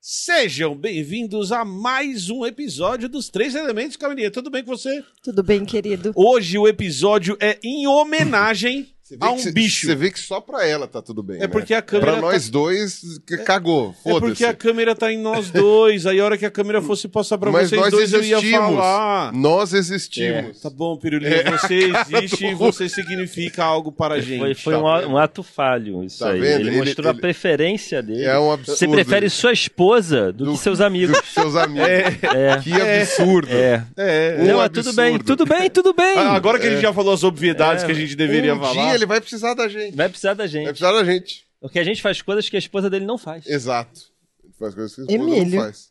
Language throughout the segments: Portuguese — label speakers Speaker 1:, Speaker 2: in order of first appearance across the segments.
Speaker 1: Sejam bem-vindos a mais um episódio dos Três Elementos, Camilinha. Tudo bem com você?
Speaker 2: Tudo bem, querido?
Speaker 1: Hoje o episódio é em homenagem
Speaker 3: Você vê
Speaker 1: a um
Speaker 3: que cê-
Speaker 1: bicho.
Speaker 3: Você vê que só pra ela tá tudo bem.
Speaker 1: É
Speaker 3: né?
Speaker 1: porque a câmera
Speaker 3: Pra nós dois, c- cagou.
Speaker 1: É
Speaker 3: Foda-se.
Speaker 1: porque a câmera tá em nós dois. Aí a hora que a câmera fosse passar pra
Speaker 3: Mas
Speaker 1: vocês
Speaker 3: nós
Speaker 1: dois, eu ia
Speaker 3: existimos.
Speaker 1: falar.
Speaker 3: Nós
Speaker 1: É,
Speaker 3: existimos.
Speaker 1: tá bom, Pirulinha. Você existe e você significa algo para a gente.
Speaker 4: Foi, foi
Speaker 3: tá
Speaker 4: um, a-
Speaker 3: vendo?
Speaker 4: um ato falho isso
Speaker 3: Tá
Speaker 4: aí.
Speaker 3: vendo?
Speaker 4: Ele,
Speaker 3: Ele-
Speaker 4: mostrou
Speaker 3: ele-
Speaker 4: a preferência dele.
Speaker 3: É um absurdo.
Speaker 4: Você prefere sua esposa do,
Speaker 3: Do-
Speaker 4: que seus amigos.
Speaker 3: Dos seus amigos.
Speaker 4: É.
Speaker 3: Que absurdo.
Speaker 4: É.
Speaker 1: É.
Speaker 3: Um
Speaker 4: Não, é tudo bem,
Speaker 3: absurdo.
Speaker 4: tudo bem, tudo bem.
Speaker 1: Ah, Agora que a gente já falou as obviedades
Speaker 4: É.
Speaker 1: que a gente deveria
Speaker 3: um
Speaker 1: falar.
Speaker 3: dia ele vai precisar da gente.
Speaker 4: Vai precisar da
Speaker 3: Vai
Speaker 4: gente.
Speaker 3: precisar É. da gente.
Speaker 4: Porque a gente faz coisas que a esposa dele não faz.
Speaker 3: Exato. Ele faz coisas que a esposa
Speaker 2: Emílio.
Speaker 3: não faz.
Speaker 2: O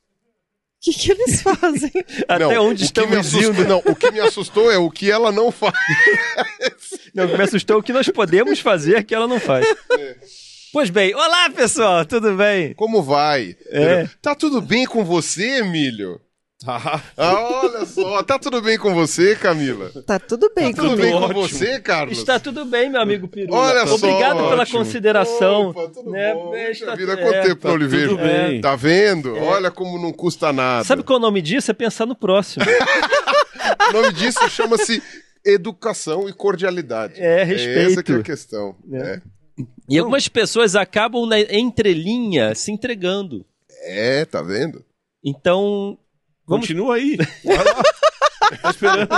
Speaker 2: que, que eles fazem?
Speaker 4: Até
Speaker 3: Não,
Speaker 4: onde
Speaker 3: o que me
Speaker 4: estamos
Speaker 3: assustou,
Speaker 4: indo?
Speaker 3: Não, o que me assustou é o que ela não faz.
Speaker 4: Não, me assustou é o que nós podemos fazer que ela não faz.
Speaker 3: É.
Speaker 4: Pois bem, olá pessoal, tudo bem?
Speaker 3: Como vai?
Speaker 4: É.
Speaker 3: Entendeu? Tá tudo bem com você, Emílio?
Speaker 1: Tá.
Speaker 3: Ah, olha só. Tá tudo bem com você, Camila?
Speaker 2: Tá tudo bem,
Speaker 3: Tudo
Speaker 2: comigo.
Speaker 3: bem com
Speaker 1: ótimo.
Speaker 3: você, Carlos?
Speaker 4: Está tudo bem, meu amigo Peru.
Speaker 3: Olha só,
Speaker 4: Obrigado pela
Speaker 3: ótimo.
Speaker 4: consideração.
Speaker 3: Opa, tudo
Speaker 4: né?
Speaker 3: bom?
Speaker 4: É,
Speaker 3: Puxa
Speaker 4: está-
Speaker 3: vida,
Speaker 4: é,
Speaker 3: quanto tempo,
Speaker 4: tá- É.
Speaker 3: Oliveira?
Speaker 1: tudo bem.
Speaker 3: Tá vendo? Olha como não custa nada.
Speaker 4: Sabe qual é o nome disso? É pensar no próximo.
Speaker 3: O nome disso chama-se educação e cordialidade.
Speaker 4: É,
Speaker 3: Essa que é a
Speaker 4: respeito.
Speaker 3: questão. É,
Speaker 4: E algumas pessoas acabam na entrelinha se entregando.
Speaker 3: É, tá vendo?
Speaker 4: Então. Vamos...
Speaker 1: Continua aí. Vai lá. Tô esperando.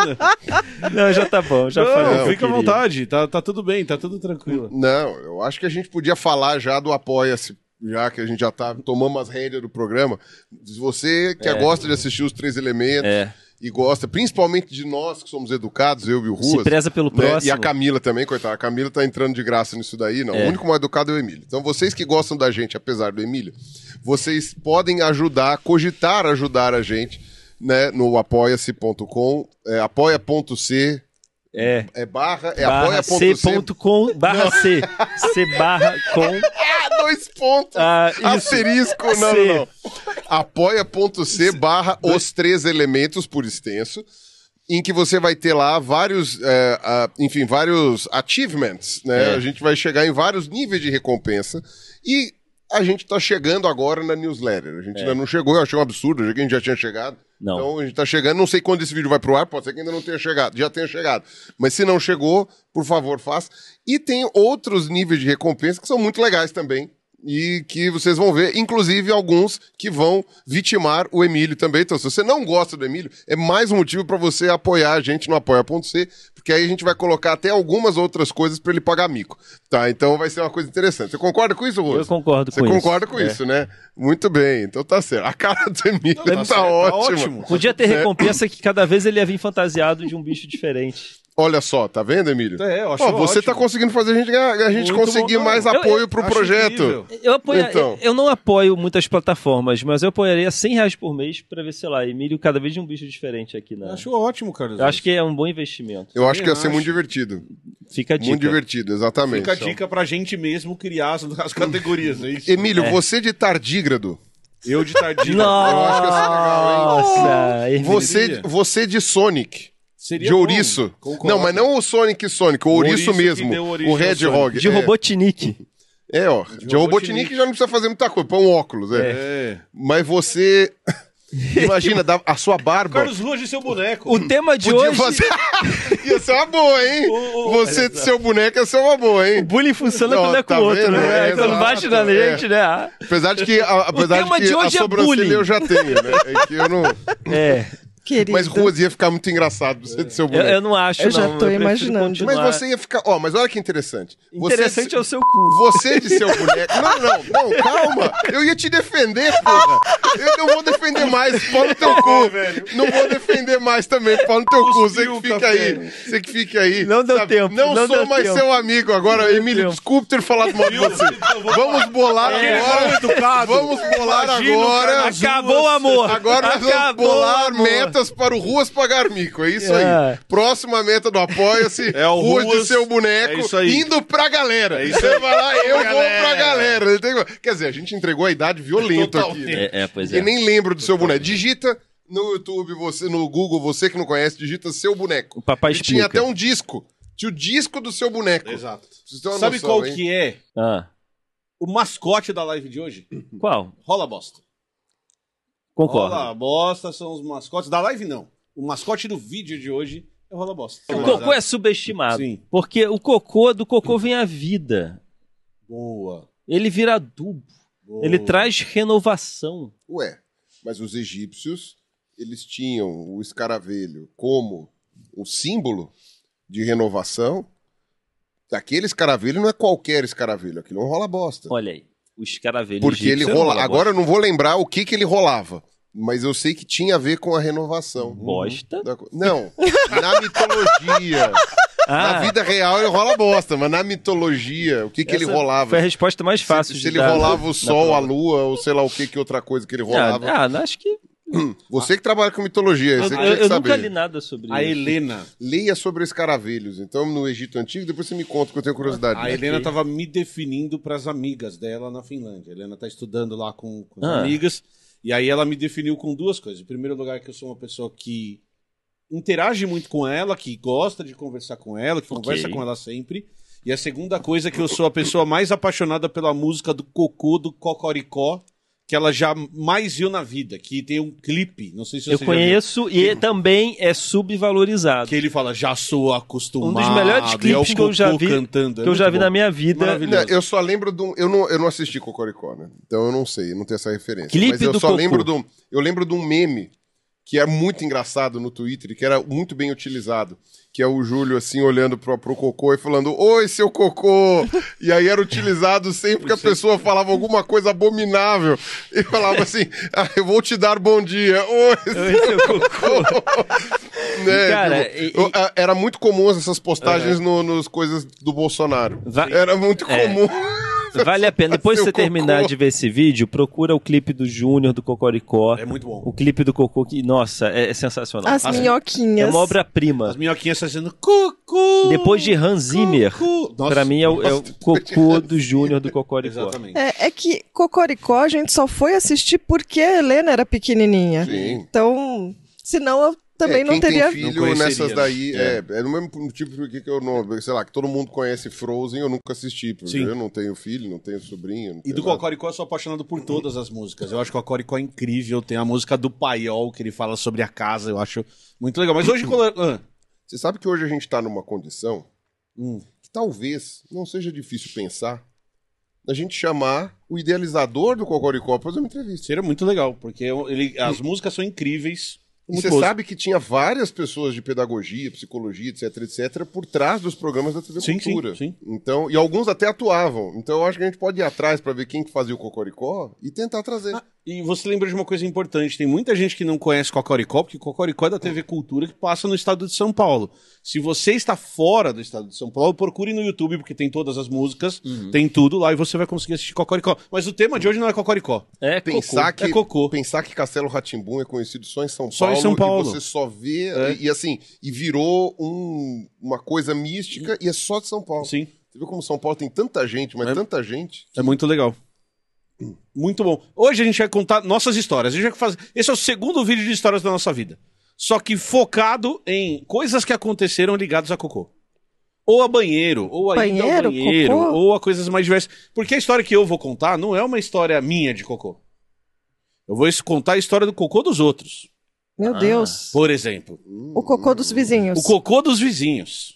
Speaker 4: Não, já tá bom, já falei. o
Speaker 1: Não,
Speaker 4: que eu
Speaker 1: fica à
Speaker 4: queria.
Speaker 1: vontade. Tá, tá tudo bem, tá tudo tranquilo.
Speaker 3: Não, eu acho que a gente podia falar já do Apoia-se, já que a gente já tá tomando as rédeas do programa. Se Você que gosta de assistir os Três Elementos
Speaker 4: É.
Speaker 3: e gosta, principalmente de nós que somos educados, eu e o
Speaker 4: Se
Speaker 3: Ruas.
Speaker 4: preza pelo
Speaker 3: Né?
Speaker 4: próximo.
Speaker 3: E a Camila também, coitada. A Camila tá entrando de graça nisso daí, não.
Speaker 4: É.
Speaker 3: O único mais educado é o Emílio. Então, vocês que gostam da gente, apesar do Emílio, vocês podem ajudar, cogitar ajudar a gente, né? No apoia-se.com, é, apoia.c,
Speaker 4: É.
Speaker 3: é barra, é
Speaker 4: Barra
Speaker 3: apoia.c.
Speaker 4: c.com barra c. C barra com.
Speaker 3: Ah, dois pontos!
Speaker 4: Ah, isso.
Speaker 3: Asterisco, não,
Speaker 4: C.
Speaker 3: não, não. Apoia.c barra os três elementos por extenso, em que você vai ter lá vários, é, ah, enfim, vários achievements, né?
Speaker 4: É.
Speaker 3: A gente vai chegar em vários níveis de recompensa e a gente tá chegando agora na newsletter. A gente ainda não chegou, eu achei um absurdo, eu achei que a gente já tinha chegado.
Speaker 4: É. Não.
Speaker 3: Então a gente tá chegando, não sei quando esse vídeo vai pro ar, pode ser que ainda não tenha chegado, já tenha chegado. Mas se não chegou, por favor, faça. E tem outros níveis de recompensa que são muito legais também. E que vocês vão ver, inclusive alguns que vão vitimar o Emílio também. Então, se você não gosta do Emílio, é mais um motivo para você apoiar a gente no apoia.c, porque aí a gente vai colocar até algumas outras coisas para ele pagar mico. Tá? Então vai ser uma coisa interessante. Você concorda com isso, Rose?
Speaker 4: Eu concordo
Speaker 3: Você
Speaker 4: com isso.
Speaker 3: concorda com
Speaker 4: É.
Speaker 3: isso, né? Muito bem, então tá certo. A cara do Emílio tá,
Speaker 1: certo,
Speaker 3: ótima.
Speaker 4: Podia ter recompensa que cada vez ele ia vir fantasiado de um bicho diferente.
Speaker 3: Olha só, tá vendo, Emílio?
Speaker 1: É, eu acho
Speaker 3: Ó, você tá
Speaker 1: ótimo.
Speaker 3: conseguindo fazer a gente, ganhar- a gente
Speaker 1: Muito
Speaker 3: conseguir
Speaker 1: bom,
Speaker 3: mais
Speaker 1: não.
Speaker 4: Eu-
Speaker 3: apoio
Speaker 4: eu
Speaker 3: pro
Speaker 1: Acho
Speaker 3: projeto.
Speaker 1: incrível.
Speaker 4: Eu, apoio,
Speaker 3: Então.
Speaker 4: eu não apoio muitas plataformas, mas eu apoiaria 100 reais por mês pra ver, sei lá, Emílio cada vez de um bicho diferente aqui
Speaker 1: Eu
Speaker 4: na.
Speaker 1: Acho ótimo, Carlos.
Speaker 4: Eu acho que é um bom investimento.
Speaker 3: Eu acho que ia
Speaker 1: Também
Speaker 3: ser muito
Speaker 1: acho.
Speaker 3: divertido.
Speaker 4: Fica a dica.
Speaker 3: Muito divertido, exatamente.
Speaker 1: Fica a dica pra gente mesmo criar as, as categorias, é isso?
Speaker 3: Emílio, você de tardígrado,
Speaker 1: Eu de tardinho.
Speaker 3: eu acho
Speaker 1: Ah,
Speaker 3: que ia ser legal, hein?
Speaker 4: Nossa, Emílio.
Speaker 3: Você,
Speaker 1: Deveria.
Speaker 3: você de Sonic,
Speaker 1: Seria
Speaker 3: de
Speaker 1: bom.
Speaker 3: ouriço.
Speaker 1: Concordo.
Speaker 3: Não, mas não o Sonic Sonic, o ouriço
Speaker 1: ouriço que
Speaker 3: mesmo.
Speaker 1: deu origem
Speaker 3: O
Speaker 1: ao
Speaker 3: Red Hog.
Speaker 4: de
Speaker 3: é,
Speaker 4: Robotnik.
Speaker 3: É, ó.
Speaker 1: Robotnik.
Speaker 3: De Robotnik já não precisa fazer muita coisa, põe um óculos, é.
Speaker 1: É.
Speaker 3: Mas você Imagina dá- a sua barba.
Speaker 1: Carlos Ruas e seu boneco.
Speaker 4: O tema de
Speaker 3: Podia
Speaker 4: hoje.
Speaker 3: fazer. ia ser uma boa, hein?
Speaker 1: O- o-
Speaker 3: Você de seu boneco ia ser uma boa, hein?
Speaker 4: Bullying funciona quando
Speaker 3: Não,
Speaker 4: é com
Speaker 3: tá
Speaker 4: o outro,
Speaker 3: vendo?
Speaker 4: né?
Speaker 3: É,
Speaker 4: quando bate na
Speaker 3: exato,
Speaker 4: gente,
Speaker 3: é.
Speaker 4: né? Ah,
Speaker 3: Apesar de que a, apesar
Speaker 4: tema
Speaker 3: de que
Speaker 4: de
Speaker 3: a
Speaker 4: hoje é
Speaker 3: sobrancelha
Speaker 4: bullying.
Speaker 3: eu já tenho, né? É que eu não...
Speaker 4: É.
Speaker 2: Querido.
Speaker 3: Mas ruas ia ficar muito engraçado você de seu
Speaker 4: Eu,
Speaker 3: boneco.
Speaker 4: eu não acho.
Speaker 2: Eu já
Speaker 4: não,
Speaker 2: tô
Speaker 4: prefiro
Speaker 2: imaginando.
Speaker 4: continuar.
Speaker 3: Mas você ia ficar. Ó, mas olha que interessante. Você-
Speaker 4: Interessante é o seu cu.
Speaker 3: Você de seu boneco. Não, não, não, calma. Eu ia te defender, porra. Eu não vou defender mais. Pau no teu cu. Não vou defender mais também. Pau no teu cu. Você que
Speaker 1: É, o
Speaker 3: fica
Speaker 1: café.
Speaker 3: aí. Você que fica aí.
Speaker 4: Não deu tempo,
Speaker 3: Não,
Speaker 4: não
Speaker 3: sou
Speaker 4: deu
Speaker 3: mais
Speaker 4: tempo.
Speaker 3: seu amigo agora, Emílio.
Speaker 4: tempo.
Speaker 3: Desculpe ter falado mal de você. Vamos bolar
Speaker 1: Aquele mal
Speaker 3: agora.
Speaker 1: educado.
Speaker 3: Vamos bolar
Speaker 1: Imagina o cara
Speaker 3: agora.
Speaker 1: azul.
Speaker 4: Acabou o amor.
Speaker 3: Agora nós vamos
Speaker 4: Acabou o
Speaker 3: bolar
Speaker 4: amor.
Speaker 3: metas para o Ruas Pagar Mico. É isso aí.
Speaker 4: É.
Speaker 3: Próxima meta do Apoia-se.
Speaker 1: É o
Speaker 3: Ruas, de
Speaker 1: Ruas.
Speaker 3: seu boneco.
Speaker 1: É isso aí. É
Speaker 3: Indo pra galera.
Speaker 1: isso
Speaker 3: Você vai lá, eu vou pra
Speaker 1: Galera.
Speaker 3: galera. Ele tem- Quer dizer, a gente entregou a idade violenta aqui.
Speaker 1: Totalmente.
Speaker 3: Né?
Speaker 4: É, é, pois
Speaker 3: E
Speaker 4: é.
Speaker 3: nem lembro do seu boneco. Digita no YouTube, você, no Google, você que não conhece, digita seu boneco.
Speaker 4: O papai
Speaker 3: e tinha
Speaker 4: explica.
Speaker 3: até um disco. Tinha o disco do seu boneco.
Speaker 1: Exato.
Speaker 3: Vocês têm uma
Speaker 1: Sabe
Speaker 3: noção,
Speaker 1: qual
Speaker 3: hein?
Speaker 1: que é
Speaker 4: Ah,
Speaker 1: o mascote da live de hoje?
Speaker 4: qual?
Speaker 1: Rola bosta.
Speaker 4: Concordo.
Speaker 1: Rola bosta são os mascotes. Da live, não. O mascote do vídeo de hoje é o rola bosta.
Speaker 4: O cocô é subestimado.
Speaker 1: Sim.
Speaker 4: Porque o cocô, do cocô vem a vida.
Speaker 1: Boa.
Speaker 4: Ele vira adubo.
Speaker 1: boa.
Speaker 4: Ele traz renovação.
Speaker 3: Ué, mas os egípcios, eles tinham o escaravelho como um símbolo de renovação. Aquele escaravelho não é qualquer escaravelho, aquilo é um rola bosta.
Speaker 4: Olha aí. O escaravelho
Speaker 3: Porque ele
Speaker 4: egípcio era um
Speaker 3: rola. Agora eu
Speaker 4: bosta.
Speaker 3: não vou lembrar o que, que ele rolava, mas eu sei que tinha a ver com a renovação.
Speaker 4: Uhum. Bosta.
Speaker 3: Da co- Não, na mitologia. Na
Speaker 4: Ah,
Speaker 3: vida real ele rola bosta, mas na mitologia, o que, que ele
Speaker 4: essa
Speaker 3: rolava?
Speaker 4: Foi a resposta mais fácil
Speaker 3: se,
Speaker 4: de
Speaker 3: se ele
Speaker 4: dar
Speaker 3: rolava
Speaker 4: na-
Speaker 3: o
Speaker 4: na
Speaker 3: sol,
Speaker 4: prova.
Speaker 3: a lua, ou sei lá o que, que outra coisa que ele rolava.
Speaker 4: Ah, ah, acho que.
Speaker 3: Você que trabalha com mitologia, você
Speaker 4: eu
Speaker 3: tinha que
Speaker 4: eu
Speaker 3: saber.
Speaker 4: nunca li nada sobre
Speaker 1: A
Speaker 4: isso.
Speaker 1: Helena.
Speaker 3: Leia sobre escaravelhos, então, no Egito Antigo, depois você me conta que eu tenho curiosidade.
Speaker 4: Ah, é
Speaker 1: A Helena tava me definindo pras amigas dela na Finlândia. A Helena tá estudando lá com, com as
Speaker 4: Ah.
Speaker 1: amigas. E aí ela me definiu com duas coisas. Em primeiro lugar, que eu sou uma pessoa que interage muito com ela, que gosta de conversar com ela, que conversa com ela sempre. E a segunda coisa é que eu sou a pessoa mais apaixonada pela música do Cocô do Cocoricó que ela jamais viu na vida, que tem um clipe, não sei se
Speaker 4: Eu
Speaker 1: você já viu,
Speaker 4: conheço e também é subvalorizado.
Speaker 1: que ele fala já sou acostumado.
Speaker 4: Um dos melhores
Speaker 1: e é
Speaker 4: clipes
Speaker 1: o
Speaker 4: que eu já
Speaker 1: Cocô
Speaker 4: vi,
Speaker 1: cantando. É
Speaker 4: que eu já
Speaker 1: muito
Speaker 4: vi
Speaker 1: bom.
Speaker 4: na minha vida.
Speaker 1: Maravilhoso.
Speaker 3: Não, eu só lembro de um. Eu não, eu não assisti Cocoricó, né? Então eu não sei, eu não tenho essa referência.
Speaker 4: Clipe
Speaker 3: Mas eu
Speaker 4: do
Speaker 3: só
Speaker 4: Cocô.
Speaker 3: lembro de um. Eu lembro de um meme que é muito engraçado no Twitter, e que era muito bem utilizado. Que é o Júlio, assim, olhando pro, pro Cocô e falando, Oi, seu Cocô! E aí era utilizado sempre que a pessoa falava alguma coisa abominável. E falava assim, "Ah, eu vou te dar bom dia. Oi,
Speaker 4: Esse é o cocô.
Speaker 3: né?
Speaker 4: Cara,
Speaker 3: Tipo,
Speaker 4: e-
Speaker 3: eu- a- era muito comum essas postagens no- nos coisas do Bolsonaro.
Speaker 4: Va-
Speaker 3: Era muito
Speaker 4: É.
Speaker 3: comum.
Speaker 4: Vale a pena. Depois
Speaker 3: Seu
Speaker 4: de você terminar
Speaker 3: cocô.
Speaker 4: de ver esse vídeo, procura o clipe do Júnior do Cocoricó.
Speaker 1: É muito bom.
Speaker 4: O clipe do Cocô, que, nossa, é, é sensacional.
Speaker 2: As,
Speaker 4: É
Speaker 2: minhoquinhas.
Speaker 4: uma
Speaker 1: As
Speaker 4: obra-prima.
Speaker 1: minhoquinhas fazendo cucu.
Speaker 4: Depois de Hans Zimmer,
Speaker 1: Cucu. Nossa.
Speaker 4: pra mim é o, é o Cocô do Júnior do Cocoricó.
Speaker 1: Exatamente.
Speaker 2: É, é que Cocoricó a gente só foi assistir porque a Helena era pequenininha.
Speaker 3: Sim.
Speaker 2: Então, senão eu também
Speaker 3: É,
Speaker 2: não
Speaker 3: quem
Speaker 2: teria.
Speaker 3: Tem
Speaker 1: Não
Speaker 3: filho
Speaker 1: conheceria,
Speaker 3: nessas
Speaker 1: né?
Speaker 3: daí. É, é no mesmo motivo por que que eu não. Sei lá, que todo mundo conhece Frozen, eu nunca assisti. Porque
Speaker 1: Sim.
Speaker 3: eu não tenho filho, não tenho sobrinho. não
Speaker 1: E
Speaker 3: tenho
Speaker 1: do
Speaker 3: nada.
Speaker 1: Cocoricó eu sou apaixonado por todas as músicas. Eu acho que o Cocoricó é incrível. Tem a música do Paiol, que ele fala sobre a casa. Eu acho muito legal. Mas hoje... colo- Ah,
Speaker 3: Você sabe que hoje a gente tá numa condição
Speaker 1: hum.
Speaker 3: que talvez não seja difícil pensar a gente chamar o idealizador do Cocoricó pra fazer uma entrevista.
Speaker 1: Seria muito legal, porque ele- as músicas são incríveis.
Speaker 3: E
Speaker 1: Muito
Speaker 3: você
Speaker 1: boas.
Speaker 3: sabe que tinha várias pessoas de pedagogia, psicologia, etc, etc, por trás dos programas da TV
Speaker 1: Sim, sim,
Speaker 3: Cultura.
Speaker 1: sim.
Speaker 3: Então, e alguns até atuavam. Então, eu acho que a gente pode ir atrás pra ver quem que fazia o Cocoricó e tentar trazer.
Speaker 1: E você lembra de uma coisa importante: tem muita gente que não conhece Cocoricó, porque Cocoricó é da TV Cultura que passa no estado de São Paulo. Se você está fora do estado de São Paulo, procure no YouTube, porque tem todas as músicas, tem tudo lá e você vai conseguir assistir Cocoricó. Mas o tema de hoje não é Cocoricó.
Speaker 4: É,
Speaker 3: pensar
Speaker 1: cocô.
Speaker 3: que
Speaker 1: É cocô.
Speaker 3: pensar que Castelo Ratimbum é conhecido só em São
Speaker 1: Só em
Speaker 3: Paulo
Speaker 1: São Paulo. É.
Speaker 3: e você só vê e, e assim e virou um- uma coisa mística e é só de São Paulo.
Speaker 1: Sim.
Speaker 3: Você viu como São Paulo tem tanta gente, mas
Speaker 1: É.
Speaker 3: tanta gente.
Speaker 1: É muito legal. Muito bom. Hoje a gente vai contar nossas histórias. A gente vai fazer... Esse é o segundo vídeo de histórias da nossa vida. Só que focado em coisas que aconteceram ligadas a cocô. Ou a banheiro, ou a ida ao
Speaker 2: Banheiro,
Speaker 1: banheiro,
Speaker 2: cocô?
Speaker 1: ou a coisas mais diversas. Porque a história que eu vou contar não é uma história minha de cocô. Eu vou es- contar a história do cocô dos outros,
Speaker 2: Meu Deus.
Speaker 1: por exemplo.
Speaker 2: O cocô dos vizinhos.
Speaker 1: Ah. O cocô dos vizinhos.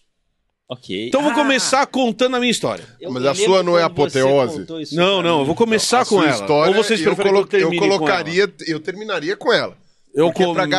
Speaker 4: Ok.
Speaker 1: Então eu vou
Speaker 4: Ah,
Speaker 1: começar contando a minha história.
Speaker 4: eu-
Speaker 3: Mas
Speaker 4: eu
Speaker 3: a sua
Speaker 4: lembro
Speaker 3: não é
Speaker 4: quando você
Speaker 3: apoteose?
Speaker 4: contou isso
Speaker 1: Não,
Speaker 4: pra
Speaker 1: não,
Speaker 4: mim.
Speaker 1: eu vou começar
Speaker 3: A
Speaker 1: com
Speaker 3: sua
Speaker 1: ela.
Speaker 3: história,
Speaker 1: Ou vocês
Speaker 3: eu,
Speaker 1: preferem
Speaker 3: colo-
Speaker 1: que eu termine
Speaker 3: eu
Speaker 1: com ela?
Speaker 3: colocaria, eu terminaria com ela.
Speaker 1: Eu
Speaker 3: Porque é pra
Speaker 1: começo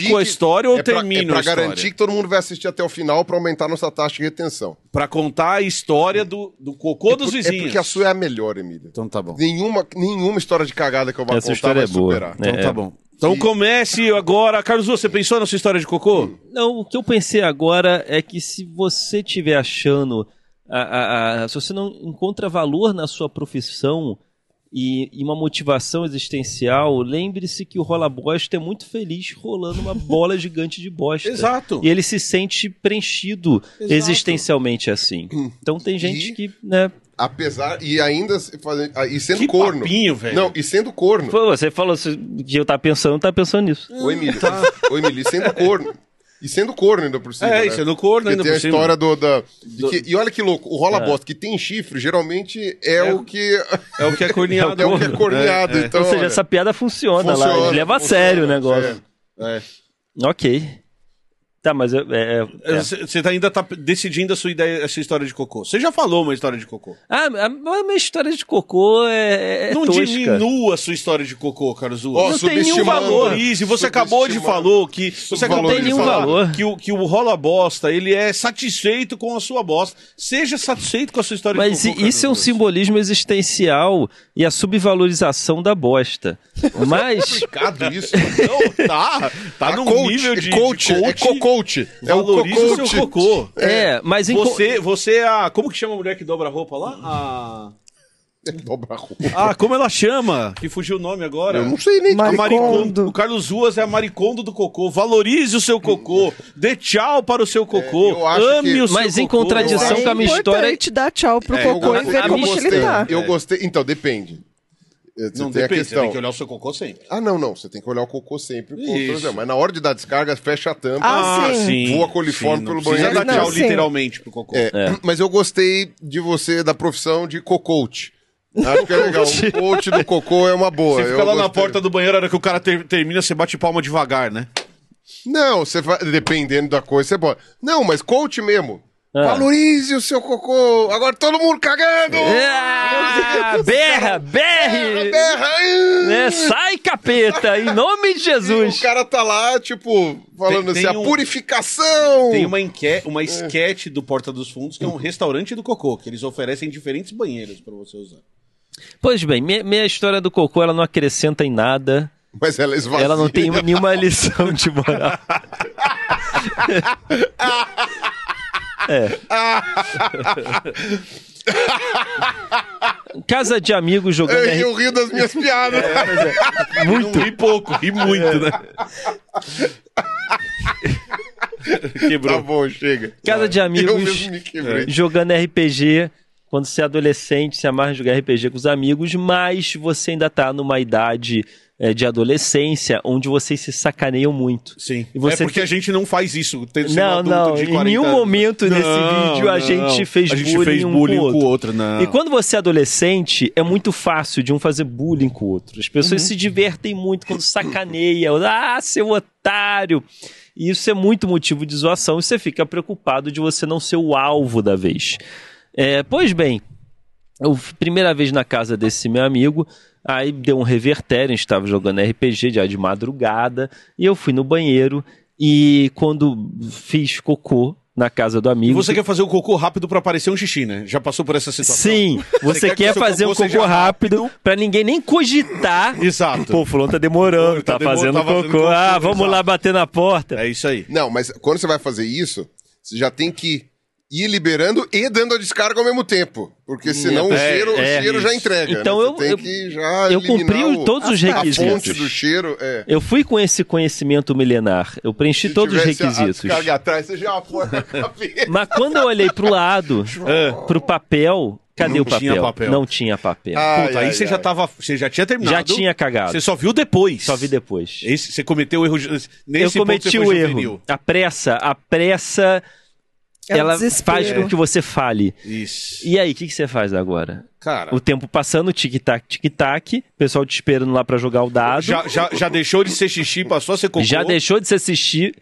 Speaker 3: garantir
Speaker 1: com a
Speaker 3: que-
Speaker 1: história ou
Speaker 3: é pra-
Speaker 1: termino
Speaker 3: É pra
Speaker 1: a história?
Speaker 3: garantir que todo mundo vai assistir até o final pra aumentar nossa taxa de retenção.
Speaker 1: Pra contar a história do, do cocô dos
Speaker 3: é por-
Speaker 1: vizinhos.
Speaker 3: É porque a sua é a melhor, Emília.
Speaker 1: Então tá bom.
Speaker 3: Nenhuma, nenhuma história de cagada que eu vá
Speaker 4: Essa
Speaker 3: contar
Speaker 4: história
Speaker 3: vai
Speaker 4: é boa.
Speaker 3: superar.
Speaker 4: É.
Speaker 1: Então tá bom. Então comece agora. Carlos, você pensou na sua história de cocô?
Speaker 4: Não, o que eu pensei agora é que se você estiver achando. a- a- a- se você não encontra valor na sua profissão e, e uma motivação existencial, lembre-se que o rola bosta é muito feliz rolando uma bola gigante de bosta.
Speaker 1: Exato.
Speaker 4: E ele se sente preenchido
Speaker 1: Exato.
Speaker 4: existencialmente assim. Então tem gente
Speaker 3: E-
Speaker 4: que, né?
Speaker 3: Apesar, e ainda se fazer- ah, e sendo
Speaker 1: Que
Speaker 3: é corno.
Speaker 1: papinho, velho.
Speaker 3: Não, e sendo corno.
Speaker 4: Pô, você falou que eu tava pensando, tá pensando nisso.
Speaker 3: Ô, Emílio.
Speaker 1: Tá.
Speaker 3: Ô, Emílio, e sendo corno. E sendo corno ainda por cima.
Speaker 1: É,
Speaker 3: né?
Speaker 1: e sendo corno
Speaker 3: Porque
Speaker 1: ainda
Speaker 3: tem
Speaker 1: por
Speaker 3: a
Speaker 1: cima.
Speaker 3: história do. da- de que- e olha que louco, o rola-bosta que tem chifre geralmente é, o que.
Speaker 1: É o que é corneado.
Speaker 3: É o que é corneado. Então,
Speaker 4: Ou seja,
Speaker 3: olha,
Speaker 4: essa piada funciona, lá,
Speaker 3: funciona,
Speaker 4: ele leva a
Speaker 3: funciona,
Speaker 4: sério o negócio.
Speaker 3: é.
Speaker 1: É.
Speaker 4: Ok. Tá, mas eu- é, é- é.
Speaker 1: Você tá- ainda tá decidindo a sua ideia, essa história de cocô. Você já falou uma história de cocô.
Speaker 4: Ah, a, a minha história de cocô é, é
Speaker 1: não
Speaker 4: tosca.
Speaker 1: diminua a sua história de cocô, Caruso.
Speaker 3: Ó,
Speaker 1: não
Speaker 3: subestimando.
Speaker 1: valorize. Você acabou de
Speaker 3: Subestimando.
Speaker 1: falar que você
Speaker 3: Não
Speaker 1: acabou
Speaker 3: tem
Speaker 1: de
Speaker 3: nenhum
Speaker 1: falar
Speaker 4: valor.
Speaker 1: que o que o rola bosta, ele é satisfeito com a sua bosta. Seja satisfeito com a sua história
Speaker 4: Mas
Speaker 1: de
Speaker 4: i-
Speaker 1: cocô.
Speaker 4: isso é um
Speaker 1: Caruso.
Speaker 4: simbolismo existencial e a subvalorização da bosta. Mas
Speaker 3: complicado isso.
Speaker 1: Não, tá, tá
Speaker 3: É
Speaker 1: num
Speaker 3: coach,
Speaker 1: nível
Speaker 3: é
Speaker 1: de de
Speaker 3: coach, é co-coach. É o
Speaker 1: Valorize o seu
Speaker 3: co-coach.
Speaker 1: cocô.
Speaker 4: é, mas em co-
Speaker 1: Você, você é a. Como que chama a mulher que dobra a roupa lá? A.
Speaker 3: Dobra a roupa.
Speaker 1: Ah, como ela chama? Que fugiu o nome agora.
Speaker 3: Eu não sei nem.
Speaker 1: A Maricondo.
Speaker 2: Maricondo.
Speaker 1: É O Carlos Ruas é a Maricondo do cocô. Valorize o seu cocô. Dê tchau para o seu
Speaker 3: É,
Speaker 1: cocô.
Speaker 3: eu acho
Speaker 1: Ame
Speaker 3: que-
Speaker 1: o seu
Speaker 4: Mas em
Speaker 1: cocô.
Speaker 4: contradição
Speaker 2: É
Speaker 4: Edição com a minha história-
Speaker 2: importante dar tchau pro
Speaker 1: É, eu
Speaker 2: cocô e ver
Speaker 4: a
Speaker 2: como
Speaker 4: minha
Speaker 2: que ele tá.
Speaker 3: Eu gostei. Então, depende. Eh,
Speaker 1: Não
Speaker 3: tem a
Speaker 1: depende, você
Speaker 3: questão.
Speaker 1: tem que olhar o seu cocô sempre.
Speaker 3: Ah, não, não. Você tem que olhar o cocô sempre. com
Speaker 1: Isso.
Speaker 3: outras- Mas na hora de dar descarga, fecha a tampa.
Speaker 2: Ah, sim.
Speaker 3: Voa coliforme
Speaker 1: não
Speaker 3: pelo
Speaker 1: precisa
Speaker 3: banheiro
Speaker 1: dar
Speaker 2: inteiro.
Speaker 1: tchau
Speaker 2: Não, sim.
Speaker 1: literalmente pro cocô.
Speaker 3: É, Mas eu gostei de você, da profissão de cocote. Acho que é legal. O coach do cocô é uma boa.
Speaker 1: Você fica
Speaker 3: eu
Speaker 1: lá na
Speaker 3: gostei.
Speaker 1: porta do banheiro, a hora que o cara ter- termina, você bate palma devagar, né?
Speaker 3: Não, você fa- dependendo da coisa, você pode. Não, mas coach mesmo.
Speaker 2: É.
Speaker 4: Ah.
Speaker 3: Valorize o seu cocô. Agora todo mundo cagando.
Speaker 2: É.
Speaker 4: Ah, É, berra, berre!
Speaker 3: Berra.
Speaker 4: né? Sai, capeta, em nome de
Speaker 3: E o
Speaker 4: Jesus!
Speaker 3: cara tá lá, tipo, falando
Speaker 1: Tem- tem
Speaker 3: assim,
Speaker 1: um-
Speaker 3: a purificação.
Speaker 1: Tem uma enque... uma esquete do Porta dos Fundos, que é um restaurante do cocô, que eles oferecem diferentes banheiros pra você usar.
Speaker 4: Pois bem, minha, minha história do cocô ela não acrescenta em nada.
Speaker 3: Mas ela esvazia.
Speaker 4: Ela não tem nenhuma lição de moral. é. Casa de amigos jogando
Speaker 3: Eu,
Speaker 4: R...
Speaker 3: eu rio das minhas piadas.
Speaker 4: É,
Speaker 1: Muito. Ri pouco, ri muito,
Speaker 2: É.
Speaker 1: né?
Speaker 3: Tá
Speaker 1: Quebrou.
Speaker 3: bom, chega.
Speaker 4: Casa de
Speaker 3: Eu
Speaker 4: amigos É.
Speaker 3: mesmo me quebrei.
Speaker 4: jogando RPG. Quando você é adolescente, se amarra em jogar RPG com os amigos, mas você ainda tá numa idade eh, de adolescência onde vocês se sacaneiam muito.
Speaker 1: Sim.
Speaker 4: E você
Speaker 1: é porque
Speaker 4: tem-
Speaker 1: a gente não faz isso. Tendo sido
Speaker 4: Não,
Speaker 1: adulto
Speaker 4: não.
Speaker 1: de
Speaker 4: Em
Speaker 1: 40
Speaker 4: nenhum
Speaker 1: anos. né?
Speaker 4: momento nesse
Speaker 1: Não,
Speaker 4: vídeo a
Speaker 1: não.
Speaker 4: gente fez
Speaker 1: A gente
Speaker 4: bullying,
Speaker 1: fez
Speaker 4: um
Speaker 1: bullying
Speaker 4: com o outro.
Speaker 1: não.
Speaker 4: E quando você é adolescente, é muito fácil de um fazer bullying com o outro. As pessoas
Speaker 1: Uhum.
Speaker 4: se divertem muito quando sacaneia. Ah, seu otário! E isso é muito motivo de zoação e você fica preocupado de você não ser o alvo da vez. É, pois bem, eu, f- primeira vez na casa desse meu amigo, aí deu um revertério, a gente estava jogando RPG já de madrugada, e eu fui no banheiro e quando fiz cocô na casa do
Speaker 1: E
Speaker 4: amigo...
Speaker 1: você quer fazer o cocô rápido pra aparecer um xixi, né? Já passou por essa situação?
Speaker 4: Sim, você
Speaker 1: quer que
Speaker 4: quer
Speaker 1: seu
Speaker 4: fazer
Speaker 1: cocô
Speaker 4: um cocô
Speaker 1: seja
Speaker 4: rápido pra ninguém nem cogitar.
Speaker 1: Exato.
Speaker 4: Pô, o fulano tá demorando,
Speaker 1: Tá
Speaker 4: tá,
Speaker 1: demorando,
Speaker 4: fazendo
Speaker 1: tá fazendo
Speaker 4: cocô.
Speaker 1: cocô,
Speaker 4: Ah, vamos
Speaker 1: exato.
Speaker 4: lá bater na porta.
Speaker 1: É isso aí.
Speaker 3: Não, mas quando você vai fazer isso, você já tem que ir liberando e dando a descarga ao mesmo tempo. Porque senão o
Speaker 1: é,
Speaker 3: cheiro, o
Speaker 1: é,
Speaker 3: cheiro já
Speaker 1: isso.
Speaker 3: entrega.
Speaker 4: Então
Speaker 3: né? Você
Speaker 4: eu-
Speaker 3: tem
Speaker 4: eu-
Speaker 3: que já
Speaker 4: eu
Speaker 3: eliminar
Speaker 4: cumpri
Speaker 3: o-
Speaker 4: todos os
Speaker 3: a fonte do
Speaker 4: requisitos.
Speaker 3: cheiro. É.
Speaker 4: Eu fui com esse conhecimento milenar. Eu preenchi
Speaker 3: Se
Speaker 4: todos os
Speaker 3: tivesse a- A
Speaker 4: requisitos.
Speaker 3: descarga atrás, você já foi na cabeça.
Speaker 4: Mas quando eu olhei pro lado, pro papel, cadê
Speaker 1: Não
Speaker 4: o papel?
Speaker 1: tinha papel. Ah,
Speaker 4: Não tinha papel.
Speaker 3: Ai,
Speaker 1: Puta, aí
Speaker 3: ai,
Speaker 1: você
Speaker 3: ai.
Speaker 1: já tava. Você já tinha terminado.
Speaker 4: Já tinha cagado.
Speaker 1: Você só viu depois.
Speaker 4: Só vi depois.
Speaker 1: Esse, você cometeu o erro. ju- Nesse
Speaker 4: eu
Speaker 1: ponto,
Speaker 4: cometi
Speaker 1: você
Speaker 4: o
Speaker 1: foi
Speaker 4: erro.
Speaker 1: juvenil.
Speaker 4: A pressa, a pressa,
Speaker 2: É um
Speaker 4: ela
Speaker 2: desespero.
Speaker 4: faz com que você fale.
Speaker 1: Isso.
Speaker 4: E aí, o que, que você faz agora?
Speaker 1: Cara,
Speaker 4: O tempo passando, tic-tac, tic-tac, pessoal te esperando lá pra jogar o dado.
Speaker 1: já, já, já deixou de ser xixi, passou a ser cocô.
Speaker 4: Já deixou de se assistir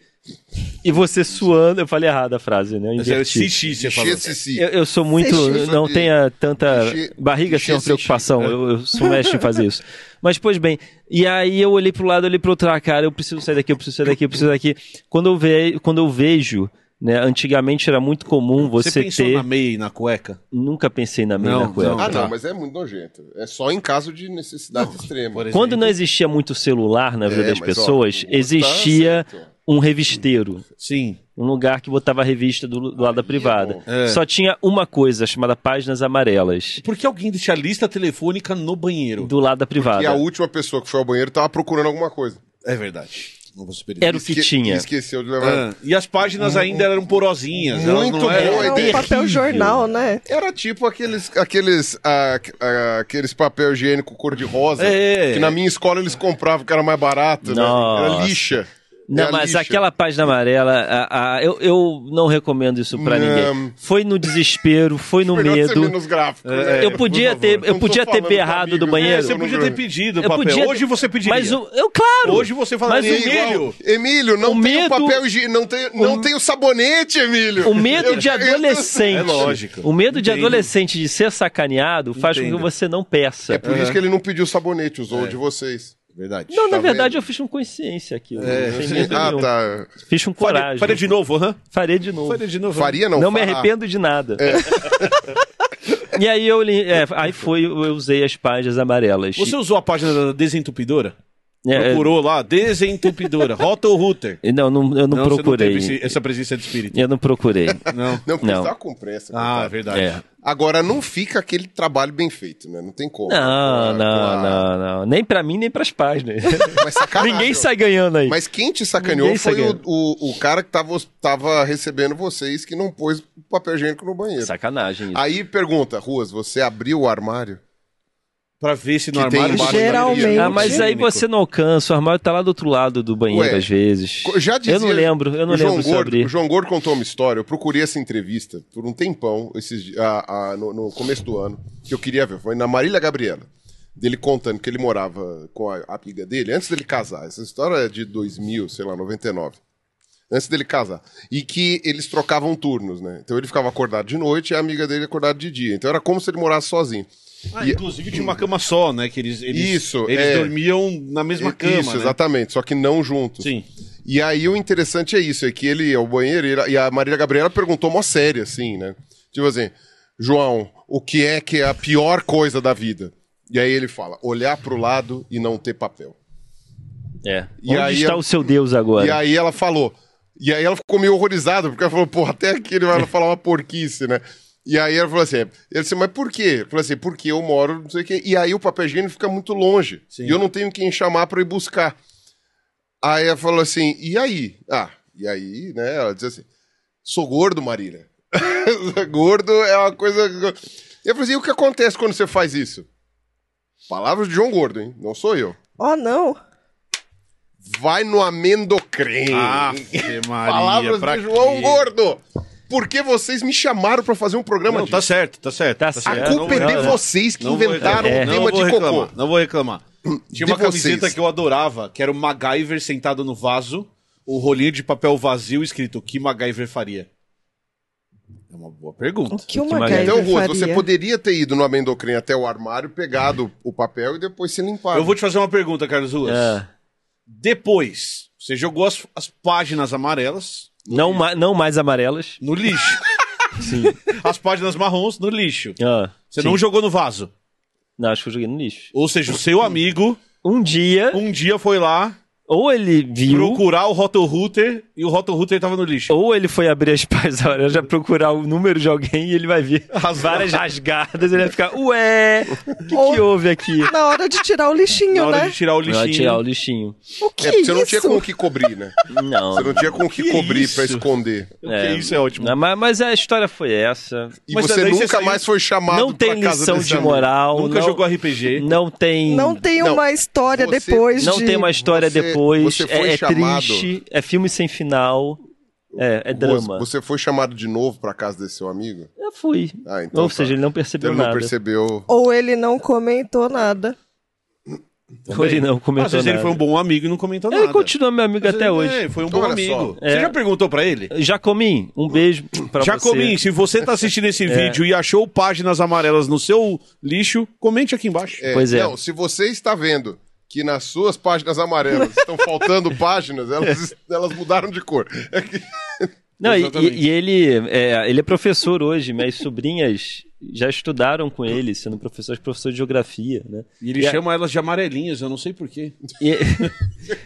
Speaker 4: e você suando. Eu falei errado a frase, né? Eu
Speaker 1: Você é
Speaker 4: inverti.
Speaker 1: xixi, você falou.
Speaker 3: Xixi.
Speaker 4: Eu, eu sou muito.
Speaker 3: Xixi.
Speaker 4: Não tenha tanta
Speaker 3: Xixi.
Speaker 4: barriga sem
Speaker 3: Xixi.
Speaker 4: preocupação. Eu, eu sou um mestre em fazer isso. Mas, pois bem, e aí eu olhei pro lado, olhei pro outro, ah, cara, eu preciso sair daqui, eu preciso sair daqui, eu preciso sair daqui. Quando eu, ve quando eu vejo, né, antigamente era muito comum
Speaker 1: Você,
Speaker 4: você,
Speaker 1: pensou
Speaker 4: ter.
Speaker 1: na meia e na cueca?
Speaker 4: Nunca pensei na meia
Speaker 1: Não,
Speaker 4: na cueca.
Speaker 1: não.
Speaker 3: Ah,
Speaker 1: Tá.
Speaker 3: não, mas é muito nojento. É só em caso de necessidade extrema.
Speaker 1: Por exemplo.
Speaker 4: Quando não existia muito celular na vida
Speaker 3: É,
Speaker 4: das
Speaker 3: mas, ó,
Speaker 4: pessoas,
Speaker 3: o-
Speaker 4: existia
Speaker 3: tá certo.
Speaker 4: um revisteiro.
Speaker 1: Sim.
Speaker 4: um lugar que botava a revista do, do lado
Speaker 3: é
Speaker 4: da privada. Só tinha uma coisa chamada Páginas Amarelas,
Speaker 1: Por que alguém deixa a lista telefônica no banheiro?
Speaker 4: do lado da privada.
Speaker 3: E a última pessoa que foi ao banheiro tava procurando alguma coisa.
Speaker 1: É verdade. Não vou superar
Speaker 4: Era o que
Speaker 3: Esque-
Speaker 4: tinha.
Speaker 3: Esqueceu de
Speaker 1: Ah,
Speaker 3: levar.
Speaker 1: e as páginas ainda eram porosinhas. elas
Speaker 3: Hum, Muito
Speaker 1: não eram-
Speaker 3: boa
Speaker 2: Era
Speaker 3: ideia.
Speaker 2: um papel jornal, né?
Speaker 3: Era tipo aqueles, aqueles, ah, ah, aqueles papel higiênico cor-de-rosa,
Speaker 1: É.
Speaker 3: que na minha escola eles compravam, que era mais barato, né?
Speaker 4: Nossa.
Speaker 3: Era lixa.
Speaker 4: Não,
Speaker 3: Era
Speaker 4: mas
Speaker 3: é lixa.
Speaker 4: aquela página amarela, a- a- eu, eu não recomendo isso pra
Speaker 3: Não.
Speaker 4: ninguém. Foi no desespero, foi no
Speaker 3: É Melhor ser
Speaker 4: medo. É,
Speaker 3: menos gráfico. né?
Speaker 4: eu podia
Speaker 3: Por favor.
Speaker 4: ter- eu
Speaker 3: Não tô
Speaker 4: podia ter
Speaker 3: falando com
Speaker 4: berrado
Speaker 3: amigo,
Speaker 4: do banheiro.
Speaker 3: né?
Speaker 1: É, você
Speaker 3: Eu
Speaker 1: podia
Speaker 3: não-
Speaker 1: ter pedido o
Speaker 4: Eu
Speaker 1: papel.
Speaker 4: podia ter-
Speaker 1: Hoje você pediria.
Speaker 4: Mas o, eu, claro.
Speaker 1: Hoje você falaria
Speaker 4: Mas o-
Speaker 1: Emílio.
Speaker 3: Emílio, não
Speaker 4: O
Speaker 3: tem o
Speaker 4: medo-
Speaker 3: papel higiênico, não tem, não tem o sabonete, Emílio.
Speaker 4: O medo
Speaker 3: Eu-
Speaker 4: de adolescente.
Speaker 1: É lógico.
Speaker 4: O medo de
Speaker 1: Entendo.
Speaker 4: adolescente de ser sacaneado faz com
Speaker 1: Entendo.
Speaker 4: que você não peça.
Speaker 3: É por isso que ele não pediu sabonete, usou o de vocês.
Speaker 1: Verdade.
Speaker 4: Não, na
Speaker 3: Tá
Speaker 4: verdade
Speaker 3: vendo?
Speaker 4: eu fiz com consciência aquilo. não tem medo
Speaker 3: Ah,
Speaker 4: nenhum.
Speaker 3: tá.
Speaker 4: Fiz com coragem.
Speaker 1: Faria, faria de novo, aham.
Speaker 4: Faria de novo.
Speaker 1: Faria de novo.
Speaker 3: Faria não?
Speaker 4: Não me
Speaker 3: fará.
Speaker 4: arrependo de nada. e aí eu li- é, aí foi, eu usei as páginas amarelas.
Speaker 1: Você usou a página da desentupidora?
Speaker 4: É,
Speaker 1: Procurou lá? Desentupidora. Rota ou router?
Speaker 4: é, não, não, eu não,
Speaker 1: você
Speaker 4: procurei.
Speaker 1: teve esse- essa presença de espírito.
Speaker 4: Eu não procurei.
Speaker 1: Não.
Speaker 3: Não, porque
Speaker 4: Não.
Speaker 3: tá com pressa.
Speaker 1: Ah, é
Speaker 3: coitado.
Speaker 1: verdade.
Speaker 4: É.
Speaker 3: Agora, não fica aquele trabalho bem feito, né? Não tem como.
Speaker 4: Não,
Speaker 3: Com a-
Speaker 4: não,
Speaker 3: com a-
Speaker 4: não, não. Nem pra mim, nem pras páginas.
Speaker 3: Mas sacanagem.
Speaker 4: Ninguém sai ganhando aí.
Speaker 3: Mas quem te sacaneou
Speaker 4: Ninguém
Speaker 3: foi
Speaker 4: sacaneou.
Speaker 3: O, o, o cara que tava, tava recebendo vocês que não pôs o papel higiênico no banheiro.
Speaker 4: Sacanagem isso.
Speaker 3: Aí pergunta, Ruas, você abriu o armário?
Speaker 1: Pra ver se é no
Speaker 3: Que tem
Speaker 1: armário...
Speaker 3: embaixo da
Speaker 2: Geralmente.
Speaker 3: galeria.
Speaker 4: Ah, mas aí
Speaker 1: Higiênico.
Speaker 4: você não alcança, o armário tá lá do outro lado do banheiro,
Speaker 3: Ué,
Speaker 4: às vezes.
Speaker 3: Co- Já dizia,
Speaker 4: eu não lembro, eu não
Speaker 3: o João
Speaker 4: lembro se eu
Speaker 3: Gordo,
Speaker 4: abri.
Speaker 3: O João Gordo contou uma história. Eu procurei essa entrevista por um tempão, esses, di- a- a- no, no começo do ano, que eu queria ver. Foi na Marília Gabriela. Dele contando que ele morava com a amiga dele, antes dele casar. Essa história é de 2000, sei lá, 99. Antes dele casar. E que eles trocavam turnos, né? Então ele ficava acordado de noite e a amiga dele acordada de dia. Então era como se ele morasse sozinho.
Speaker 1: Ah, inclusive tinha uma cama só, né? Que eles, eles,
Speaker 3: Isso,
Speaker 1: Eles
Speaker 3: é.
Speaker 1: dormiam na mesma cama,
Speaker 3: Isso,
Speaker 1: né?
Speaker 3: exatamente. Só que não juntos.
Speaker 1: Sim.
Speaker 3: E aí o interessante é isso, é que ele é o banheiro e a- e a Marília Gabriela perguntou mó sério, assim, né? Tipo assim, João, o que é que é a pior coisa da vida? E aí ele fala, olhar pro lado e não ter papel.
Speaker 4: É.
Speaker 3: E
Speaker 4: Onde
Speaker 3: aí
Speaker 4: está
Speaker 3: eu-
Speaker 4: o seu Deus agora?
Speaker 3: E aí ela falou, e aí ela ficou meio horrorizada, porque ela falou, pô, até aqui ele vai falar uma porquice, né? E aí ela falou assim, ele disse, mas por quê? Eu falei assim, porque eu moro, não sei o quê. E aí o papel higiênico fica muito longe. E eu não tenho quem chamar pra ir buscar. Aí ela falou assim, e aí? Ah, e aí, né? Ela disse assim, sou gordo, Marília. gordo é uma coisa. Eu falei assim, e o que acontece quando você faz isso? Palavras de João Gordo, hein? Não sou eu.
Speaker 2: Oh, não.
Speaker 3: Vai no amendocrem.
Speaker 1: Ah, Maria,
Speaker 3: Palavras
Speaker 1: pra
Speaker 3: de João
Speaker 1: quê?
Speaker 3: Gordo. Porque vocês me chamaram pra fazer um programa
Speaker 1: Não,
Speaker 3: disso.
Speaker 1: tá certo, tá certo.
Speaker 4: Tá
Speaker 3: A
Speaker 4: certo. É,
Speaker 3: culpa
Speaker 4: não-
Speaker 3: é de
Speaker 4: não-
Speaker 3: vocês que
Speaker 1: Não vou
Speaker 3: inventaram
Speaker 1: reclamar.
Speaker 3: o clima
Speaker 1: Não vou
Speaker 3: de
Speaker 1: reclamar,
Speaker 3: cocô.
Speaker 1: Não vou reclamar.
Speaker 3: De
Speaker 1: Tinha uma camiseta
Speaker 3: vocês.
Speaker 1: que eu adorava, que era o MacGyver sentado no vaso, o rolinho de papel vazio escrito, o que MacGyver faria? É uma boa
Speaker 2: O
Speaker 1: pergunta.
Speaker 2: que uma
Speaker 4: Magalhães.
Speaker 2: MacGyver
Speaker 3: Então, Ruas,
Speaker 2: faria?
Speaker 3: você poderia ter ido no amendocrem até o armário, pegado o papel e depois se limpado.
Speaker 1: Eu vou te fazer uma pergunta, Carlos Ruas.
Speaker 4: É.
Speaker 1: Depois, você jogou as, as páginas amarelas
Speaker 4: Não, ma- não mais amarelas.
Speaker 1: no lixo.
Speaker 4: Sim.
Speaker 1: as páginas marrons no lixo.
Speaker 4: Ah,
Speaker 1: Você
Speaker 4: sim.
Speaker 1: não jogou no vaso.
Speaker 4: Não, acho que eu joguei no lixo.
Speaker 1: Ou seja, o seu amigo
Speaker 4: Um dia,
Speaker 1: um dia foi lá
Speaker 4: ou ele viu,
Speaker 1: procurar o Roto Router e o Roto Router tava no lixo.
Speaker 4: ou ele foi abrir as páginas amarelas já procurar o número de alguém e ele vai ver as várias rasgadas. Ele vai ficar, ué, o que, que
Speaker 2: Ou-
Speaker 4: houve aqui?
Speaker 2: Na hora de tirar o
Speaker 1: Na
Speaker 2: lixinho,
Speaker 1: hora
Speaker 2: né?
Speaker 1: de tirar o lixinho.
Speaker 4: Vai tirar o lixinho.
Speaker 2: O que
Speaker 3: É,
Speaker 2: é,
Speaker 3: porque
Speaker 2: isso?
Speaker 3: você não tinha com o que cobrir, né?
Speaker 4: Não.
Speaker 3: Você não tinha com o que,
Speaker 1: Que
Speaker 3: cobrir pra
Speaker 1: isso?
Speaker 3: esconder.
Speaker 1: O que isso é ótimo.
Speaker 4: Não, Mas, mas a história foi essa.
Speaker 3: E
Speaker 1: Mas
Speaker 3: você
Speaker 1: daí você
Speaker 3: nunca
Speaker 1: saiu-
Speaker 3: mais foi chamado
Speaker 4: não tem
Speaker 3: pra casa
Speaker 4: lição
Speaker 3: desse
Speaker 4: de
Speaker 3: amigo.
Speaker 4: moral.
Speaker 1: Nunca
Speaker 4: não,
Speaker 1: jogou RPG.
Speaker 4: Não tem.
Speaker 2: Não tem
Speaker 3: Não,
Speaker 2: uma história
Speaker 3: você-
Speaker 2: depois
Speaker 4: não
Speaker 2: de...
Speaker 4: tem uma história
Speaker 3: Você-
Speaker 4: depois.
Speaker 3: você foi
Speaker 4: é é
Speaker 3: chamado.
Speaker 4: triste. É filme sem final. É, é drama.
Speaker 3: Você foi chamado de novo pra casa desse seu amigo?
Speaker 1: É
Speaker 4: Eu fui.
Speaker 3: Ah, então
Speaker 4: Ou
Speaker 3: tá.
Speaker 4: seja, ele não
Speaker 3: Então
Speaker 4: percebeu
Speaker 3: ele
Speaker 4: nada.
Speaker 3: não percebeu.
Speaker 2: Ou ele não comentou nada.
Speaker 4: Ou ele não comentou
Speaker 1: Às vezes ele
Speaker 4: nada.
Speaker 1: foi um bom amigo e não comentou
Speaker 4: Ele
Speaker 1: nada.
Speaker 4: continua meu amigo
Speaker 1: Às
Speaker 4: até
Speaker 1: vezes,
Speaker 4: hoje.
Speaker 1: é, foi um bom
Speaker 3: Olha
Speaker 1: amigo.
Speaker 3: só.
Speaker 1: Você já perguntou pra ele?
Speaker 4: Jacomim, um beijo pra
Speaker 1: é- Hum. Jacomim,
Speaker 4: você. É.
Speaker 1: se você tá assistindo esse vídeo e achou páginas amarelas no seu lixo, comente aqui embaixo.
Speaker 4: Pois é.
Speaker 3: Não, se você está vendo que nas suas páginas amarelas estão faltando páginas, elas, elas mudaram de cor. É que-
Speaker 4: Não, e-
Speaker 1: Exatamente.
Speaker 4: e, e ele, é, ele é professor hoje. Minhas sobrinhas já estudaram com ele, sendo professor, professor de geografia, né?
Speaker 1: E ele
Speaker 4: E a-
Speaker 1: chama elas de amarelinhas, eu não sei porquê.
Speaker 4: E-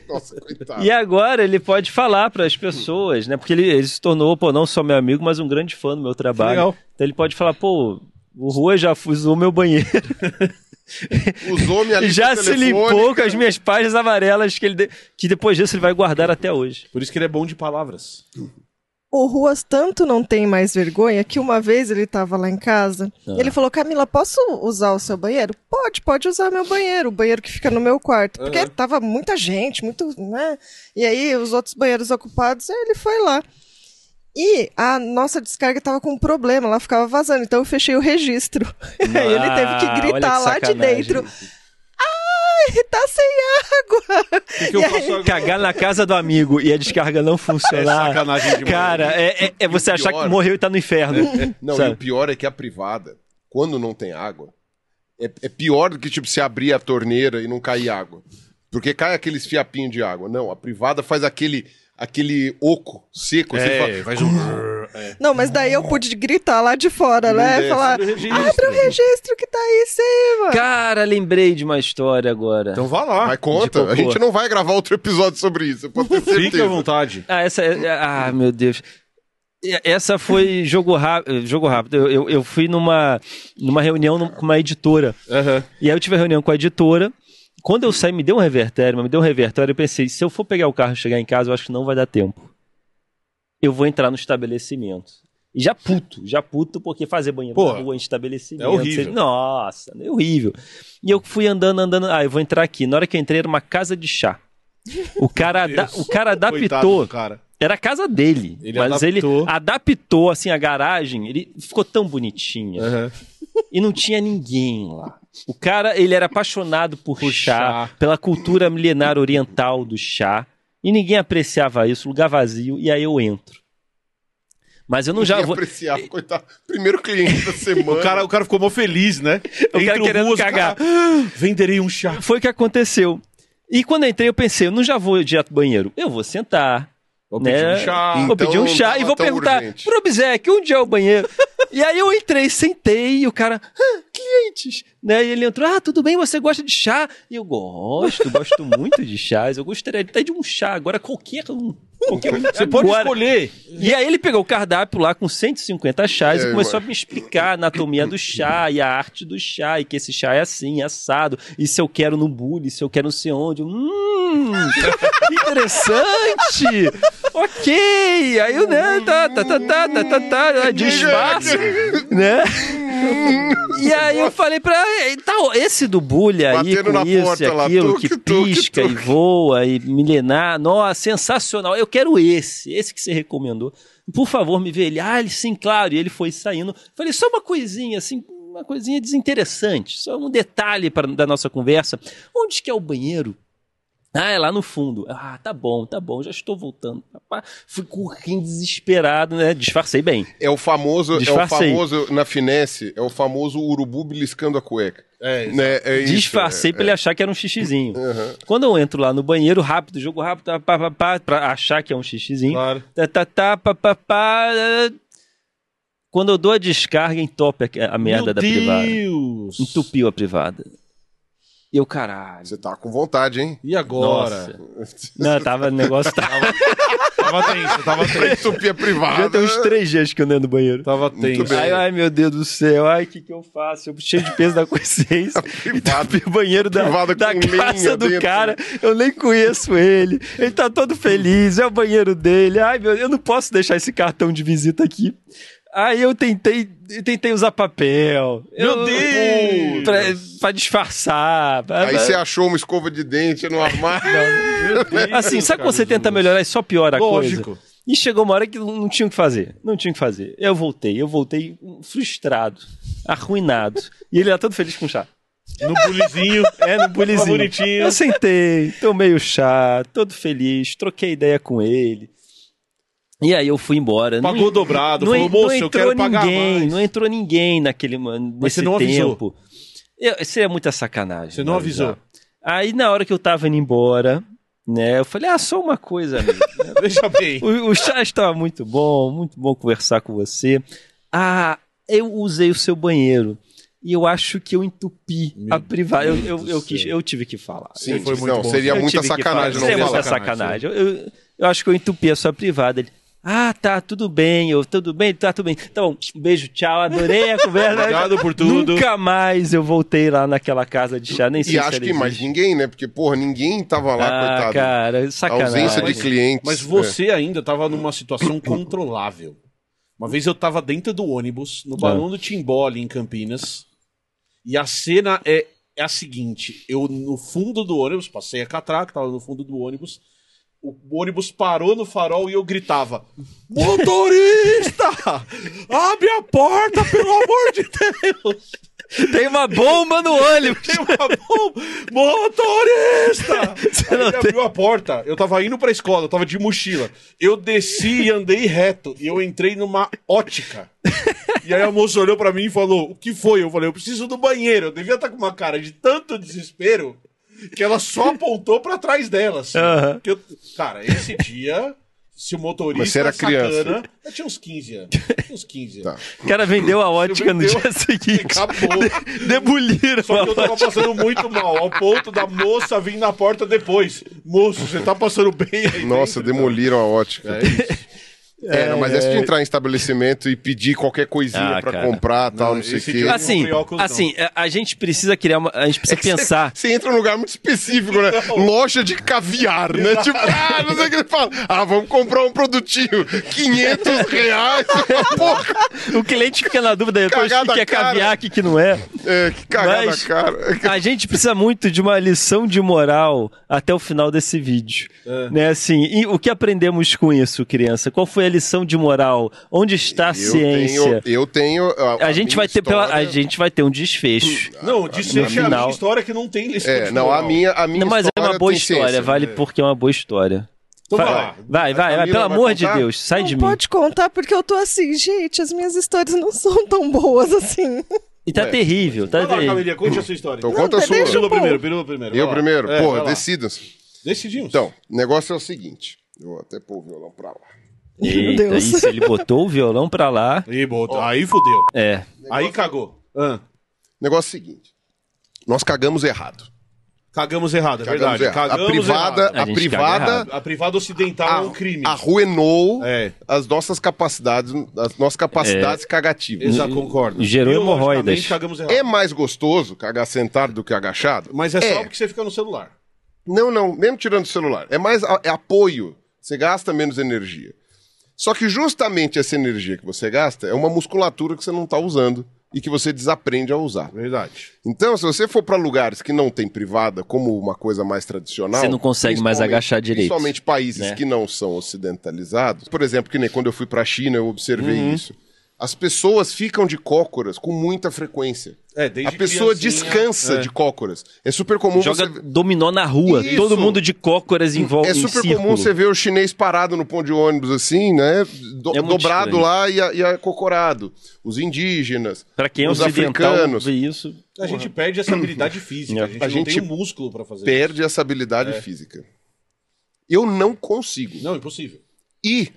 Speaker 3: Nossa, coitado.
Speaker 4: E agora ele pode falar para as pessoas, né? Porque ele, ele se tornou, pô, não só meu amigo, mas um grande fã do meu trabalho.
Speaker 1: legal.
Speaker 4: Então ele pode falar, pô, o Rua já usou meu banheiro
Speaker 3: Usou minha
Speaker 4: e
Speaker 3: lista
Speaker 4: já se
Speaker 3: telefônica.
Speaker 4: limpou com as minhas páginas amarelas que, ele de- que depois disso ele vai guardar até hoje.
Speaker 1: Por isso que ele é bom de palavras.
Speaker 2: O Ruas tanto não tem mais vergonha que uma vez ele estava lá em casa. Ele falou: Camila, posso usar o seu banheiro? Pode, pode usar meu banheiro, o banheiro que fica no meu quarto. Porque tava muita gente, muito. né? E aí os outros banheiros ocupados, aí ele foi lá. E a nossa descarga tava com um problema, ela ficava vazando, então eu fechei o registro. Aí ele teve
Speaker 4: Ah,
Speaker 2: que gritar
Speaker 4: olha
Speaker 2: lá de
Speaker 4: sacanagem.
Speaker 2: dentro. Ai, tá sem água!
Speaker 1: que eu faço agora?
Speaker 4: Cagar na casa do amigo e a descarga não funcionar.
Speaker 1: É sacanagem demais.
Speaker 4: Cara, é, é- é você
Speaker 3: E o
Speaker 4: achar
Speaker 3: pior-
Speaker 4: que morreu e tá no inferno.
Speaker 3: Não,
Speaker 4: sabe?
Speaker 3: e o pior é que a privada, quando não tem água, é, é pior do que tipo se abrir a torneira e não cair água. Porque cai aqueles fiapinhos de água. Não, a privada faz aquele aquele oco seco.
Speaker 4: É,
Speaker 3: assim, fala,
Speaker 1: faz um...
Speaker 2: Não, mas daí eu pude gritar lá de fora, né?
Speaker 3: desce.
Speaker 2: Falar:
Speaker 1: Abre o registro.
Speaker 2: abre o é registro que tá aí em cima!
Speaker 4: Cara, lembrei de uma história agora.
Speaker 1: Então vá lá.
Speaker 3: Mas
Speaker 4: De
Speaker 3: conta,
Speaker 4: cocô.
Speaker 3: a gente não vai gravar outro episódio sobre isso. Pode ter certeza.
Speaker 1: Fique à vontade.
Speaker 4: Ah, essa. é- Ah, meu Deus. E- Essa foi jogo rápido. Jogo rápido. Eu, eu, eu fui numa, numa reunião num- com uma editora. E aí eu tive a reunião com a editora. Quando eu saí, me deu um revertério, mas me deu um revertério. Eu pensei, se eu for pegar o carro e chegar em casa, eu acho que não vai dar tempo. Eu vou entrar no estabelecimento. E já puto, já puto, porque fazer banheiro
Speaker 1: Pô,
Speaker 4: na rua em estabelecimento.
Speaker 1: é horrível.
Speaker 4: você- Nossa, é horrível. E eu fui andando, andando. Ah, eu vou entrar aqui. Na hora que eu entrei, era uma casa de chá. O cara, ada- o
Speaker 1: Coitado
Speaker 4: cara adaptou.
Speaker 1: do cara.
Speaker 4: Era a casa dele,
Speaker 1: Ele
Speaker 4: mas
Speaker 1: adaptou.
Speaker 4: ele adaptou assim a garagem, ele ficou tão bonitinha. E não tinha ninguém lá. O cara, ele era apaixonado por,
Speaker 1: Por
Speaker 4: chá,
Speaker 1: chá.
Speaker 4: pela cultura milenar oriental do chá, e ninguém apreciava isso, lugar vazio, e aí eu entro. Mas eu não já
Speaker 3: Ninguém
Speaker 4: vou
Speaker 3: apreciava, coitado. Primeiro cliente da semana.
Speaker 1: O cara, o cara ficou mó feliz, né?
Speaker 4: O cara querendo
Speaker 1: o
Speaker 4: cagar.
Speaker 1: cara, "Ah, venderei um chá.
Speaker 4: Foi o que aconteceu. E quando eu entrei, eu pensei, eu não já vou direto ao banheiro, eu vou sentar. Vou
Speaker 1: pedir um chá.
Speaker 4: Vou
Speaker 3: Então
Speaker 4: pedir um
Speaker 3: não
Speaker 4: chá
Speaker 3: tava
Speaker 4: e vou
Speaker 3: tão
Speaker 4: perguntar
Speaker 3: urgente.
Speaker 4: pro Obsec, onde é o banheiro? e aí eu entrei, sentei e o cara, "Ah, clientes. Né? E ele entrou, ah, tudo bem, você gosta de chá? E eu gosto, gosto muito de chás. Eu gostaria até de um chá, agora qualquer um. Qualquer um.
Speaker 1: Você pode
Speaker 4: Agora-
Speaker 1: escolher.
Speaker 4: e aí ele pegou o cardápio lá com 150 chás
Speaker 3: É,
Speaker 4: e começou
Speaker 3: ué.
Speaker 4: a me explicar a anatomia do chá e a arte do chá, e que esse chá é assim, é assado, e se eu quero no bule, se eu quero não sei onde. Hum, que interessante! ok! Aí o né, tá, tá, tá, tá, tá, tá, tá, disfarça, né? E aí eu falei pra ele, tá, ó, esse do bulha aí,
Speaker 3: Batendo
Speaker 4: com
Speaker 3: na
Speaker 4: isso
Speaker 3: porta
Speaker 4: e
Speaker 3: lá,
Speaker 4: aquilo,
Speaker 3: tuque,
Speaker 4: que
Speaker 3: tuque,
Speaker 4: pisca
Speaker 3: tuque.
Speaker 4: e voa e milenar, nossa, sensacional, eu quero esse, esse que você recomendou. Por favor, me vê ele. Ah, ele sim, claro, e ele foi saindo. Falei, só uma coisinha, assim, uma coisinha desinteressante, só um detalhe pra, da nossa conversa. Onde que é o banheiro? Ah, é lá no fundo. Ah, tá bom, tá bom, já estou voltando. Rapaz, Fui correndo desesperado, né? Disfarcei bem.
Speaker 3: É o famoso, é o
Speaker 4: Disfarcei.
Speaker 3: famoso na finesse, é o famoso urubu beliscando a cueca.
Speaker 1: É, exato.
Speaker 3: né? é isso,
Speaker 4: Disfarcei
Speaker 3: é.
Speaker 4: pra ele achar que era um xixizinho. Quando eu entro lá no banheiro, rápido, jogo rápido, tá, pá, pá, pá, pra achar que é um xixizinho.
Speaker 1: Claro.
Speaker 4: Tá, tá, tá, pá, pá, pá, é. Quando eu dou a descarga, entope a, a merda
Speaker 1: Meu
Speaker 4: da privada.
Speaker 1: Deus.
Speaker 4: Entupiu a privada. E eu, caralho.
Speaker 3: Você tá com vontade, hein?
Speaker 1: E agora?
Speaker 4: Nossa. Não, tava, o negócio tava.
Speaker 1: Tava tenso, tava
Speaker 3: Pra
Speaker 1: tenso.
Speaker 3: entupir a
Speaker 4: Já
Speaker 3: privada.
Speaker 4: tem uns três dias que eu não ando no banheiro.
Speaker 1: Tava
Speaker 3: Muito
Speaker 1: tenso.
Speaker 3: bem.
Speaker 4: Ai, ai, meu Deus do céu, ai, o que, que eu faço? Eu cheio de peso da consciência.
Speaker 3: Privado.
Speaker 4: Entupi o banheiro da,
Speaker 3: Privado
Speaker 4: da
Speaker 3: com linha
Speaker 4: casa do
Speaker 3: dentro.
Speaker 4: cara. Eu nem conheço ele. Ele tá todo feliz, é o banheiro dele. Ai, meu, eu não posso deixar esse cartão de visita aqui. Aí eu tentei, eu tentei usar papel.
Speaker 1: Meu
Speaker 4: Eu-
Speaker 1: Deus!
Speaker 4: Pra, pra disfarçar. pra-
Speaker 3: Aí você achou uma escova de dente no armário.
Speaker 4: Assim, sabe quando você tenta melhorar e só piora a
Speaker 1: Lógico.
Speaker 4: coisa? E E chegou uma hora que não tinha o que fazer. Não tinha o que fazer. Eu voltei, eu voltei frustrado, arruinado. E ele era todo feliz com o chá.
Speaker 5: No bulizinho.
Speaker 4: É, no bulizinho.
Speaker 5: Tava bonitinho.
Speaker 4: Eu sentei, tomei o chá, todo feliz, troquei ideia com ele. E aí eu fui embora.
Speaker 1: Pagou dobrado, falou,
Speaker 4: en-
Speaker 1: moço, eu quero pagar
Speaker 4: ninguém,
Speaker 1: mais.
Speaker 4: Não entrou ninguém naquele man- nesse
Speaker 1: você não avisou.
Speaker 4: tempo. Eu, isso é muita sacanagem.
Speaker 1: Você não avisou.
Speaker 4: avisar. Aí na hora que eu tava indo embora, né, eu falei, ah, só uma coisa, amigo.
Speaker 1: Veja bem.
Speaker 4: O, o chá estava muito bom, muito bom conversar com você. Ah, eu usei o seu banheiro. E eu acho que eu entupi a privada. Eu, eu, eu quis- eu tive que falar.
Speaker 3: Sim,
Speaker 1: foi muito
Speaker 3: não,
Speaker 1: bom.
Speaker 3: seria
Speaker 4: Eu
Speaker 3: muita
Speaker 4: tive que
Speaker 3: sacanagem
Speaker 4: falar.
Speaker 3: não
Speaker 4: Seria
Speaker 3: falar.
Speaker 4: muita sacanagem. Eu, eu- eu acho que eu entupi a sua privada. Ele, ah, tá, tudo bem, eu, tudo bem, tá, tudo bem. Então, um beijo, tchau, adorei a conversa.
Speaker 5: Obrigado por tudo.
Speaker 4: Nunca mais eu voltei lá naquela casa de chá, nem sei
Speaker 3: E
Speaker 4: se
Speaker 3: acho
Speaker 4: ela
Speaker 3: que mais
Speaker 4: existe.
Speaker 3: ninguém, né? Porque, porra, ninguém tava lá,
Speaker 4: Ah,
Speaker 3: coitado.
Speaker 4: cara,
Speaker 3: a
Speaker 4: sacanagem.
Speaker 3: ausência de clientes. é.
Speaker 1: Mas você ainda tava numa situação controlável. Uma vez eu tava dentro do ônibus, no balão do Timbó ali em Campinas, e a cena é, é a seguinte: eu no fundo do ônibus, passei a catraca, tava no fundo do ônibus, o ônibus parou no farol e eu gritava: Motorista! Abre a porta, pelo amor de Deus!
Speaker 4: Tem uma bomba no ônibus.
Speaker 1: Tem uma bomba! Motorista!
Speaker 4: Você
Speaker 1: Aí
Speaker 4: não
Speaker 1: ele
Speaker 4: tem-
Speaker 1: abriu a porta, eu tava indo pra escola, eu tava de mochila. Eu desci e andei reto, e eu entrei numa ótica. E aí a moça olhou pra mim e falou: O que foi? Eu falei: Eu preciso do banheiro. Eu devia estar com uma cara de tanto desespero que ela só apontou pra trás dela. assim.
Speaker 4: Aham.
Speaker 1: Que eu- Cara, esse dia. Se o motorista
Speaker 3: Mas você era criança.
Speaker 1: eu tinha uns 15 anos. Tinha uns 15 anos.
Speaker 4: O cara vendeu a ótica no
Speaker 1: vendeu.
Speaker 4: dia seguinte.
Speaker 1: Acabou.
Speaker 4: Debuliram
Speaker 1: Só
Speaker 4: a
Speaker 1: que eu tava
Speaker 4: ótica.
Speaker 1: passando muito mal, ao ponto da moça vir na porta depois. Moço, você tá passando bem aí
Speaker 4: então.
Speaker 3: Nossa,
Speaker 1: dentro?"
Speaker 3: demoliram a ótica.
Speaker 1: É isso.
Speaker 3: É, não, mas essa de entrar em estabelecimento e pedir qualquer coisinha
Speaker 4: Ah,
Speaker 3: pra
Speaker 4: cara.
Speaker 3: comprar, tal,
Speaker 1: Não,
Speaker 3: não sei o
Speaker 1: esse
Speaker 3: quê.
Speaker 1: dia-
Speaker 4: Assim,
Speaker 1: comprei óculos, não.
Speaker 4: assim a- a gente precisa criar uma. A gente precisa pensar.
Speaker 3: Você entra num lugar muito específico, né? Loja de caviar, né? Tipo, ah, não sei o que ele fala. Ah, vamos comprar um produtinho. 500 reais. Porra,
Speaker 4: O cliente fica na dúvida depois o
Speaker 3: Cagada
Speaker 4: que é
Speaker 3: cara.
Speaker 4: caviar, o que que não é.
Speaker 3: é, que cagada,
Speaker 4: Mas-
Speaker 3: cara.
Speaker 4: A gente precisa muito de uma lição de moral até o final desse vídeo.
Speaker 3: É.
Speaker 4: Né, assim, e o que aprendemos com isso, criança? Qual foi a lição de moral? Onde está a
Speaker 3: Tenho,
Speaker 4: ciência?
Speaker 3: eu tenho.
Speaker 4: A, gente
Speaker 3: minha
Speaker 4: vai ter pela- a
Speaker 3: história- Hum,
Speaker 4: gente vai ter um desfecho.
Speaker 1: Não, disse é a
Speaker 4: final-
Speaker 1: minha história que não tem lição
Speaker 3: É,
Speaker 1: de
Speaker 3: não, a
Speaker 1: moral.
Speaker 3: minha, a minha
Speaker 4: Não, mas é
Speaker 3: história
Speaker 4: uma boa
Speaker 3: tem
Speaker 4: história,
Speaker 3: ciência. né?
Speaker 4: vale porque é uma boa história.
Speaker 1: Então
Speaker 4: Vai,
Speaker 1: vai lá.
Speaker 4: vai, vai, vai,
Speaker 3: Camila
Speaker 4: pelo
Speaker 3: vai
Speaker 4: amor de
Speaker 3: contar?
Speaker 4: Deus, sai
Speaker 2: não
Speaker 4: de mim.
Speaker 2: pode contar porque eu tô assim, gente, as minhas histórias não são tão boas assim.
Speaker 4: E tá terrível, tá
Speaker 1: Vai lá,
Speaker 4: terrível.
Speaker 1: Camilinha, conte a sua história.
Speaker 3: Então conta a sua.
Speaker 2: deixa
Speaker 1: Pirula
Speaker 2: Pô.
Speaker 1: primeiro, pirula primeiro.
Speaker 3: Eu
Speaker 1: vai lá.
Speaker 3: primeiro?
Speaker 1: É, vai
Speaker 3: Porra,
Speaker 1: lá.
Speaker 3: decidam-se.
Speaker 1: Decidimos.
Speaker 3: Então, o negócio é o seguinte. Eu vou até pôr o violão pra lá.
Speaker 2: Meu
Speaker 4: Eita,
Speaker 2: Deus.
Speaker 4: isso, ele botou o violão pra lá.
Speaker 1: Ih, botou. Aí fudeu.
Speaker 4: É.
Speaker 1: Aí cagou. Ah,
Speaker 3: O negócio é o seguinte. Nós cagamos errado.
Speaker 1: Cagamos errado, é
Speaker 3: Cagamos
Speaker 1: verdade.
Speaker 3: errado.
Speaker 1: Cagamos
Speaker 3: a privada,
Speaker 1: errado.
Speaker 4: A
Speaker 3: a
Speaker 4: gente caga
Speaker 3: privada
Speaker 4: errado.
Speaker 1: A privada ocidental é um crime.
Speaker 3: arruinou
Speaker 1: É.
Speaker 3: as nossas capacidades, as nossas capacidades cagativas.
Speaker 1: Exato, concordo.
Speaker 4: Gerou
Speaker 1: Biologicamente,
Speaker 4: hemorroidas.
Speaker 1: Cagamos errado.
Speaker 3: É mais gostoso cagar sentado do que agachado?
Speaker 1: Mas é só porque você fica no celular.
Speaker 3: Não, não, mesmo tirando o celular. É mais a- é apoio. Você gasta menos energia. Só que justamente essa energia que você gasta é uma musculatura que você não está usando e que você desaprende a usar.
Speaker 1: Verdade.
Speaker 3: Então, se você for para lugares que não tem privada, como uma coisa mais tradicional.
Speaker 4: Você não consegue mais
Speaker 3: principalmente-
Speaker 4: agachar direito,
Speaker 3: Principalmente países
Speaker 4: né?
Speaker 3: que não são ocidentalizados. Por exemplo, que nem quando eu fui para a China, eu observei
Speaker 4: Uhum.
Speaker 3: isso. As pessoas ficam de cócoras com muita frequência.
Speaker 1: É, desde
Speaker 3: a pessoa
Speaker 1: criancinha,
Speaker 3: descansa
Speaker 1: é.
Speaker 3: de cócoras. É super comum
Speaker 4: Joga
Speaker 3: você.
Speaker 4: dominó na rua,
Speaker 3: Isso.
Speaker 4: todo mundo de cócoras em volta.
Speaker 3: É
Speaker 4: em
Speaker 3: super
Speaker 4: círculo.
Speaker 3: comum você ver o chinês parado no ponto de ônibus assim, né? Do-
Speaker 4: É muito
Speaker 3: dobrado
Speaker 4: estranho.
Speaker 3: lá e, a- e acocorado. Os indígenas.
Speaker 4: Pra quem é
Speaker 3: os
Speaker 4: ocidental
Speaker 3: africanos.
Speaker 4: ver isso.
Speaker 1: A gente perde essa habilidade física. A gente,
Speaker 3: A
Speaker 1: não
Speaker 3: gente
Speaker 1: tem o músculo pra fazer.
Speaker 3: perde essa habilidade
Speaker 1: É.
Speaker 3: física. Eu não consigo.
Speaker 1: Não, impossível.
Speaker 3: E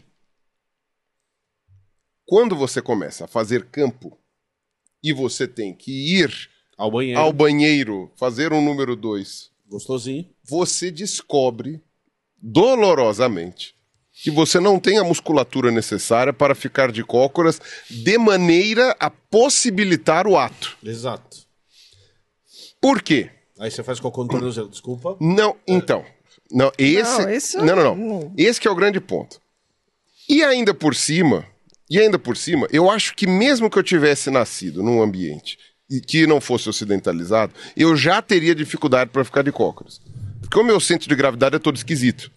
Speaker 3: quando você começa a fazer campo e você tem que ir
Speaker 1: Ao banheiro.
Speaker 3: ao banheiro fazer um número dois,
Speaker 1: Gostosinho.
Speaker 3: você descobre dolorosamente que você não tem a musculatura necessária para ficar de cócoras de maneira a possibilitar o ato.
Speaker 1: Exato.
Speaker 3: Por quê?
Speaker 1: Aí você faz com o tornozelo, desculpa.
Speaker 3: Não, então. Não, esse.
Speaker 2: Não, isso-
Speaker 3: não, não, não. Esse que é o grande ponto. E ainda por cima, e ainda por cima, eu acho que mesmo que eu tivesse nascido num ambiente e que não fosse ocidentalizado, eu já teria dificuldade para ficar de cócoras. Porque o meu centro de gravidade é todo esquisito.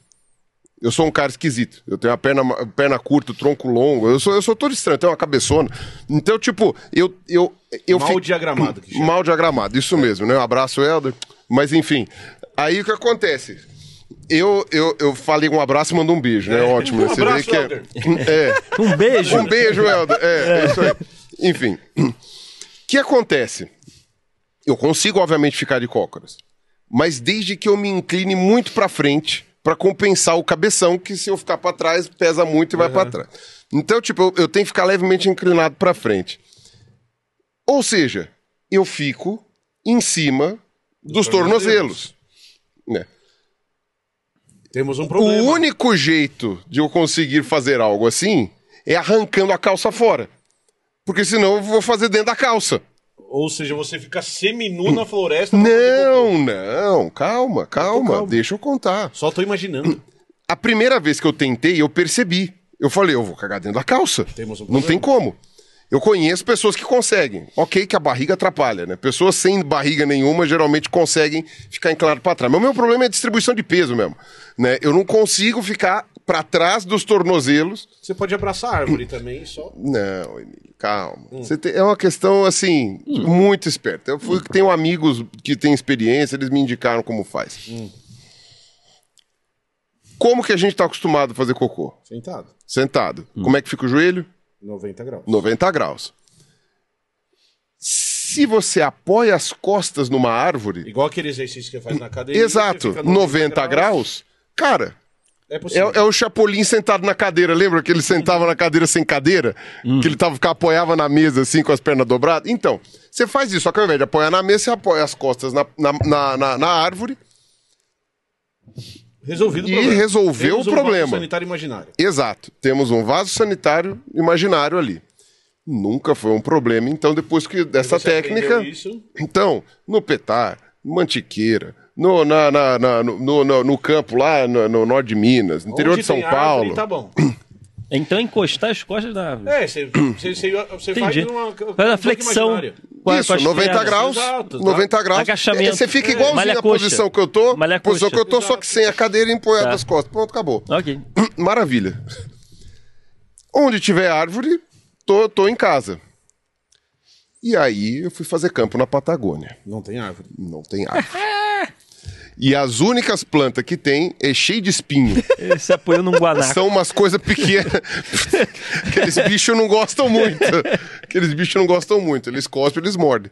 Speaker 3: Eu sou um cara esquisito. Eu tenho a perna, perna curta, o tronco longo. Eu sou, eu sou todo estranho, eu tenho uma cabeçona. Então, tipo, eu. eu, eu
Speaker 1: Mal diagramado, que chama. É.
Speaker 3: Mal diagramado, isso mesmo, né? Um abraço, Helder. Mas enfim. Aí o que acontece? Eu, eu, eu falei um abraço e mando um beijo, né? Ótimo. né? Você vê
Speaker 1: É. abraço,
Speaker 3: que é-
Speaker 1: Helder.
Speaker 3: é.
Speaker 4: Um beijo.
Speaker 3: Um beijo, Helder. É, é isso aí. Enfim. O que acontece? Eu consigo, obviamente, ficar de cócoras. Mas desde que eu me incline muito para frente para compensar o cabeção, que se eu ficar para trás, pesa muito e vai para trás. Então, tipo, eu, eu tenho que ficar levemente inclinado para frente. Ou seja, eu fico em cima dos tornozelos. Né?
Speaker 1: Temos um problema.
Speaker 3: O único jeito de eu conseguir fazer algo assim é arrancando a calça fora. Porque senão eu vou fazer dentro da calça.
Speaker 1: Ou seja, você fica seminu na floresta. pra
Speaker 3: Né?
Speaker 1: fazer cocô.
Speaker 3: Não, não, calma, calma,
Speaker 1: calmo.
Speaker 3: deixa eu contar.
Speaker 1: Só tô imaginando.
Speaker 3: A primeira vez que eu tentei, eu percebi. Eu falei, eu vou cagar dentro da calça.
Speaker 1: Temos um
Speaker 3: não
Speaker 1: problema.
Speaker 3: tem como. Eu conheço pessoas que conseguem. Ok, que a barriga atrapalha, né? Pessoas sem barriga nenhuma geralmente conseguem ficar inclinado para trás. Mas o meu problema é a distribuição de peso mesmo. Né? Eu não consigo ficar para trás dos tornozelos
Speaker 1: Você pode abraçar a árvore também, só.
Speaker 3: Não, Emílio, calma.
Speaker 1: Hum.
Speaker 3: Você tem- é uma questão, assim, muito esperta. Eu fui, tenho amigos que têm experiência, eles me indicaram como faz.
Speaker 1: Hum.
Speaker 3: Como que a gente tá acostumado a fazer cocô?
Speaker 1: Sentado.
Speaker 3: Sentado.
Speaker 1: Hum.
Speaker 3: Como é que fica o joelho?
Speaker 1: 90 graus.
Speaker 3: 90 graus. Se você apoia as costas numa árvore,
Speaker 1: Igual aquele exercício que faz na academia.
Speaker 3: exato,
Speaker 1: você fica
Speaker 3: 90 graus, cara,
Speaker 1: É
Speaker 3: é,
Speaker 1: possível.
Speaker 3: é o Chapolin sentado na cadeira, lembra que ele sentava na cadeira sem cadeira?
Speaker 1: Uhum.
Speaker 3: Que ele tava, ficava, apoiava na mesa assim com as pernas dobradas? Então, você faz isso, só que ao invés de apoiar na mesa, você apoia as costas na, na, na, na- na árvore.
Speaker 1: Resolvido o
Speaker 3: E
Speaker 1: problema.
Speaker 3: resolveu
Speaker 1: Temos
Speaker 3: o
Speaker 1: um banco
Speaker 3: problema.
Speaker 1: sanitário imaginário.
Speaker 3: Exato, temos um vaso sanitário imaginário ali. Nunca foi um problema, então depois que dessa
Speaker 1: Você
Speaker 3: técnica.
Speaker 1: aprendeu Isso,
Speaker 3: Então, no Petar, Mantiqueira, no, na, na- na- no, no, no campo lá no, no norte de Minas, no interior
Speaker 1: Onde
Speaker 3: de São
Speaker 1: tem árvore,
Speaker 3: Paulo.
Speaker 1: Tá bom.
Speaker 4: Então encostar as costas da árvore.
Speaker 1: É, você, você, você, você faz
Speaker 4: Entendi.
Speaker 1: uma. um
Speaker 4: Faz a flexão. com a-
Speaker 3: Isso,
Speaker 4: com as
Speaker 3: 90
Speaker 4: pernas.
Speaker 3: graus.
Speaker 1: Exato, tá.
Speaker 3: 90 graus.
Speaker 4: Agachamento.
Speaker 3: E Você fica
Speaker 4: É.
Speaker 3: igualzinho
Speaker 4: Malha
Speaker 3: na
Speaker 4: coxa.
Speaker 3: posição que eu tô.
Speaker 4: Malha
Speaker 3: posição
Speaker 4: coxa.
Speaker 3: que eu tô, só que sem a cadeira e empoiada
Speaker 4: Tá.
Speaker 3: as costas. Pronto, acabou.
Speaker 4: Ok.
Speaker 3: Maravilha. Onde tiver árvore, tô, tô em casa. E aí eu fui fazer campo na Patagônia.
Speaker 1: Não tem árvore.
Speaker 3: Não tem árvore. E as únicas plantas que tem é cheio de espinho.
Speaker 4: Ele se apoiou num guanaco.
Speaker 3: São umas coisas pequenas. Aqueles bichos não gostam muito. Aqueles bichos não gostam muito. Eles cospem, eles mordem.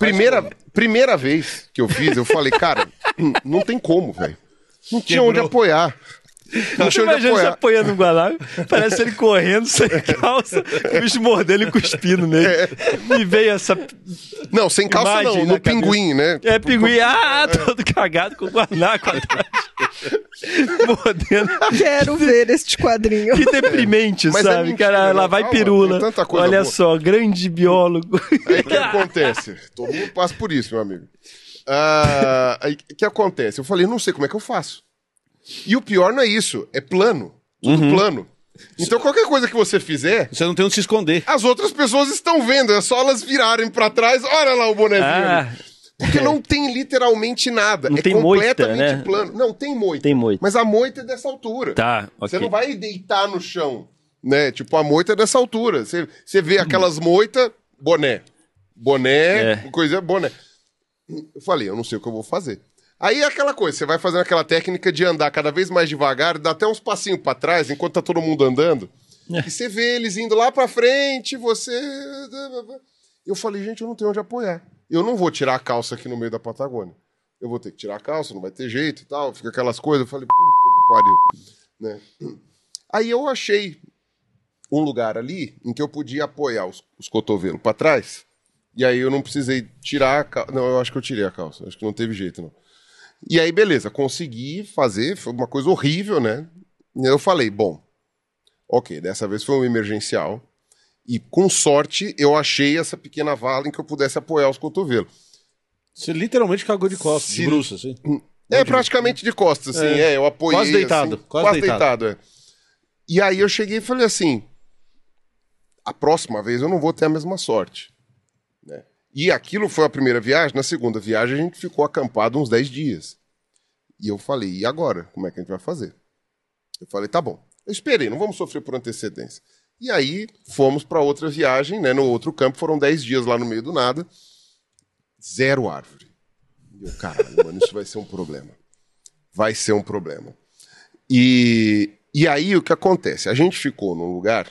Speaker 3: Primeira, primeira vez que eu fiz, eu falei, cara, não tem como, velho. Não tinha onde apoiar. Não tinha onde
Speaker 4: Imagina se
Speaker 3: Tá apoiar.
Speaker 4: apoiando um guanaco. Parece ele correndo sem calça, o bicho mordendo e cuspindo nele.
Speaker 3: É.
Speaker 4: Me veio essa.
Speaker 3: Não, sem calça
Speaker 4: imagem
Speaker 3: não,
Speaker 4: na
Speaker 3: no pinguim, né?
Speaker 4: É, pinguim, ah, todo cagado com o guanaco atrás. mordendo.
Speaker 2: Quero ver este quadrinho.
Speaker 4: Que deprimente,
Speaker 3: Mas é
Speaker 4: sabe?
Speaker 3: mentira,
Speaker 4: cara, lá
Speaker 3: não,
Speaker 4: vai
Speaker 3: calma,
Speaker 4: pirula.
Speaker 3: tem tanta coisa
Speaker 4: Olha
Speaker 3: boa.
Speaker 4: só, grande biólogo.
Speaker 3: Aí o que acontece? Todo mundo passa por isso, meu amigo. Ah, aí o que acontece? Eu falei, não sei como é que eu faço. E o pior não é isso, é plano. Tudo
Speaker 4: Uhum.
Speaker 3: plano. Então qualquer coisa que você fizer,
Speaker 1: Você não tem onde se esconder.
Speaker 3: as outras pessoas estão vendo, é só elas virarem pra trás, olha lá o bonezinho.
Speaker 4: Ah,
Speaker 3: ali. Porque não tem literalmente nada.
Speaker 4: Não
Speaker 3: é
Speaker 4: tem moita,
Speaker 3: completamente
Speaker 4: né?
Speaker 3: plano. Não, tem moita.
Speaker 4: Tem moita.
Speaker 3: Mas a moita é dessa altura.
Speaker 4: Tá, ok.
Speaker 3: Você não vai deitar no chão, né? Tipo, a moita é dessa altura. Você, você vê
Speaker 4: Hum.
Speaker 3: aquelas moitas, boné. Boné,
Speaker 4: É.
Speaker 3: coisa, boné. Eu falei, eu não sei o que eu vou fazer. Aí é aquela coisa, você vai fazendo aquela técnica de andar cada vez mais devagar, dá até uns passinhos pra trás, enquanto tá todo mundo andando. E você vê eles indo lá pra frente, você... Eu falei, gente, eu não tenho onde apoiar. Eu não vou tirar a calça aqui no meio da Patagônia. Eu vou ter que tirar a calça, não vai ter jeito e tal. Fica aquelas coisas. Eu falei, puta que pariu. Né? Aí eu achei um lugar ali em que eu podia apoiar os, os cotovelos pra trás. E aí eu não precisei tirar a calça. Não, eu acho que eu tirei a calça. Acho que não teve jeito, não. E aí, beleza, consegui fazer. Foi uma coisa horrível, né? E eu falei, bom, ok, dessa vez foi um emergencial. E com sorte, eu achei essa pequena vala em que eu pudesse apoiar os cotovelos.
Speaker 1: Você literalmente cagou de costas,
Speaker 3: Se-
Speaker 1: de bruxa, assim.
Speaker 3: É, praticamente de costas, assim. É, eu apoiei.
Speaker 1: Quase deitado,
Speaker 3: assim,
Speaker 1: quase deitado.
Speaker 3: é. E aí eu cheguei e falei assim: a próxima vez eu não vou ter a mesma sorte. né? E aquilo foi a primeira viagem. Na segunda viagem a gente ficou acampado uns 10 dias. E eu falei, e agora? Como é que a gente vai fazer? Eu falei, tá bom. Eu esperei, não vamos sofrer por antecedência. E aí fomos para outra viagem, né, no outro campo, foram 10 dias lá no meio do nada. Zero árvore. E eu, caralho, mano, isso vai ser um problema. Vai ser um problema. E, e aí o que acontece? A gente ficou num lugar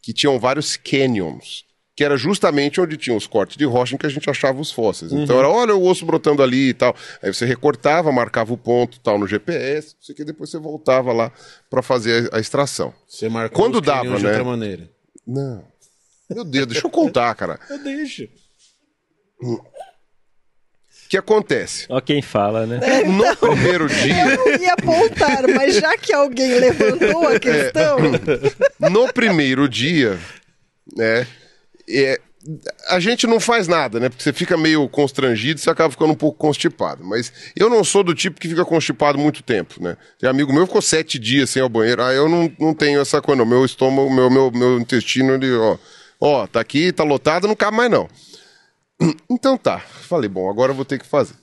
Speaker 3: que tinham vários canyons, que era justamente onde tinham os cortes de rocha em que a gente achava os fósseis. Então era, olha o osso brotando ali e tal. Aí você recortava, marcava o ponto tal no GPS, não sei o que, depois você voltava lá para fazer a, a extração.
Speaker 1: Você marcou
Speaker 3: Quando
Speaker 1: os canyons
Speaker 3: dava,
Speaker 1: de
Speaker 3: né?
Speaker 1: outra maneira.
Speaker 3: Não. Meu Deus, deixa eu contar, cara.
Speaker 1: Eu deixo.
Speaker 3: O que acontece?
Speaker 4: Ó quem fala, né?
Speaker 3: No primeiro dia,
Speaker 2: Eu ia apontar, mas já que alguém levantou a questão,
Speaker 3: no primeiro dia, né? é, a gente não faz nada, né? Porque você fica meio constrangido, você acaba ficando um pouco constipado. Mas eu não sou do tipo que fica constipado muito tempo, né? Tem amigo meu que ficou sete dias sem ir ao banheiro. Ah, eu não, não tenho essa coisa, não. Meu estômago, meu, meu, meu intestino, ele, ó, ó, tá aqui, tá lotado, não cabe mais, não. Então tá. Falei, bom, agora eu vou ter que fazer.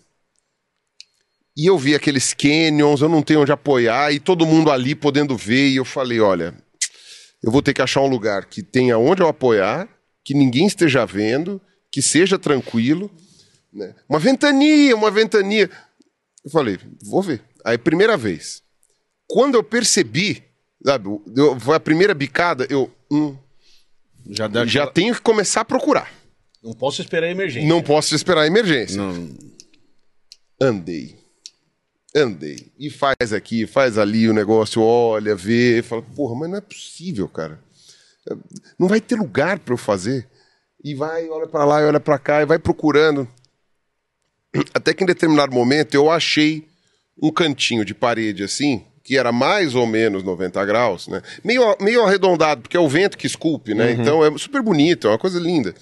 Speaker 3: E eu vi aqueles canyons, eu não tenho onde apoiar, e todo mundo ali podendo ver, e eu falei, olha, eu vou ter que achar um lugar que tenha onde eu apoiar, que ninguém esteja vendo, que seja tranquilo. né? Uma ventania, uma ventania. Eu falei, vou ver. Aí, primeira vez. Quando eu percebi, sabe, eu- foi a primeira bicada, eu hum,
Speaker 1: Já, dá,
Speaker 3: já tenho que começar a procurar.
Speaker 1: Não posso esperar a emergência.
Speaker 3: Não posso esperar a emergência. Andei. Andei. E faz aqui, faz ali o negócio, olha, vê, fala, porra, mas não é possível, cara. Não vai ter lugar pra eu fazer. E vai, olha pra lá, e olha pra cá, e vai procurando. Até que em determinado momento eu achei um cantinho de parede assim, que era mais ou menos 90 graus, né? Meio, meio arredondado, porque é o vento que esculpe, né? Então é super bonito, é uma coisa linda.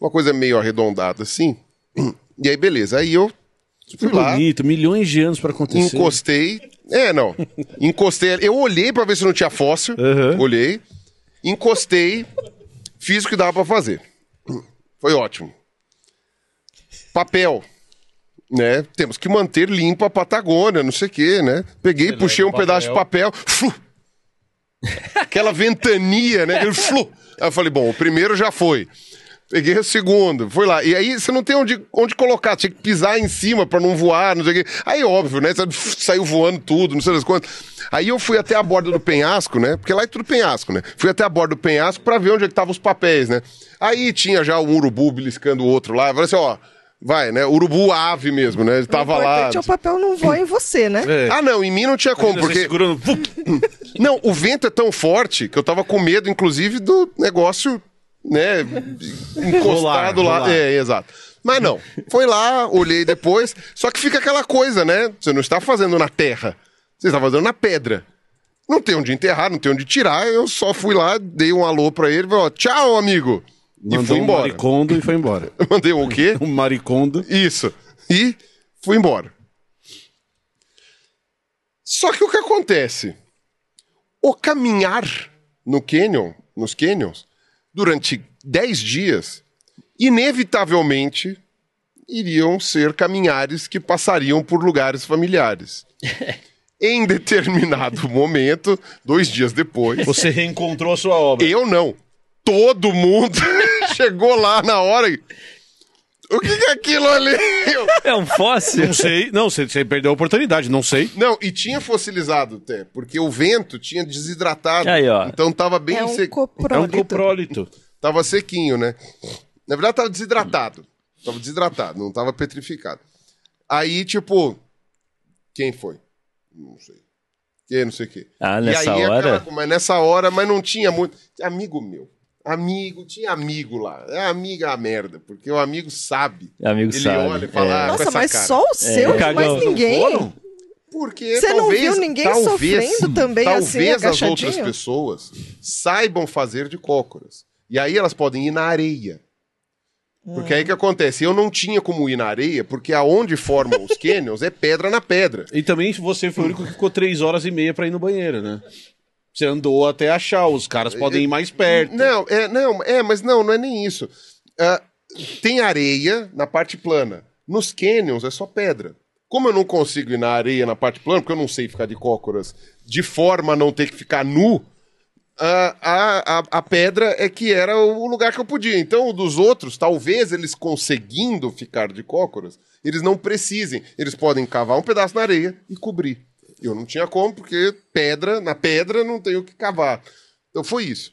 Speaker 3: Uma coisa meio arredondada assim. E aí, beleza. Aí eu fui lá,
Speaker 1: Bonito, milhões de anos pra acontecer.
Speaker 3: encostei. É, não. Encostei. Eu olhei pra ver se não tinha fóssil. Olhei. Encostei. Fiz o que dava pra fazer. Foi ótimo. Papel. Né? Temos que manter limpa a Patagônia, não sei o quê, né? Peguei, puxei um pedaço de papel. Flu. Aquela ventania, né? Aquele flu. Aí eu falei, bom, o primeiro já foi. Peguei o segundo, foi lá. E aí você não tem onde, onde colocar, tinha que pisar em cima pra não voar, não sei o quê. Aí, óbvio, né? Você saiu voando tudo, não sei das quantas. Aí eu fui até a borda do penhasco, né? Porque lá é tudo penhasco, né? Fui até a borda do penhasco pra ver onde é que estavam os papéis, né? Aí tinha já um urubu beliscando o outro lá. Eu falei assim, ó, vai, né? Urubu ave mesmo, né? Ele tava
Speaker 2: o
Speaker 3: lá.
Speaker 2: importante é o papel não voa em você, né?
Speaker 1: É.
Speaker 3: Ah, não, em mim não tinha como,
Speaker 5: Você
Speaker 3: porque.
Speaker 5: segurando.
Speaker 3: Não, o vento é tão forte que eu tava com medo, inclusive, do negócio, né, encostado
Speaker 1: Rolar,
Speaker 3: lá.
Speaker 1: rolar.
Speaker 3: É, exato. Mas não, foi lá, olhei depois, só que fica aquela coisa, né? Você não está fazendo na terra, você está fazendo na pedra. Não tem onde enterrar, não tem onde tirar, eu só fui lá, dei um alô pra ele, falei, ó, tchau, amigo. e fui
Speaker 1: um
Speaker 3: embora.
Speaker 1: maricondo e foi embora.
Speaker 3: Mandei o quê?
Speaker 1: Um maricondo.
Speaker 3: Isso. E fui embora. Só que o que acontece? O caminhar no canyon, nos canyons, durante 10 dias, inevitavelmente iriam ser caminhares que passariam por lugares familiares. em determinado momento, dois dias depois,
Speaker 1: Você reencontrou a sua obra.
Speaker 3: eu não. Todo mundo chegou lá na hora e. O que que é aquilo ali? Eu,
Speaker 4: É um fóssil?
Speaker 1: Não sei, não, você, você perdeu a oportunidade, não sei.
Speaker 3: Não, e tinha fossilizado até, porque o vento tinha desidratado.
Speaker 4: Aí, ó.
Speaker 3: Então tava bem
Speaker 2: É um
Speaker 3: seco.
Speaker 1: É um
Speaker 2: coprólito.
Speaker 1: coprólito.
Speaker 3: Tava sequinho, né? Na verdade, tava desidratado. Tava desidratado, não tava petrificado. Aí, tipo, quem foi? Não sei. Quem, não sei o quê.
Speaker 4: Ah,
Speaker 3: E
Speaker 4: nessa
Speaker 3: aí,
Speaker 4: hora?
Speaker 3: aquela- mas nessa hora, mas não tinha muito. Amigo meu. Amigo, tinha amigo lá. É amiga a merda, porque o amigo sabe.
Speaker 4: Amigo
Speaker 3: Ele
Speaker 4: sabe,
Speaker 3: olha e fala,
Speaker 4: é.
Speaker 3: "Ah, com
Speaker 2: Nossa,
Speaker 3: essa
Speaker 2: mas
Speaker 3: cara."
Speaker 2: só o seu, de
Speaker 4: cagão.
Speaker 2: mais ninguém.
Speaker 3: Porque
Speaker 2: Você não
Speaker 3: talvez,
Speaker 2: viu ninguém
Speaker 3: talvez,
Speaker 2: sofrendo também
Speaker 3: talvez
Speaker 2: assim,
Speaker 3: as
Speaker 2: agachadinho?
Speaker 3: outras pessoas saibam fazer de cócoras. E aí elas podem ir na areia.
Speaker 2: Ah.
Speaker 3: Porque aí que acontece? Eu não tinha como ir na areia, porque aonde formam os canyons é pedra na pedra.
Speaker 1: E também você foi o único que ficou três horas e meia pra ir no banheiro, né? Você andou até achar, os caras podem ir mais perto.
Speaker 3: Não, é, não, é, mas não, não é nem isso. Ah, tem areia na parte plana. Nos canyons é só pedra. Como eu não consigo ir na areia, na parte plana, porque eu não sei ficar de cócoras, de forma a não ter que ficar nu, a, a, a, a pedra é que era o lugar que eu podia. Então, o dos outros, talvez eles conseguindo ficar de cócoras, eles não precisem. Eles podem cavar um pedaço na areia e cobrir. Eu não tinha como, porque pedra, na pedra não tem o que cavar. Então foi isso.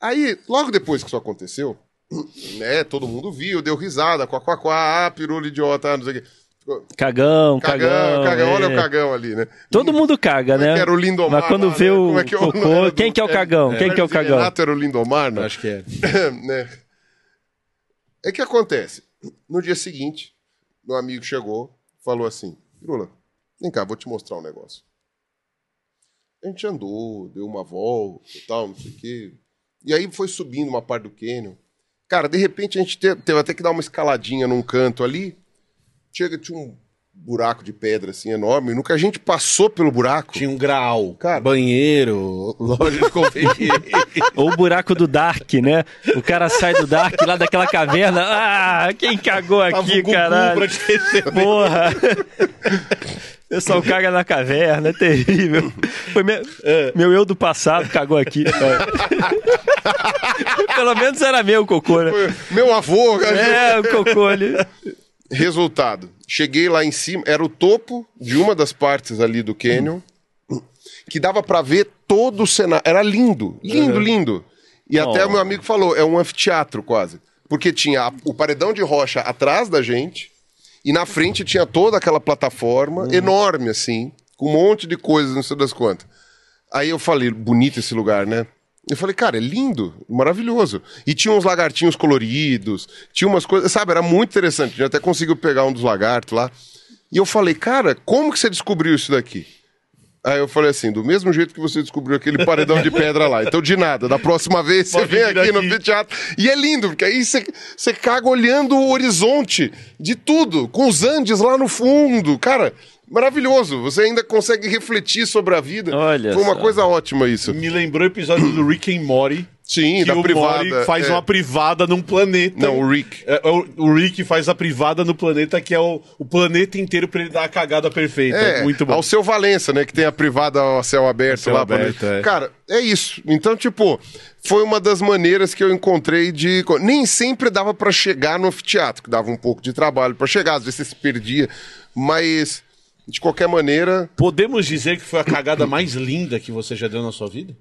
Speaker 3: Aí, logo depois que isso aconteceu, né, todo mundo viu, deu risada, quá, quá, quá, ah, pirulho idiota, ah, não sei o quê. Ficou,
Speaker 4: Cagão, cagão.
Speaker 3: Cagão, cagão, olha
Speaker 4: é.
Speaker 3: o cagão ali, né?
Speaker 4: Todo mundo caga,
Speaker 3: Como é
Speaker 4: né?
Speaker 3: que era o Lindomar
Speaker 4: Mas quando
Speaker 3: lá,
Speaker 4: vê
Speaker 3: né?
Speaker 4: o
Speaker 3: Como é que é o
Speaker 4: cocô,
Speaker 3: nome do-
Speaker 4: quem que é o cagão? quem que é o
Speaker 3: Hermes e
Speaker 4: cagão?
Speaker 3: Renato era o Lindomar, né?
Speaker 1: Acho que é.
Speaker 3: né? É que acontece. No dia seguinte, meu amigo chegou, falou assim: Pirula, vem cá, vou te mostrar um negócio. A gente andou, deu uma volta e tal, não sei o quê. E aí foi subindo uma parte do cânion. Cara, de repente a gente te- teve até que dar uma escaladinha num canto ali. Chega, tinha um buraco de pedra assim enorme. No que a gente passou pelo buraco.
Speaker 1: Tinha um graal,
Speaker 3: Cara.
Speaker 1: banheiro, loja de conveniência.
Speaker 4: Ou o buraco do Dark, né? O cara sai do Dark lá daquela caverna. Ah, quem cagou
Speaker 3: Tava o
Speaker 4: aqui,
Speaker 3: Gugu pra
Speaker 4: caralho?
Speaker 3: te receber.
Speaker 4: Porra! O pessoal caga na caverna, é terrível. Foi meu,
Speaker 3: É.
Speaker 4: meu eu do passado cagou aqui. É. Pelo menos era meu cocô, né?
Speaker 3: Meu avô, cara.
Speaker 4: É, o cocô ali.
Speaker 3: Resultado. Cheguei lá em cima, era o topo de uma das partes ali do canyon, que dava pra ver todo o cenário. Era lindo, lindo, lindo. E até o meu amigo falou, é um anfiteatro quase. Porque tinha a- o paredão de rocha atrás da gente, e na frente tinha toda aquela plataforma enorme, assim, com um monte de coisas, não sei das quantas. Aí eu falei, bonito esse lugar, né? Eu falei, cara, é lindo, maravilhoso. E tinha uns lagartinhos coloridos, tinha umas coisas, sabe? Era muito interessante. A gente até conseguiu pegar um dos lagartos lá. E eu falei, cara, como que você descobriu isso daqui? Aí eu falei assim, do mesmo jeito que você descobriu aquele paredão de pedra lá. Então, de nada, da próxima vez você
Speaker 5: Pode
Speaker 3: vem
Speaker 5: vir
Speaker 3: aqui, no
Speaker 5: aqui.
Speaker 3: teatro. E é lindo, porque aí você você caga olhando o horizonte de tudo, com os Andes lá no fundo. Cara, maravilhoso. Você ainda consegue refletir sobre a vida.
Speaker 4: Olha
Speaker 3: Foi uma
Speaker 4: só.
Speaker 3: coisa ótima isso.
Speaker 5: Me lembrou o episódio do Rick and Morty.
Speaker 3: Sim,
Speaker 5: que
Speaker 3: da
Speaker 5: o
Speaker 3: privada,
Speaker 5: Morty faz
Speaker 3: é.
Speaker 5: uma privada num planeta.
Speaker 3: Não, o Rick.
Speaker 5: É, é o, o Rick faz a privada no planeta, que é o, o planeta inteiro pra ele dar a cagada perfeita.
Speaker 3: É,
Speaker 5: Muito bom.
Speaker 3: Ao seu Valença, né? Que tem a privada ao céu aberto
Speaker 5: Céu
Speaker 3: lá. pra-
Speaker 5: aberto, é.
Speaker 3: Cara, é isso. Então, tipo, foi uma das maneiras que eu encontrei de. Nem sempre dava pra chegar no anfiteatro, que dava um pouco de trabalho pra chegar, às vezes você se perdia. Mas, de qualquer maneira,
Speaker 1: Podemos dizer que foi a cagada mais linda que você já deu na sua vida?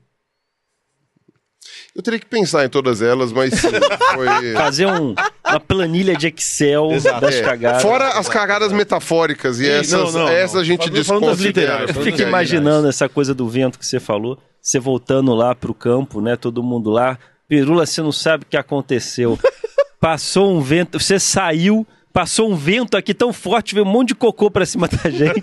Speaker 3: eu teria que pensar em todas elas, mas sim, foi.
Speaker 4: Fazer um- uma planilha de Excel das
Speaker 3: É.
Speaker 4: cagadas.
Speaker 3: Fora as cagadas metafóricas e,
Speaker 5: Sim,
Speaker 3: essas,
Speaker 5: não, não,
Speaker 3: essa
Speaker 5: não.
Speaker 3: a gente
Speaker 5: Falando- falando das
Speaker 3: desconsidera.
Speaker 5: literárias,
Speaker 4: Eu
Speaker 5: Todas
Speaker 4: fico
Speaker 5: as
Speaker 4: imaginando essa coisa do vento que você falou, você voltando lá pro campo, né? Todo mundo lá. Pirula, você não sabe o que aconteceu. Passou um vento, você saiu, passou um vento aqui tão forte, veio um monte de cocô pra cima da gente.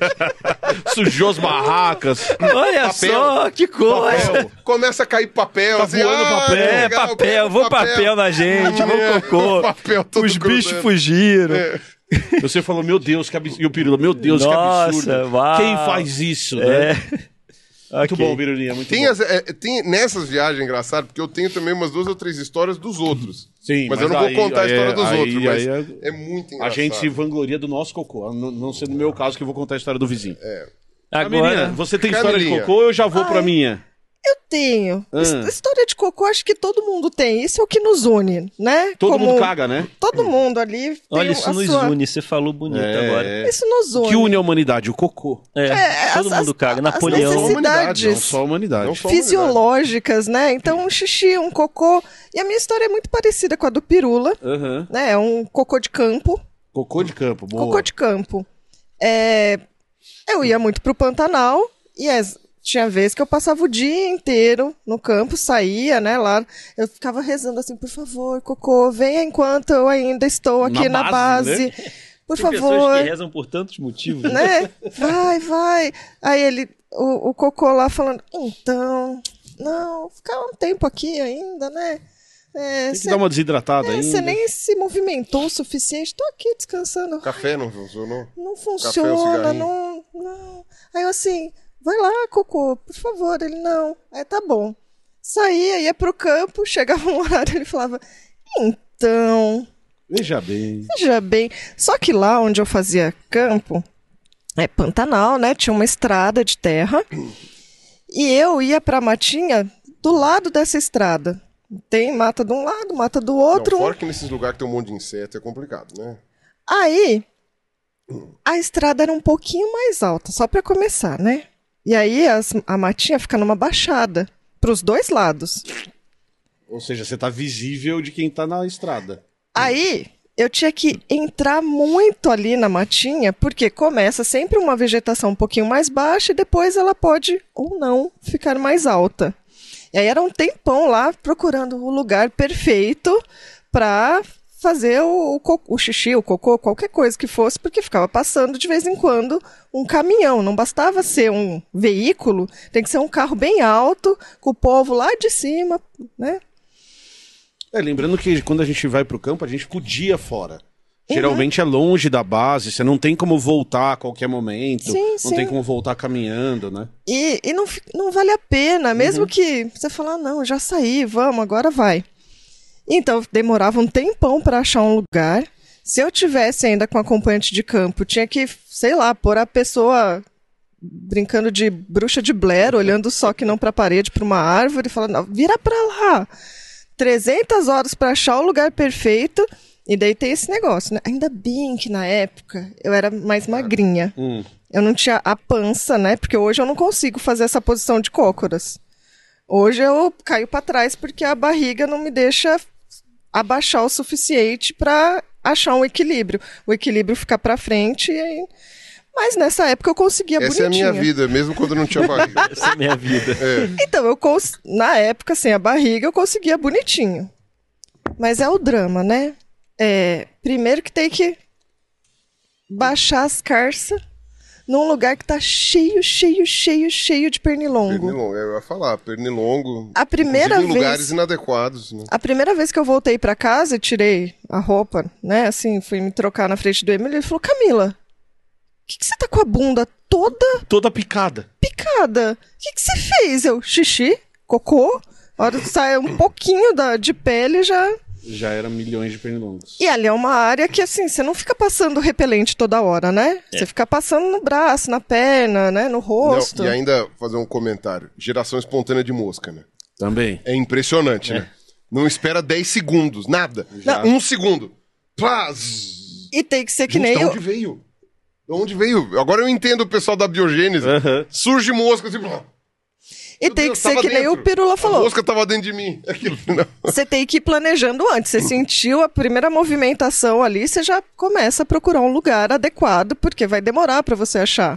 Speaker 5: Sujou as barracas.
Speaker 4: Olha
Speaker 3: Papel.
Speaker 4: só, que coisa.
Speaker 3: Papel. Começa a cair papel.
Speaker 4: Tá
Speaker 3: assim,
Speaker 4: voando
Speaker 3: ah,
Speaker 4: papel. É,
Speaker 3: legal,
Speaker 4: papel, vou papel, na gente, vou
Speaker 3: É,
Speaker 4: cocô.
Speaker 3: papel todo
Speaker 4: Os bichos
Speaker 3: grudando. É.
Speaker 4: fugiram.
Speaker 1: Você falou, meu Deus, que absurdo. E o Pirula, meu Deus,
Speaker 4: Nossa,
Speaker 1: que absurdo.
Speaker 4: uau.
Speaker 1: Quem faz isso,
Speaker 4: É.
Speaker 1: né? Muito
Speaker 4: Ok.
Speaker 1: bom, Pirulinha, muito
Speaker 3: Tem,
Speaker 1: bom.
Speaker 3: as- é, tem- nessas viagens, é engraçado, porque eu tenho também umas duas ou três histórias dos outros.
Speaker 1: Sim,
Speaker 3: mas,
Speaker 1: mas
Speaker 3: eu não
Speaker 1: aí-
Speaker 3: vou contar
Speaker 1: aí-
Speaker 3: a história dos
Speaker 1: aí-
Speaker 3: outros, mas
Speaker 1: aí-
Speaker 3: é muito
Speaker 1: A
Speaker 3: engraçado.
Speaker 1: gente se vangloria do nosso cocô, a não, não sendo o meu caso que eu vou contar a história do vizinho.
Speaker 3: É.
Speaker 4: Agora,
Speaker 1: Camilinha, você tem história de
Speaker 3: Camilinha.
Speaker 1: cocô ou eu já vou pra minha?
Speaker 2: Eu tenho. His-
Speaker 1: Ah.
Speaker 2: História de cocô, acho que todo mundo tem. Isso é o que nos une, né?
Speaker 1: Todo
Speaker 2: Como-
Speaker 1: mundo caga, né?
Speaker 2: Todo mundo ali tem
Speaker 4: olha,
Speaker 2: um-
Speaker 4: isso
Speaker 2: a
Speaker 4: nos
Speaker 2: sua...
Speaker 4: une, você falou bonito
Speaker 3: É.
Speaker 4: agora.
Speaker 2: Isso nos une.
Speaker 1: Que une a humanidade, É. o cocô.
Speaker 4: É,
Speaker 2: É,
Speaker 4: todo
Speaker 2: as-
Speaker 4: mundo
Speaker 2: as-
Speaker 4: caga.
Speaker 2: as
Speaker 4: Napoleão.
Speaker 3: necessidades-
Speaker 2: Necessidades.
Speaker 1: Não só a humanidade.
Speaker 3: Não só-
Speaker 2: fisiológicas, né? Então, um xixi, um cocô. E a minha história é muito parecida com a do Pirula,
Speaker 1: Aham.
Speaker 2: né? É um cocô de campo.
Speaker 1: Cocô de campo, boa.
Speaker 2: Cocô de campo. É, eu ia muito pro Pantanal e as- tinha vez que eu passava o dia inteiro no campo, saía, né, lá. Eu ficava rezando assim, por favor, cocô, venha enquanto eu ainda estou aqui
Speaker 1: Na
Speaker 2: na,
Speaker 1: base,
Speaker 2: base.
Speaker 1: né?
Speaker 2: Por
Speaker 4: Tem
Speaker 2: favor
Speaker 4: pessoas que rezam por tantos motivos. né?
Speaker 2: né? Vai, vai. Aí ele, o, o Cocô lá falando, então, não, ficar um tempo aqui ainda, né? É,
Speaker 1: Tem que
Speaker 2: Você
Speaker 1: dar uma desidratada
Speaker 2: é,
Speaker 1: ainda.
Speaker 2: você nem se movimentou o suficiente, tô aqui descansando.
Speaker 3: Café não funcionou?
Speaker 2: Não
Speaker 3: Café ou
Speaker 2: funciona,
Speaker 3: cigarrinho?
Speaker 2: não, não. Aí eu assim, vai lá, Cocô, por favor. Ele, não. Aí tá bom. Saía, ia pro campo, chegava um horário, ele falava, então,
Speaker 1: Veja bem.
Speaker 2: Veja bem, só que lá onde eu fazia campo, é, Pantanal, né? Tinha uma estrada de terra. E eu ia pra matinha do lado dessa estrada. Tem mata de um lado, mata do outro.
Speaker 3: Não, fora que nesses lugares que tem um monte de inseto é complicado, né?
Speaker 2: Aí, a estrada era um pouquinho mais alta, só pra começar, né? E aí as- a matinha fica numa baixada, pros dois lados.
Speaker 1: Ou seja, você tá visível de quem tá na estrada.
Speaker 2: Aí eu tinha que entrar muito ali na matinha, porque começa sempre uma vegetação um pouquinho mais baixa e depois ela pode ou não ficar mais alta. E aí era um tempão lá procurando o lugar perfeito para fazer o, o co- o xixi, o cocô, qualquer coisa que fosse, porque ficava passando de vez em quando um caminhão. Não bastava ser um veículo, tem que ser um carro bem alto, com o povo lá de cima, né?
Speaker 1: É, lembrando que quando a gente vai pro campo, a gente fica o dia fora.
Speaker 2: Uhum.
Speaker 1: Geralmente é longe da base, você não tem como voltar a qualquer momento.
Speaker 2: Sim,
Speaker 1: não
Speaker 2: sim.
Speaker 1: tem como voltar caminhando, né?
Speaker 2: E, e não, fi- não vale a pena, mesmo que você falar, não, já saí, vamos, agora vai. Então, demorava um tempão para achar um lugar. Se eu tivesse ainda com acompanhante de campo, tinha que, sei lá, pôr a pessoa brincando de bruxa de Blair, olhando só que não para a parede, para uma árvore, falando, "Não, vira para lá. 300 horas para achar o lugar perfeito. E daí tem esse negócio, né? Ainda bem que na época eu era mais magrinha.
Speaker 3: Hum.
Speaker 2: Eu não tinha a pança, né? Porque hoje eu não consigo fazer essa posição de cócoras. Hoje eu caio para trás porque a barriga não me deixa abaixar o suficiente para achar um equilíbrio. O equilíbrio ficar para frente e aí... Mas nessa época eu conseguia
Speaker 3: Essa é a
Speaker 2: bonitinha.
Speaker 3: minha vida, mesmo quando não tinha barriga.
Speaker 4: Essa é a minha vida.
Speaker 2: Então, eu cons- na época, sem a barriga, eu conseguia bonitinho. Mas é o drama, né? É, primeiro que tem que baixar as carças num lugar que tá cheio, cheio, cheio, cheio de pernilongo.
Speaker 3: Pernilongo, é, eu ia falar, pernilongo.
Speaker 2: A primeira
Speaker 3: inclusive em
Speaker 2: vez-
Speaker 3: lugares inadequados, né?
Speaker 2: A primeira vez que eu voltei pra casa e tirei a roupa, né? Assim, fui me trocar na frente do Emílio, ele falou: Camila, o que, que você tá com a bunda toda
Speaker 1: Toda picada.
Speaker 2: picada. O que que você fez? Eu, xixi, cocô. A hora que sai um pouquinho da, de pele já.
Speaker 1: Já eram milhões de pernilongos.
Speaker 2: E ali é uma área que, assim, você não fica passando repelente toda hora, né?
Speaker 3: É.
Speaker 2: Você fica passando no braço, na perna, né? No rosto.
Speaker 3: Não, e ainda fazer um comentário. Geração espontânea de mosca, né?
Speaker 1: Também.
Speaker 3: É impressionante, né? Não espera 10 segundos, nada. Um segundo. Plá, zzz.
Speaker 2: E tem que ser que
Speaker 3: Gente,
Speaker 2: nem.
Speaker 3: de
Speaker 2: o-
Speaker 3: onde veio? De onde veio? Agora eu entendo o pessoal da biogênese. Surge mosca assim. blá.
Speaker 2: E tem
Speaker 3: Meu Deus,
Speaker 2: que ser
Speaker 3: tava
Speaker 2: que nem
Speaker 3: dentro.
Speaker 2: o Pirula
Speaker 3: A
Speaker 2: falou.
Speaker 3: mosca tava dentro de mim. Aquilo, não.
Speaker 2: Você tem que ir planejando antes. Você sentiu a primeira movimentação ali, você já começa a procurar um lugar adequado, porque vai demorar pra você achar.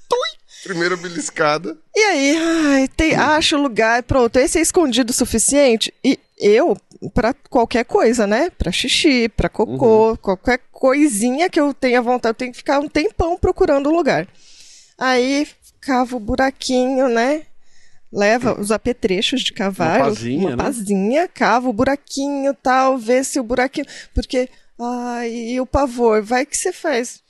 Speaker 3: Primeira beliscada.
Speaker 2: E aí, ai, tem, acha o lugar, pronto, esse é escondido o suficiente. E eu, pra qualquer coisa, né? Pra xixi, pra
Speaker 1: Uhum.
Speaker 2: cocô, qualquer coisinha que eu tenha vontade, eu tenho que ficar um tempão procurando um lugar. Aí cava o buraquinho, né? Leva os apetrechos de cavalo,
Speaker 1: Uma pazinha,
Speaker 2: uma
Speaker 1: né?
Speaker 2: pazinha, cava o buraquinho, tal, vê se o buraquinho, porque ai, e o pavor, vai que você faz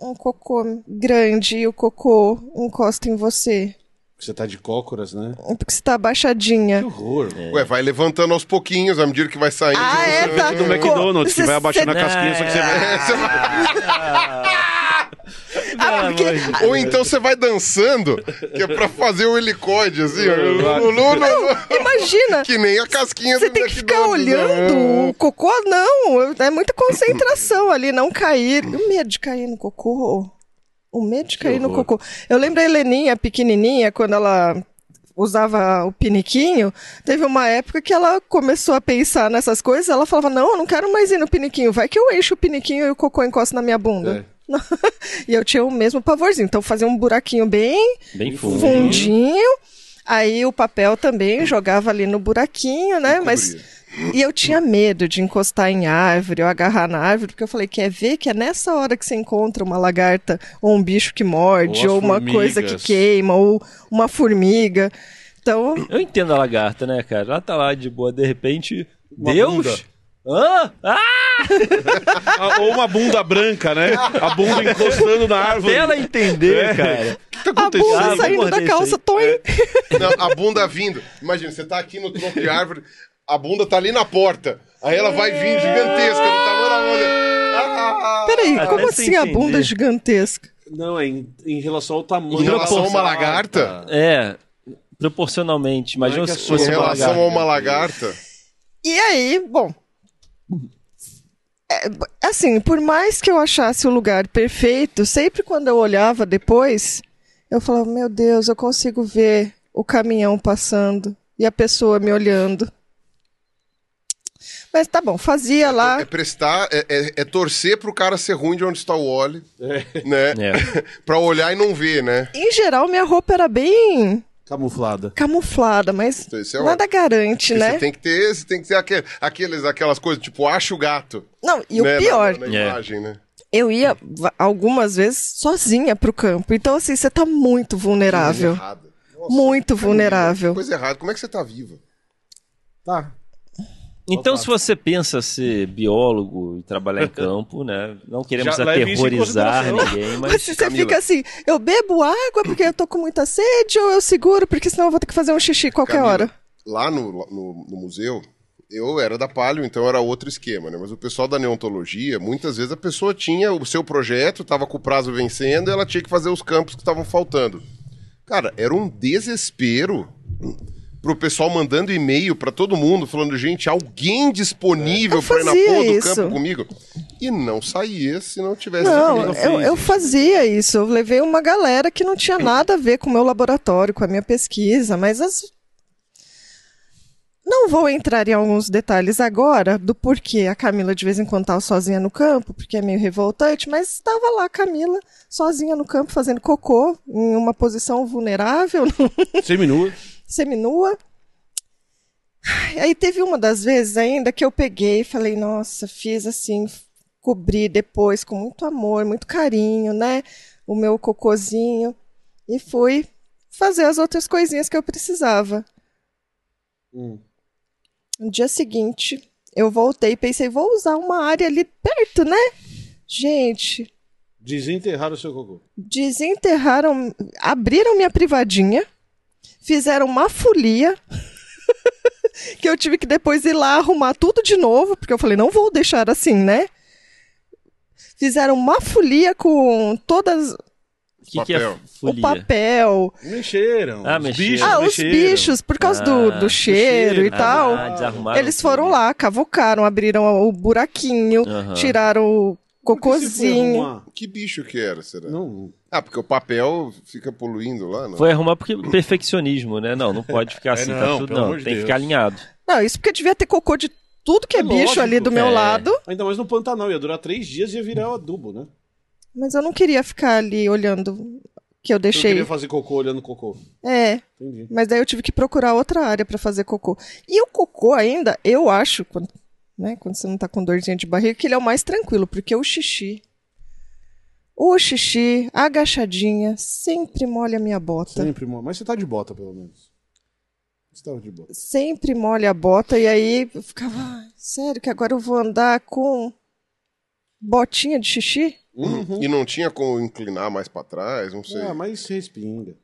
Speaker 2: um cocô grande e o cocô encosta em você.
Speaker 1: Você tá de cócoras, né?
Speaker 2: Porque você tá abaixadinha.
Speaker 1: Que horror.
Speaker 4: É.
Speaker 1: mano.
Speaker 3: Ué, vai levantando aos pouquinhos, à medida que vai saindo.
Speaker 2: Ah, é, tá.
Speaker 1: Do McDonald's, que tipo,
Speaker 2: Você-
Speaker 1: vai abaixando a
Speaker 2: você-
Speaker 1: casquinha, só que você vai.
Speaker 3: É, você vai-
Speaker 2: Ah, porque...
Speaker 3: Ou então você vai dançando, que é pra fazer o helicóide, assim.
Speaker 4: É
Speaker 3: ó. Lu, lu, lu, lu.
Speaker 2: Imagina!
Speaker 3: Que nem a casquinha
Speaker 2: Você
Speaker 3: do
Speaker 2: tem que ficar
Speaker 3: McDonald's, né?
Speaker 2: olhando o cocô, Ah, não. É muita concentração ali, não cair. E o medo de cair no cocô. O medo de cair no cocô. Eu lembro a Heleninha, pequenininha, quando ela usava o piniquinho, teve uma época que ela começou a pensar nessas coisas, ela falava, não, eu não quero mais ir no piniquinho, vai que eu encho o piniquinho e o cocô encosta na minha bunda. e eu tinha o mesmo pavorzinho, então fazia um buraquinho bem
Speaker 4: Bem fundo.
Speaker 2: fundinho, aí o papel também jogava ali no buraquinho, né, mas... E eu tinha medo de encostar em árvore ou agarrar na árvore, porque eu falei, quer ver que é nessa hora que você encontra uma lagarta ou um bicho que morde,
Speaker 1: Ou
Speaker 2: ou,
Speaker 1: as
Speaker 2: uma coisa que
Speaker 1: formigas.
Speaker 2: queima, ou uma formiga. Então,
Speaker 4: Eu entendo a lagarta, né, cara? Ela tá lá de boa, de repente.
Speaker 1: Uma
Speaker 4: Deus! Hã? Ah!
Speaker 1: Ah, Ou uma bunda branca, né? A bunda encostando na árvore. É.
Speaker 4: Até ela entender, cara.
Speaker 2: a bunda
Speaker 4: acontecendo?
Speaker 2: saindo
Speaker 4: Ah,
Speaker 2: da
Speaker 4: eu
Speaker 2: calça, tô em...
Speaker 3: Não, a bunda vindo. Imagina, você tá aqui no tronco de árvore, a bunda tá ali na porta. Aí ela vai vir gigantesca, do tamanho da bunda. Ah, ah, ah.
Speaker 2: Peraí,
Speaker 4: Até
Speaker 2: como assim
Speaker 4: sem
Speaker 2: a bunda
Speaker 4: entender.
Speaker 2: é gigantesca?
Speaker 1: Não, é em, em relação ao tamanho.
Speaker 3: Em relação a
Speaker 1: da
Speaker 3: uma
Speaker 1: nossa
Speaker 3: lagarta?
Speaker 4: É, proporcionalmente. Imagina
Speaker 1: Não é que
Speaker 4: se
Speaker 1: a
Speaker 3: Em
Speaker 4: fosse uma
Speaker 3: relação a
Speaker 4: lagarta.
Speaker 3: uma lagarta.
Speaker 2: E aí, bom. é, b- assim, por mais que eu achasse o lugar perfeito, sempre quando eu olhava depois, eu falava: Meu Deus, eu consigo ver o caminhão passando e a pessoa me olhando. Mas tá bom, fazia
Speaker 3: É
Speaker 2: lá.
Speaker 3: prestar, é, é- é torcer pro cara ser ruim de onde está o Wally, né?
Speaker 4: É.
Speaker 3: pra olhar e não ver, né?
Speaker 2: Em geral, minha roupa era bem
Speaker 1: Camuflada.
Speaker 2: camuflada, mas
Speaker 3: Isso é ótimo.
Speaker 2: nada garante,
Speaker 3: Porque
Speaker 2: né?
Speaker 3: Você tem que ter, você tem que ter aquele- aqueles, aquelas coisas, tipo, acha o gato.
Speaker 2: Não, e o
Speaker 3: né, na-
Speaker 2: pior,
Speaker 3: Na,
Speaker 4: É.
Speaker 3: imagem, né?
Speaker 2: eu ia va- algumas vezes sozinha pro campo. Então, assim, você tá muito vulnerável.
Speaker 3: Errado.
Speaker 2: Muito vulnerável.
Speaker 3: Coisa errada. Como é que você tá viva?
Speaker 1: Tá.
Speaker 4: Então, se você pensa ser biólogo e trabalhar em campo, né? Não queremos
Speaker 1: Já leve isso em
Speaker 4: aterrorizar
Speaker 1: consideração.
Speaker 4: ninguém, mas. é.
Speaker 2: Mas se você
Speaker 4: Camila,
Speaker 2: fica assim, eu bebo água porque eu tô com muita sede ou eu seguro porque senão eu vou ter que fazer um xixi qualquer
Speaker 3: Camila,
Speaker 2: hora.
Speaker 3: Lá no, no, no museu, eu era da Palio, então era outro esquema, né? Mas o pessoal da neontologia, muitas vezes a pessoa tinha o seu projeto, tava com o prazo vencendo, ela tinha que fazer os campos que estavam faltando. Cara, era um desespero pro pessoal mandando e-mail pra todo mundo, falando, gente, alguém
Speaker 2: É.
Speaker 3: disponível
Speaker 2: Eu
Speaker 3: pra ir na
Speaker 2: fazia
Speaker 3: porra do
Speaker 2: isso.
Speaker 3: campo comigo? E não saía se não tivesse
Speaker 2: Não, é. eu,
Speaker 3: disponível.
Speaker 2: eu fazia isso. Eu levei uma galera que não tinha nada a ver com o meu laboratório, com a minha pesquisa, mas as. Não vou entrar em alguns detalhes agora do porquê a Camila de vez em quando estava sozinha no campo, porque é meio revoltante, mas estava lá a Camila sozinha no campo fazendo cocô em uma posição vulnerável,
Speaker 1: Seminua.
Speaker 2: seminua. Ai, Aí teve uma das vezes ainda que eu peguei e falei, nossa, fiz assim, cobri depois com muito amor, muito carinho, né? O meu cocôzinho. E fui fazer as outras coisinhas que eu precisava. No dia seguinte, eu voltei e pensei, vou usar uma área ali perto, né? Gente,
Speaker 1: Desenterrar o seu cocô.
Speaker 2: desenterraram, abriram minha privadinha, fizeram uma folia que eu tive que depois ir lá arrumar tudo de novo, porque eu falei, não vou deixar assim, né? Fizeram uma folia com todas
Speaker 4: O que, que é
Speaker 3: Papel.
Speaker 4: folia?
Speaker 2: o papel,
Speaker 1: Mexeram.
Speaker 4: Ah,
Speaker 1: os
Speaker 4: mexeram.
Speaker 1: bichos
Speaker 2: ah, os
Speaker 1: mexeram.
Speaker 2: bichos por causa do,
Speaker 4: Ah,
Speaker 2: do cheiro e
Speaker 4: Ah,
Speaker 2: tal.
Speaker 4: desarrumaram
Speaker 2: Eles
Speaker 4: tudo.
Speaker 2: foram lá, cavocaram, abriram o buraquinho,
Speaker 4: Aham.
Speaker 2: tiraram o
Speaker 1: Por que você foi
Speaker 2: cocôzinho.
Speaker 1: arrumar?
Speaker 3: Que bicho que era, será?
Speaker 1: Não.
Speaker 3: Ah, porque o papel fica poluindo lá, não?
Speaker 4: Foi arrumar porque perfeccionismo, né? Não, não pode ficar assim, tá
Speaker 1: É, não,
Speaker 4: tudo.
Speaker 1: pelo
Speaker 4: Não,
Speaker 1: amor de
Speaker 4: tem que
Speaker 1: Deus.
Speaker 4: ficar alinhado.
Speaker 2: Não, isso porque devia ter cocô de tudo que é,
Speaker 1: É
Speaker 2: bicho ali
Speaker 1: lógico,
Speaker 2: do meu
Speaker 4: é.
Speaker 2: lado.
Speaker 1: Ainda mais no Pantanal. Ia durar três dias e ia virar o adubo, né?
Speaker 2: Mas eu não queria ficar ali olhando que eu
Speaker 1: Eu
Speaker 2: deixei.
Speaker 1: queria fazer cocô olhando cocô.
Speaker 2: É,
Speaker 1: Entendi.
Speaker 2: mas daí eu tive que procurar outra área pra fazer cocô. E o cocô ainda, eu acho, quando, né, quando você não tá com dorzinha de barriga, que ele é o mais tranquilo, porque o xixi. O xixi, agachadinha, sempre molha a minha bota.
Speaker 1: Sempre, mano. Mas você tá de bota, pelo menos. Você tava de bota.
Speaker 2: Sempre molha a bota. E aí eu ficava, "Ah, sério que agora eu vou andar com botinha de xixi? Uhum.
Speaker 3: E não tinha como inclinar mais pra trás, não sei.
Speaker 2: É,
Speaker 1: Ah, mas respinga.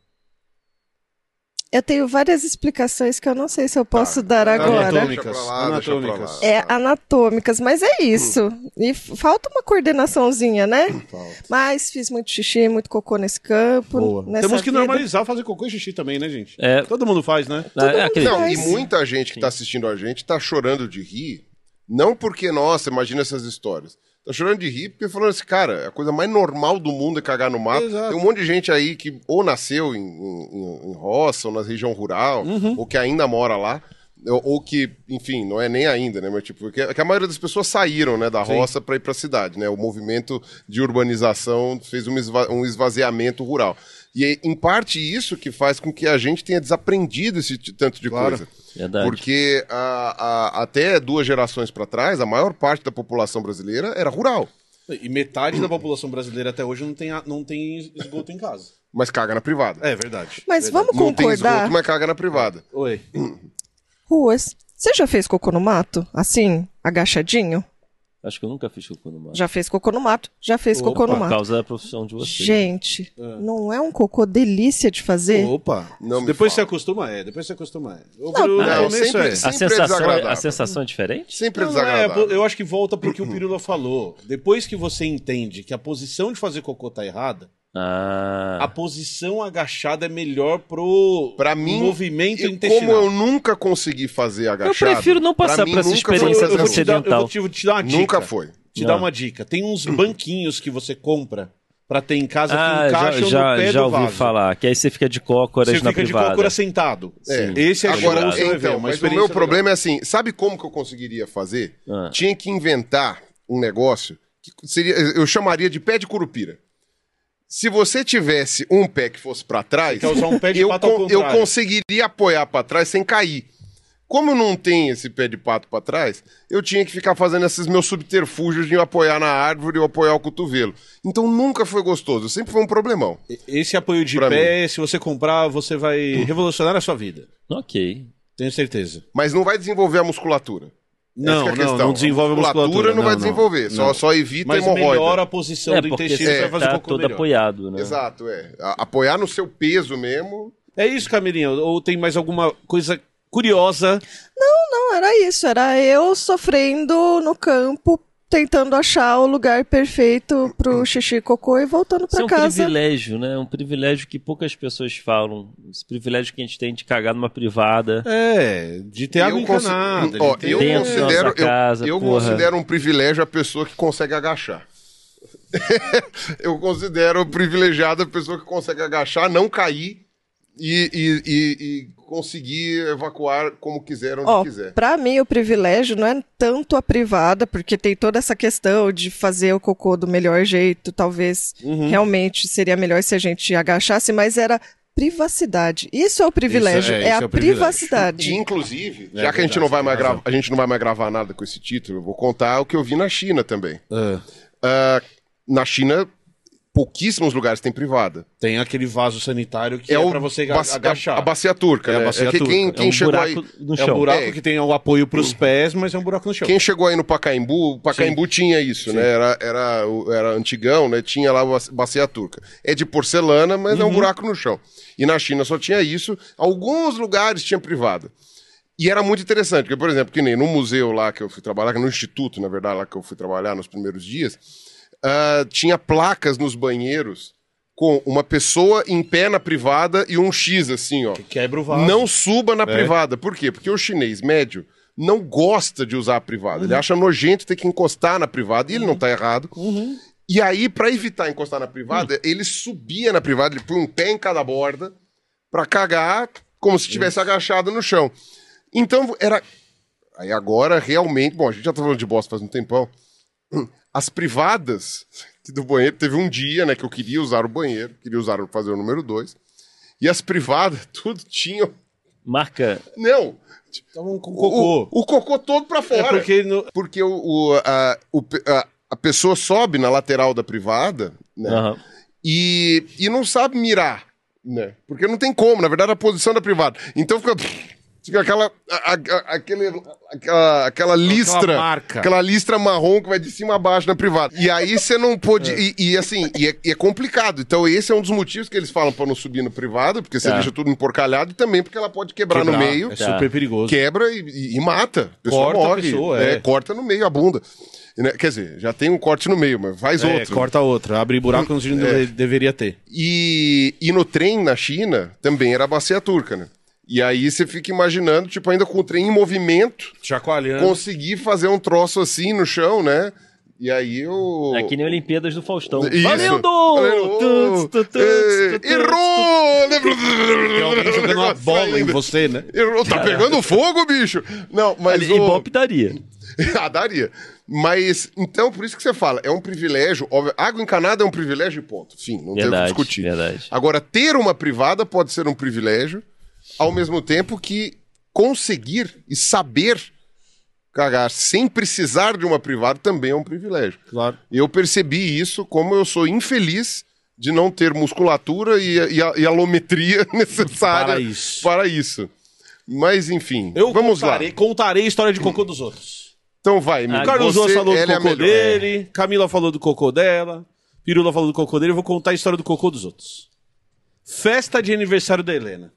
Speaker 2: Eu tenho várias explicações que eu não sei se eu posso dar
Speaker 3: Tá
Speaker 2: agora. né?
Speaker 1: Anatômicas,
Speaker 3: Deixa pra lá, deixa pra lá.
Speaker 1: anatômicas.
Speaker 2: É, anatômicas, mas é isso. E f- falta uma coordenaçãozinha, né?
Speaker 3: Hum,
Speaker 2: Mas fiz muito xixi, muito cocô nesse campo.
Speaker 1: Boa.
Speaker 2: Nessa
Speaker 1: Temos que
Speaker 2: vida.
Speaker 1: normalizar fazer cocô e xixi também, né, gente?
Speaker 4: É.
Speaker 1: Todo mundo faz, né?
Speaker 4: É, aquele-
Speaker 3: Não, e
Speaker 2: Mas-
Speaker 3: muita gente que tá assistindo a gente tá chorando de rir, não porque, nossa, imagina essas histórias. Tá chorando de rir, porque falando assim, cara, a coisa mais normal do mundo é cagar no mato.
Speaker 1: Exato.
Speaker 3: Tem um monte de gente aí que ou nasceu em, em, em- em roça, ou na região rural, ou que ainda mora lá. Ou, ou que, enfim, não é nem ainda, né? Mas tipo, que, que a maioria das pessoas saíram né, da roça para ir para a cidade, né? O movimento de urbanização fez um, esva- um esvaziamento rural. E é, em parte isso que faz com que a gente tenha desaprendido esse t- tanto de coisa.
Speaker 4: Verdade.
Speaker 3: Porque a- a- até duas gerações para trás, a maior parte da população brasileira era rural,
Speaker 1: E metade da população brasileira até hoje não tem, a- não tem esgoto em casa.
Speaker 3: mas caga na privada.
Speaker 1: É verdade.
Speaker 2: Mas vamos
Speaker 3: Não tem esgoto,
Speaker 2: concordar.
Speaker 3: mas caga na privada.
Speaker 1: Oi.
Speaker 2: Ruas. Você já fez cocô no mato? Assim, agachadinho?
Speaker 4: Acho que eu nunca fiz cocô no mato.
Speaker 2: Já fez cocô no mato? Já fez cocô no
Speaker 4: Por
Speaker 2: mato.
Speaker 4: causa da profissão de vocês.
Speaker 2: Gente,
Speaker 3: Ah.
Speaker 2: não é um cocô delícia de fazer?
Speaker 1: Opa.
Speaker 3: Não me
Speaker 1: depois
Speaker 3: fala.
Speaker 1: você acostuma, é. Depois você acostuma, é. O
Speaker 2: Não,
Speaker 1: Bruno,
Speaker 3: não,
Speaker 1: no começo
Speaker 3: sempre-
Speaker 1: é.
Speaker 4: A
Speaker 3: Sempre é
Speaker 4: sensação, é, a
Speaker 3: desagradável.
Speaker 4: sensação é diferente?
Speaker 3: Sempre é
Speaker 1: Não, não é,
Speaker 3: desagradável.
Speaker 1: eu acho que volta pro que o Pirula falou. Depois que você entende que a posição de fazer cocô tá errada,
Speaker 4: Ah.
Speaker 1: a posição agachada é melhor pro
Speaker 3: Tá. Pra mim,
Speaker 1: movimento
Speaker 3: eu- como
Speaker 1: intestinal.
Speaker 3: eu nunca consegui fazer agachado...
Speaker 4: prefiro não passar
Speaker 3: mim
Speaker 4: por essa
Speaker 3: nunca foi
Speaker 4: experiência
Speaker 3: um
Speaker 1: eu, vou te dar, eu
Speaker 4: sedental.
Speaker 1: vou te, vou te dar uma dica.
Speaker 3: Nunca foi.
Speaker 1: Te dar
Speaker 4: Não.
Speaker 1: uma dica. Tem uns banquinhos que você compra pra ter em casa que
Speaker 4: Ah, já,
Speaker 1: encaixam no
Speaker 4: já,
Speaker 1: pé
Speaker 4: já
Speaker 1: do
Speaker 4: ouvi
Speaker 1: vaso.
Speaker 4: falar. Que aí você fica de cócoras
Speaker 1: Você
Speaker 4: na
Speaker 1: fica de
Speaker 4: privada.
Speaker 1: cócora sentado.
Speaker 4: Sim.
Speaker 1: Esse é
Speaker 3: Agora,
Speaker 1: show, você vai ver,
Speaker 3: então,
Speaker 1: uma
Speaker 3: mas o
Speaker 1: experiência
Speaker 3: meu
Speaker 1: legal.
Speaker 3: problema é assim, sabe como que eu conseguiria fazer?
Speaker 4: Ah.
Speaker 3: Tinha que inventar um negócio que seria, eu chamaria de pé de curupira. Se você tivesse um pé que fosse pra trás,
Speaker 1: Quer usar um pé de
Speaker 3: eu,
Speaker 1: pato ao
Speaker 3: eu
Speaker 1: contrário.
Speaker 3: conseguiria apoiar pra trás sem cair. Como eu não tenho esse pé de pato pra trás, eu tinha que ficar fazendo esses meus subterfúgios de eu apoiar na árvore ou apoiar o cotovelo. Então nunca foi gostoso, sempre foi um problemão.
Speaker 1: Esse apoio de
Speaker 3: Pra
Speaker 1: pé, se você comprar, você vai revolucionar a sua vida.
Speaker 4: Ok.
Speaker 1: Tenho certeza.
Speaker 3: Mas não vai desenvolver a musculatura. Essa que é
Speaker 1: Não,
Speaker 3: a
Speaker 1: não,
Speaker 3: questão.
Speaker 1: não desenvolve a musculatura.
Speaker 3: não, vai desenvolver, Só, só evita a
Speaker 1: Mas
Speaker 3: hemorroida.
Speaker 1: melhora a posição
Speaker 4: É,
Speaker 1: do
Speaker 4: porque
Speaker 1: intestino
Speaker 4: você
Speaker 1: pra fazer um
Speaker 4: tá
Speaker 1: pouco
Speaker 4: todo
Speaker 1: melhor.
Speaker 4: apoiado, né?
Speaker 3: Exato, é. A- apoiar no seu peso mesmo.
Speaker 1: É isso, Camilinha. Ou tem mais alguma coisa curiosa?
Speaker 2: Não, era isso. Era eu sofrendo no campo, tentando achar o lugar perfeito
Speaker 3: Hum.
Speaker 2: pro xixi e cocô e voltando
Speaker 4: Isso
Speaker 2: pra
Speaker 4: é um
Speaker 2: casa.
Speaker 4: privilégio, né? É um privilégio que poucas pessoas falam. Esse privilégio que a gente tem de cagar numa privada.
Speaker 1: É, de ter água
Speaker 3: consi-
Speaker 1: encanada. de
Speaker 3: Ó,
Speaker 1: ter-
Speaker 3: eu
Speaker 4: Dentro da
Speaker 3: considero,
Speaker 4: nossa
Speaker 3: eu,
Speaker 4: casa,
Speaker 3: eu
Speaker 4: porra.
Speaker 3: considero um privilégio a pessoa que consegue agachar. eu considero privilegiada a pessoa que consegue agachar, não cair e, e- e- e conseguir evacuar como quiser, onde
Speaker 2: Ó,
Speaker 3: quiser.
Speaker 2: pra mim o privilégio não é tanto a privada, porque tem toda essa questão de fazer o cocô do melhor jeito, talvez
Speaker 1: Uhum.
Speaker 2: realmente seria melhor se a gente agachasse, mas era privacidade. Isso é o privilégio,
Speaker 1: é,
Speaker 2: é,
Speaker 1: isso
Speaker 2: a
Speaker 1: é o privilégio.
Speaker 3: E,
Speaker 2: privacidade.
Speaker 3: inclusive, já que a
Speaker 1: É verdade,
Speaker 3: gente, não vai
Speaker 1: tem
Speaker 3: mais
Speaker 1: razão.
Speaker 3: grava- a gente não vai mais gravar nada com esse título, eu vou contar o que eu vi na China também.
Speaker 1: Ah,
Speaker 3: Ah, na China, pouquíssimos lugares têm privada.
Speaker 1: tem aquele vaso sanitário que é, pra você aga-
Speaker 3: bacia-
Speaker 1: agachar.
Speaker 3: A bacia turca,
Speaker 1: É a
Speaker 3: né?
Speaker 1: bacia
Speaker 3: é que quem,
Speaker 1: turca.
Speaker 3: quem
Speaker 4: é um
Speaker 3: chegou
Speaker 4: buraco
Speaker 3: aí.
Speaker 4: no
Speaker 1: é
Speaker 4: chão.
Speaker 1: um buraco
Speaker 3: É.
Speaker 1: que tem o apoio pros pés, mas é um buraco no chão.
Speaker 3: Quem chegou aí no Pacaembu, o Pacaembu tinha isso, né? Era, era, o- era antigão, né? Tinha lá a bacia- bacia turca. É de porcelana, mas é um buraco no chão. E na China só tinha isso. Alguns lugares tinha privada. E era muito interessante, porque, por exemplo, que nem no museu lá que eu fui trabalhar, que no instituto, na verdade, lá que eu fui trabalhar nos primeiros dias, ah, tinha placas nos banheiros com uma pessoa em pé na privada e um X assim, ó.
Speaker 1: Quebra o vaso.
Speaker 3: Não suba na privada. Por quê? Porque o chinês médio não gosta de usar a privada. Ele acha nojento ter que encostar na privada. E ele não tá errado. E aí, pra evitar encostar na privada, ele subia na privada, ele põe um pé em cada borda pra cagar como se estivesse agachado no chão. Então, era... Aí agora, realmente... Bom, a gente já tá falando de bosta faz um tempão. As privadas do banheiro... Teve um dia, né, que eu queria usar o banheiro. Queria usar, fazer o número dois. E as privadas, tudo tinham
Speaker 4: Marca.
Speaker 3: não.
Speaker 1: Estavam um com
Speaker 3: O,
Speaker 1: cocô.
Speaker 3: o cocô todo pra
Speaker 1: É
Speaker 3: fora.
Speaker 1: porque no-
Speaker 3: Porque o, o- a, o pe- a- a pessoa sobe na lateral da privada né,
Speaker 1: Ah.
Speaker 4: Aham.
Speaker 3: e, e não sabe mirar. Né, porque não tem como, na verdade, a posição da privada. Então fica. Fica aquela, a- a- aquele, aquela, aquela listra.
Speaker 1: marca.
Speaker 3: aquela listra marrom que vai de cima a baixo na privada. E aí você não pôde. E, e assim, e é, e é complicado. Então, esse é um dos motivos que eles falam pra não subir no privado, porque você
Speaker 4: Tá.
Speaker 3: deixa tudo emporcalhado e também porque ela pode quebrar, no meio
Speaker 1: É super perigoso.
Speaker 3: quebra e, e- e mata. A pessoa
Speaker 1: Corta a
Speaker 3: morre.
Speaker 1: pessoa,
Speaker 3: né?
Speaker 1: é.
Speaker 3: Corta no meio a bunda. E, né, Quer dizer, já tem um corte no meio, mas faz
Speaker 1: É,
Speaker 3: outro. né?
Speaker 1: corta outra. Abre buraco onde não deve- deveria ter.
Speaker 3: E, e no trem na China também era a bacia turca, né? E aí você fica imaginando, tipo, ainda com o trem em movimento,
Speaker 1: É. Chacoalhando.
Speaker 3: conseguir fazer um troço assim no chão, né? E aí
Speaker 1: Tipo,
Speaker 3: o.
Speaker 4: É que nem Olimpíadas do
Speaker 1: um
Speaker 4: Faustão.
Speaker 3: Isso.
Speaker 4: Valeu,
Speaker 3: Valeu,
Speaker 4: Du!
Speaker 3: Du! É, Errou!
Speaker 1: Tem alguém jogando uma
Speaker 3: Negócio
Speaker 1: bola em
Speaker 3: ainda.
Speaker 1: você, né?
Speaker 3: Errou, tá pegando fogo, bicho! Não, mas
Speaker 4: E
Speaker 3: o...
Speaker 4: Ibope daria.
Speaker 3: ah, daria. Mas, então, por isso que você fala, é um privilégio, óbvio, água encanada é um privilégio e ponto. Fim, não tem o que
Speaker 4: Verdade,
Speaker 3: discutir.
Speaker 4: verdade.
Speaker 3: Agora, ter uma privada pode ser um privilégio, ao mesmo tempo que conseguir e saber cagar sem precisar de uma privada também é um privilégio.
Speaker 1: Claro.
Speaker 3: E eu percebi isso como eu sou infeliz de não ter musculatura e, a- e a, e a alometria necessária
Speaker 1: Para isso.
Speaker 3: para isso. Mas, enfim,
Speaker 1: Eu
Speaker 3: vamos lá.
Speaker 1: contarei, contarei a história de cocô dos outros.
Speaker 3: Então vai,
Speaker 1: O
Speaker 3: Mico.
Speaker 1: Carlos
Speaker 3: Você,
Speaker 1: Osso falou do
Speaker 3: ela é a
Speaker 1: cocô
Speaker 3: melhor.
Speaker 1: dele, Camila falou do cocô dela, Pirula falou do cocô dele, eu vou contar a história do cocô dos outros. Festa de aniversário da Helena.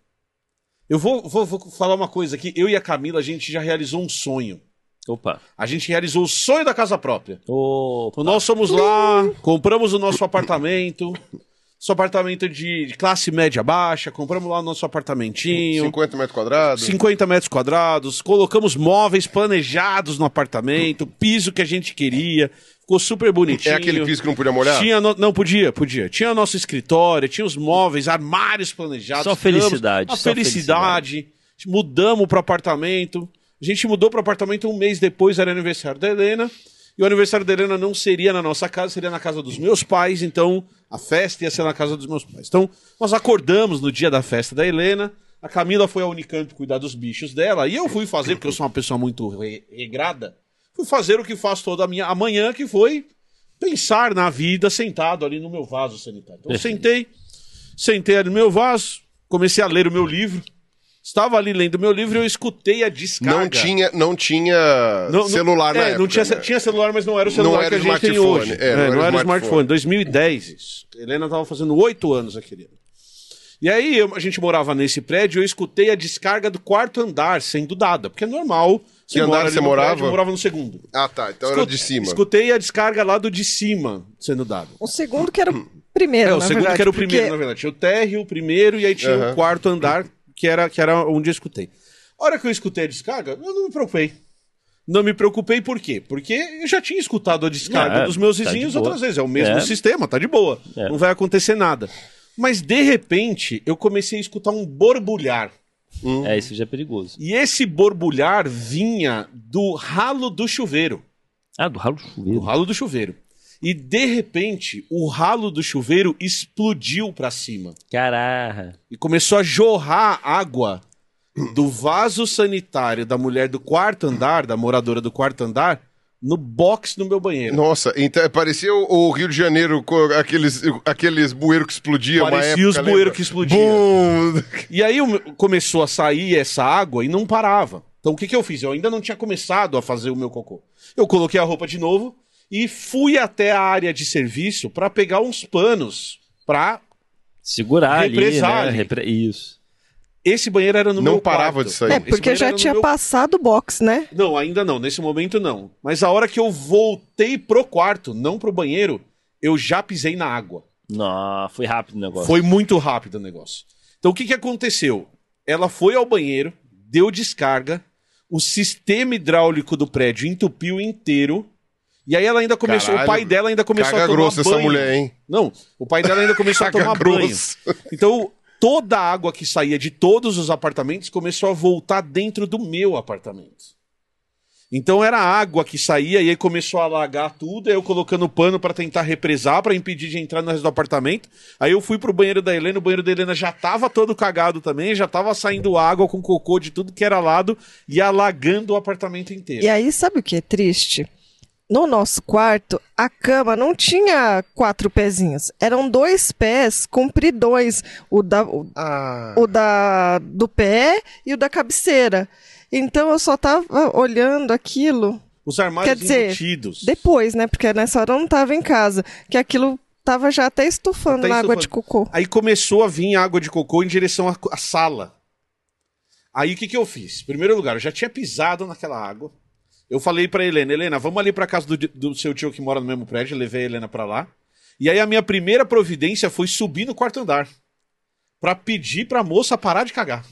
Speaker 1: Eu vou, vou, vou falar uma coisa aqui. Eu e a Camila, a gente já realizou um sonho.
Speaker 4: Opa.
Speaker 1: A gente realizou o sonho da casa própria.
Speaker 4: Opa.
Speaker 1: Então nós somos lá, compramos o nosso apartamento. Nosso apartamento de de classe média baixa, compramos lá o nosso apartamentinho.
Speaker 3: 50 É, metros quadrados.
Speaker 1: 50 metros quadrados, colocamos móveis planejados no apartamento, piso que a gente queria, ficou super bonitinho.
Speaker 3: É aquele piso que não podia molhar?
Speaker 1: Tinha no- Não, podia, podia. Tinha nosso escritório, tinha os móveis, armários planejados.
Speaker 4: Só
Speaker 1: ficamos-
Speaker 4: felicidade,
Speaker 1: Uma
Speaker 4: só
Speaker 1: felicidade. Mudamos pro apartamento. A gente mudou pro apartamento um mês depois, era aniversário da Helena. E o aniversário da Helena não seria na nossa casa, seria na casa dos meus pais. Então, a festa ia ser na casa dos meus pais. Então, nós acordamos no dia da festa da Helena. A Camila foi à Unicamp cuidar dos bichos dela. E eu fui fazer, porque eu sou uma pessoa muito re- regrada. Fui fazer o que faço toda a minha amanhã, que foi pensar na vida sentado ali no meu vaso sanitário. Então, eu sentei, sentei ali no meu vaso, comecei a ler o meu livro. Estava ali lendo o meu livro e eu escutei a descarga.
Speaker 3: Não tinha, não tinha
Speaker 1: Não- não-
Speaker 3: celular
Speaker 1: é,
Speaker 3: na época.
Speaker 1: não tinha,
Speaker 3: né?
Speaker 1: ce- tinha celular, mas não era o celular
Speaker 3: era
Speaker 1: que a gente tem
Speaker 3: smartphone,
Speaker 1: hoje.
Speaker 3: é, não
Speaker 1: não,
Speaker 3: era
Speaker 1: era,
Speaker 3: smartphone.
Speaker 1: smartphone. 2010 isso. Helena estava fazendo oito anos aquele ano. E aí eu- a gente morava nesse prédio e eu escutei a descarga do quarto andar sendo dada, porque é normal.
Speaker 3: Que andar
Speaker 1: ali
Speaker 3: você
Speaker 1: no
Speaker 3: morava?
Speaker 1: prédio, eu morava no segundo.
Speaker 3: Ah, tá. Então era de cima.
Speaker 1: Escutei a descarga lá do de cima sendo dada.
Speaker 2: O segundo que era o primeiro,
Speaker 1: É, o
Speaker 2: na
Speaker 1: segundo
Speaker 2: verdade,
Speaker 1: que era o primeiro,
Speaker 2: porque
Speaker 1: na verdade. Tinha o térreo, o primeiro, e aí tinha
Speaker 3: Aham.
Speaker 1: o quarto andar, que era, que era onde eu escutei. A hora que eu escutei a descarga, eu não me preocupei. Não me preocupei por quê? Porque eu já tinha escutado a descarga
Speaker 4: Ah,
Speaker 1: dos meus
Speaker 4: tá de
Speaker 1: vizinhos
Speaker 4: boa.
Speaker 1: outras vezes. É o mesmo
Speaker 4: É.
Speaker 1: sistema, tá de boa.
Speaker 4: É.
Speaker 1: Não vai acontecer nada. Mas, de repente, eu comecei a escutar um borbulhar. Hum.
Speaker 4: É, isso já é perigoso.
Speaker 1: E esse borbulhar vinha do ralo do chuveiro.
Speaker 4: Ah, do ralo do
Speaker 1: O
Speaker 4: chuveiro.
Speaker 1: ralo do chuveiro. E, de repente, o ralo do chuveiro explodiu pra cima.
Speaker 4: Caraca.
Speaker 1: e começou a jorrar água do vaso sanitário da mulher do quarto andar, da moradora do quarto andar, no box do meu banheiro.
Speaker 3: Nossa, então parecia o, o Rio de Janeiro com aqueles, aqueles bueiros que explodiam uma
Speaker 1: Parecia
Speaker 3: época,
Speaker 1: os bueiros
Speaker 3: lembra?
Speaker 1: que explodiam.
Speaker 3: Bum!
Speaker 1: E aí o meu- começou a sair essa água e não parava. Então o que, que eu fiz? Eu ainda não tinha começado a fazer o meu cocô. Eu coloquei a roupa de novo e fui até a área de serviço para pegar uns panos pra.
Speaker 4: Segurar
Speaker 1: Represar
Speaker 4: ali, né?
Speaker 1: ali.
Speaker 4: Repre- Isso.
Speaker 1: Esse banheiro era no
Speaker 3: Não
Speaker 1: meu
Speaker 3: parava
Speaker 1: quarto.
Speaker 3: de sair.
Speaker 2: É,
Speaker 1: Esse
Speaker 2: porque
Speaker 1: banheiro
Speaker 2: já
Speaker 1: era no
Speaker 2: tinha
Speaker 1: meu
Speaker 2: passado o box, né?
Speaker 1: Não, ainda não, nesse momento não. Mas a hora que eu voltei pro quarto, não pro banheiro, eu já pisei na água.
Speaker 4: Não, foi rápido o negócio.
Speaker 1: Foi muito rápido o negócio. Então o que, que aconteceu? Ela foi ao banheiro, deu descarga, o sistema hidráulico do prédio entupiu inteiro. E aí ela ainda começou,
Speaker 3: Caralho,
Speaker 1: o pai dela ainda começou
Speaker 3: caga
Speaker 1: a tomar
Speaker 3: grossa essa
Speaker 1: banho.
Speaker 3: mulher, hein?
Speaker 1: Não, o pai dela ainda começou a
Speaker 3: Caga
Speaker 1: tomar
Speaker 3: grossa.
Speaker 1: banho. Então toda a água que saía de todos os apartamentos começou a voltar dentro do meu apartamento. Então era água que saía e aí começou a alagar tudo, aí eu colocando pano pra tentar represar, pra impedir de entrar no resto do apartamento. Aí eu fui pro banheiro da Helena, o banheiro da Helena já tava todo cagado também, já tava saindo água com cocô de tudo que era lado e alagando o apartamento inteiro.
Speaker 2: E aí, sabe o que é triste? No nosso quarto, a cama não tinha quatro pezinhos. Eram dois pés compridões. O da, o,
Speaker 1: Ah.
Speaker 2: o da do pé e o da cabeceira. Então eu só tava olhando aquilo
Speaker 1: Os armários
Speaker 2: Quer dizer,
Speaker 1: embutidos.
Speaker 2: depois, né? Porque nessa hora eu não tava em casa. Que aquilo tava já até estufando
Speaker 1: Até
Speaker 2: na água
Speaker 1: estufando.
Speaker 2: de cocô.
Speaker 1: Aí começou a vir água de cocô em direção à, à sala. Aí o que, que eu fiz? Em primeiro lugar, eu já tinha pisado naquela água. Eu falei pra Helena, Helena, vamos ali pra casa do, do seu tio que mora no mesmo prédio. Eu levei a Helena pra lá. E aí a minha primeira providência foi subir no quarto andar pra pedir pra moça parar de cagar.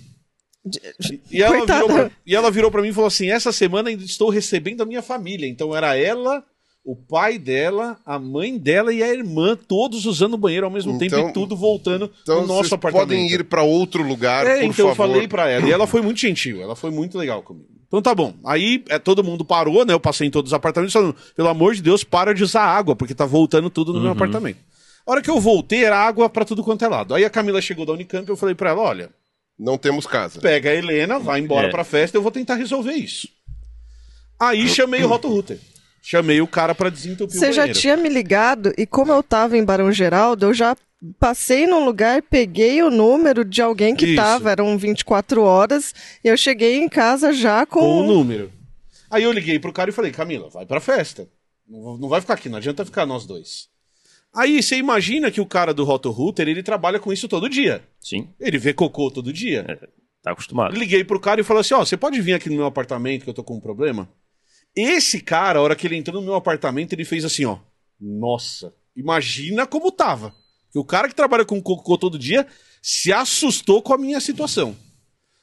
Speaker 1: E- E ela,
Speaker 2: Coitada.
Speaker 1: virou pra, e ela virou pra mim e falou assim: Essa semana ainda estou recebendo a minha família. Então era ela, o pai dela, a mãe dela e a irmã, todos usando o banheiro ao mesmo tempo
Speaker 3: Então-
Speaker 1: e tudo voltando
Speaker 3: Então
Speaker 1: no nosso
Speaker 3: vocês
Speaker 1: apartamento.
Speaker 3: podem ir pra outro lugar,
Speaker 1: É,
Speaker 3: por
Speaker 1: então eu
Speaker 3: favor.
Speaker 1: falei pra ela. E ela foi muito gentil, ela foi muito legal comigo. Então tá bom. Aí é, todo mundo parou, né? Eu passei em todos os apartamentos falando, pelo amor de Deus, para de usar água, porque tá voltando tudo no meu apartamento. A hora que eu voltei, era água pra tudo quanto é lado. Aí a Camila chegou da Unicamp e eu falei pra ela: olha,
Speaker 3: Não temos casa.
Speaker 1: pega a Helena, vai embora
Speaker 4: É.
Speaker 1: pra festa, eu vou tentar resolver isso. Aí chamei o Roto Router. Chamei o cara pra desentupir o
Speaker 2: Você já
Speaker 1: banheiro.
Speaker 2: tinha me ligado e como eu tava em Barão Geraldo, eu já passei num lugar, peguei o número de alguém que
Speaker 1: Isso.
Speaker 2: tava, eram 24 horas, e eu cheguei em casa já com...
Speaker 1: com o número. Aí eu liguei pro cara e falei, Camila, vai pra festa. Não vou- não vai ficar aqui, não adianta ficar nós dois. Aí você imagina que o cara do Roto Router, ele trabalha com isso todo dia.
Speaker 4: Sim,
Speaker 1: Ele vê cocô todo dia.
Speaker 4: tá acostumado.
Speaker 1: Liguei pro cara e falei assim, ó, você pode vir aqui no meu apartamento que eu tô com um problema? Esse cara, a hora que ele entrou no meu apartamento, ele fez assim, ó. Nossa, imagina como tava. Que o cara que trabalha com cocô todo dia se assustou com a minha situação.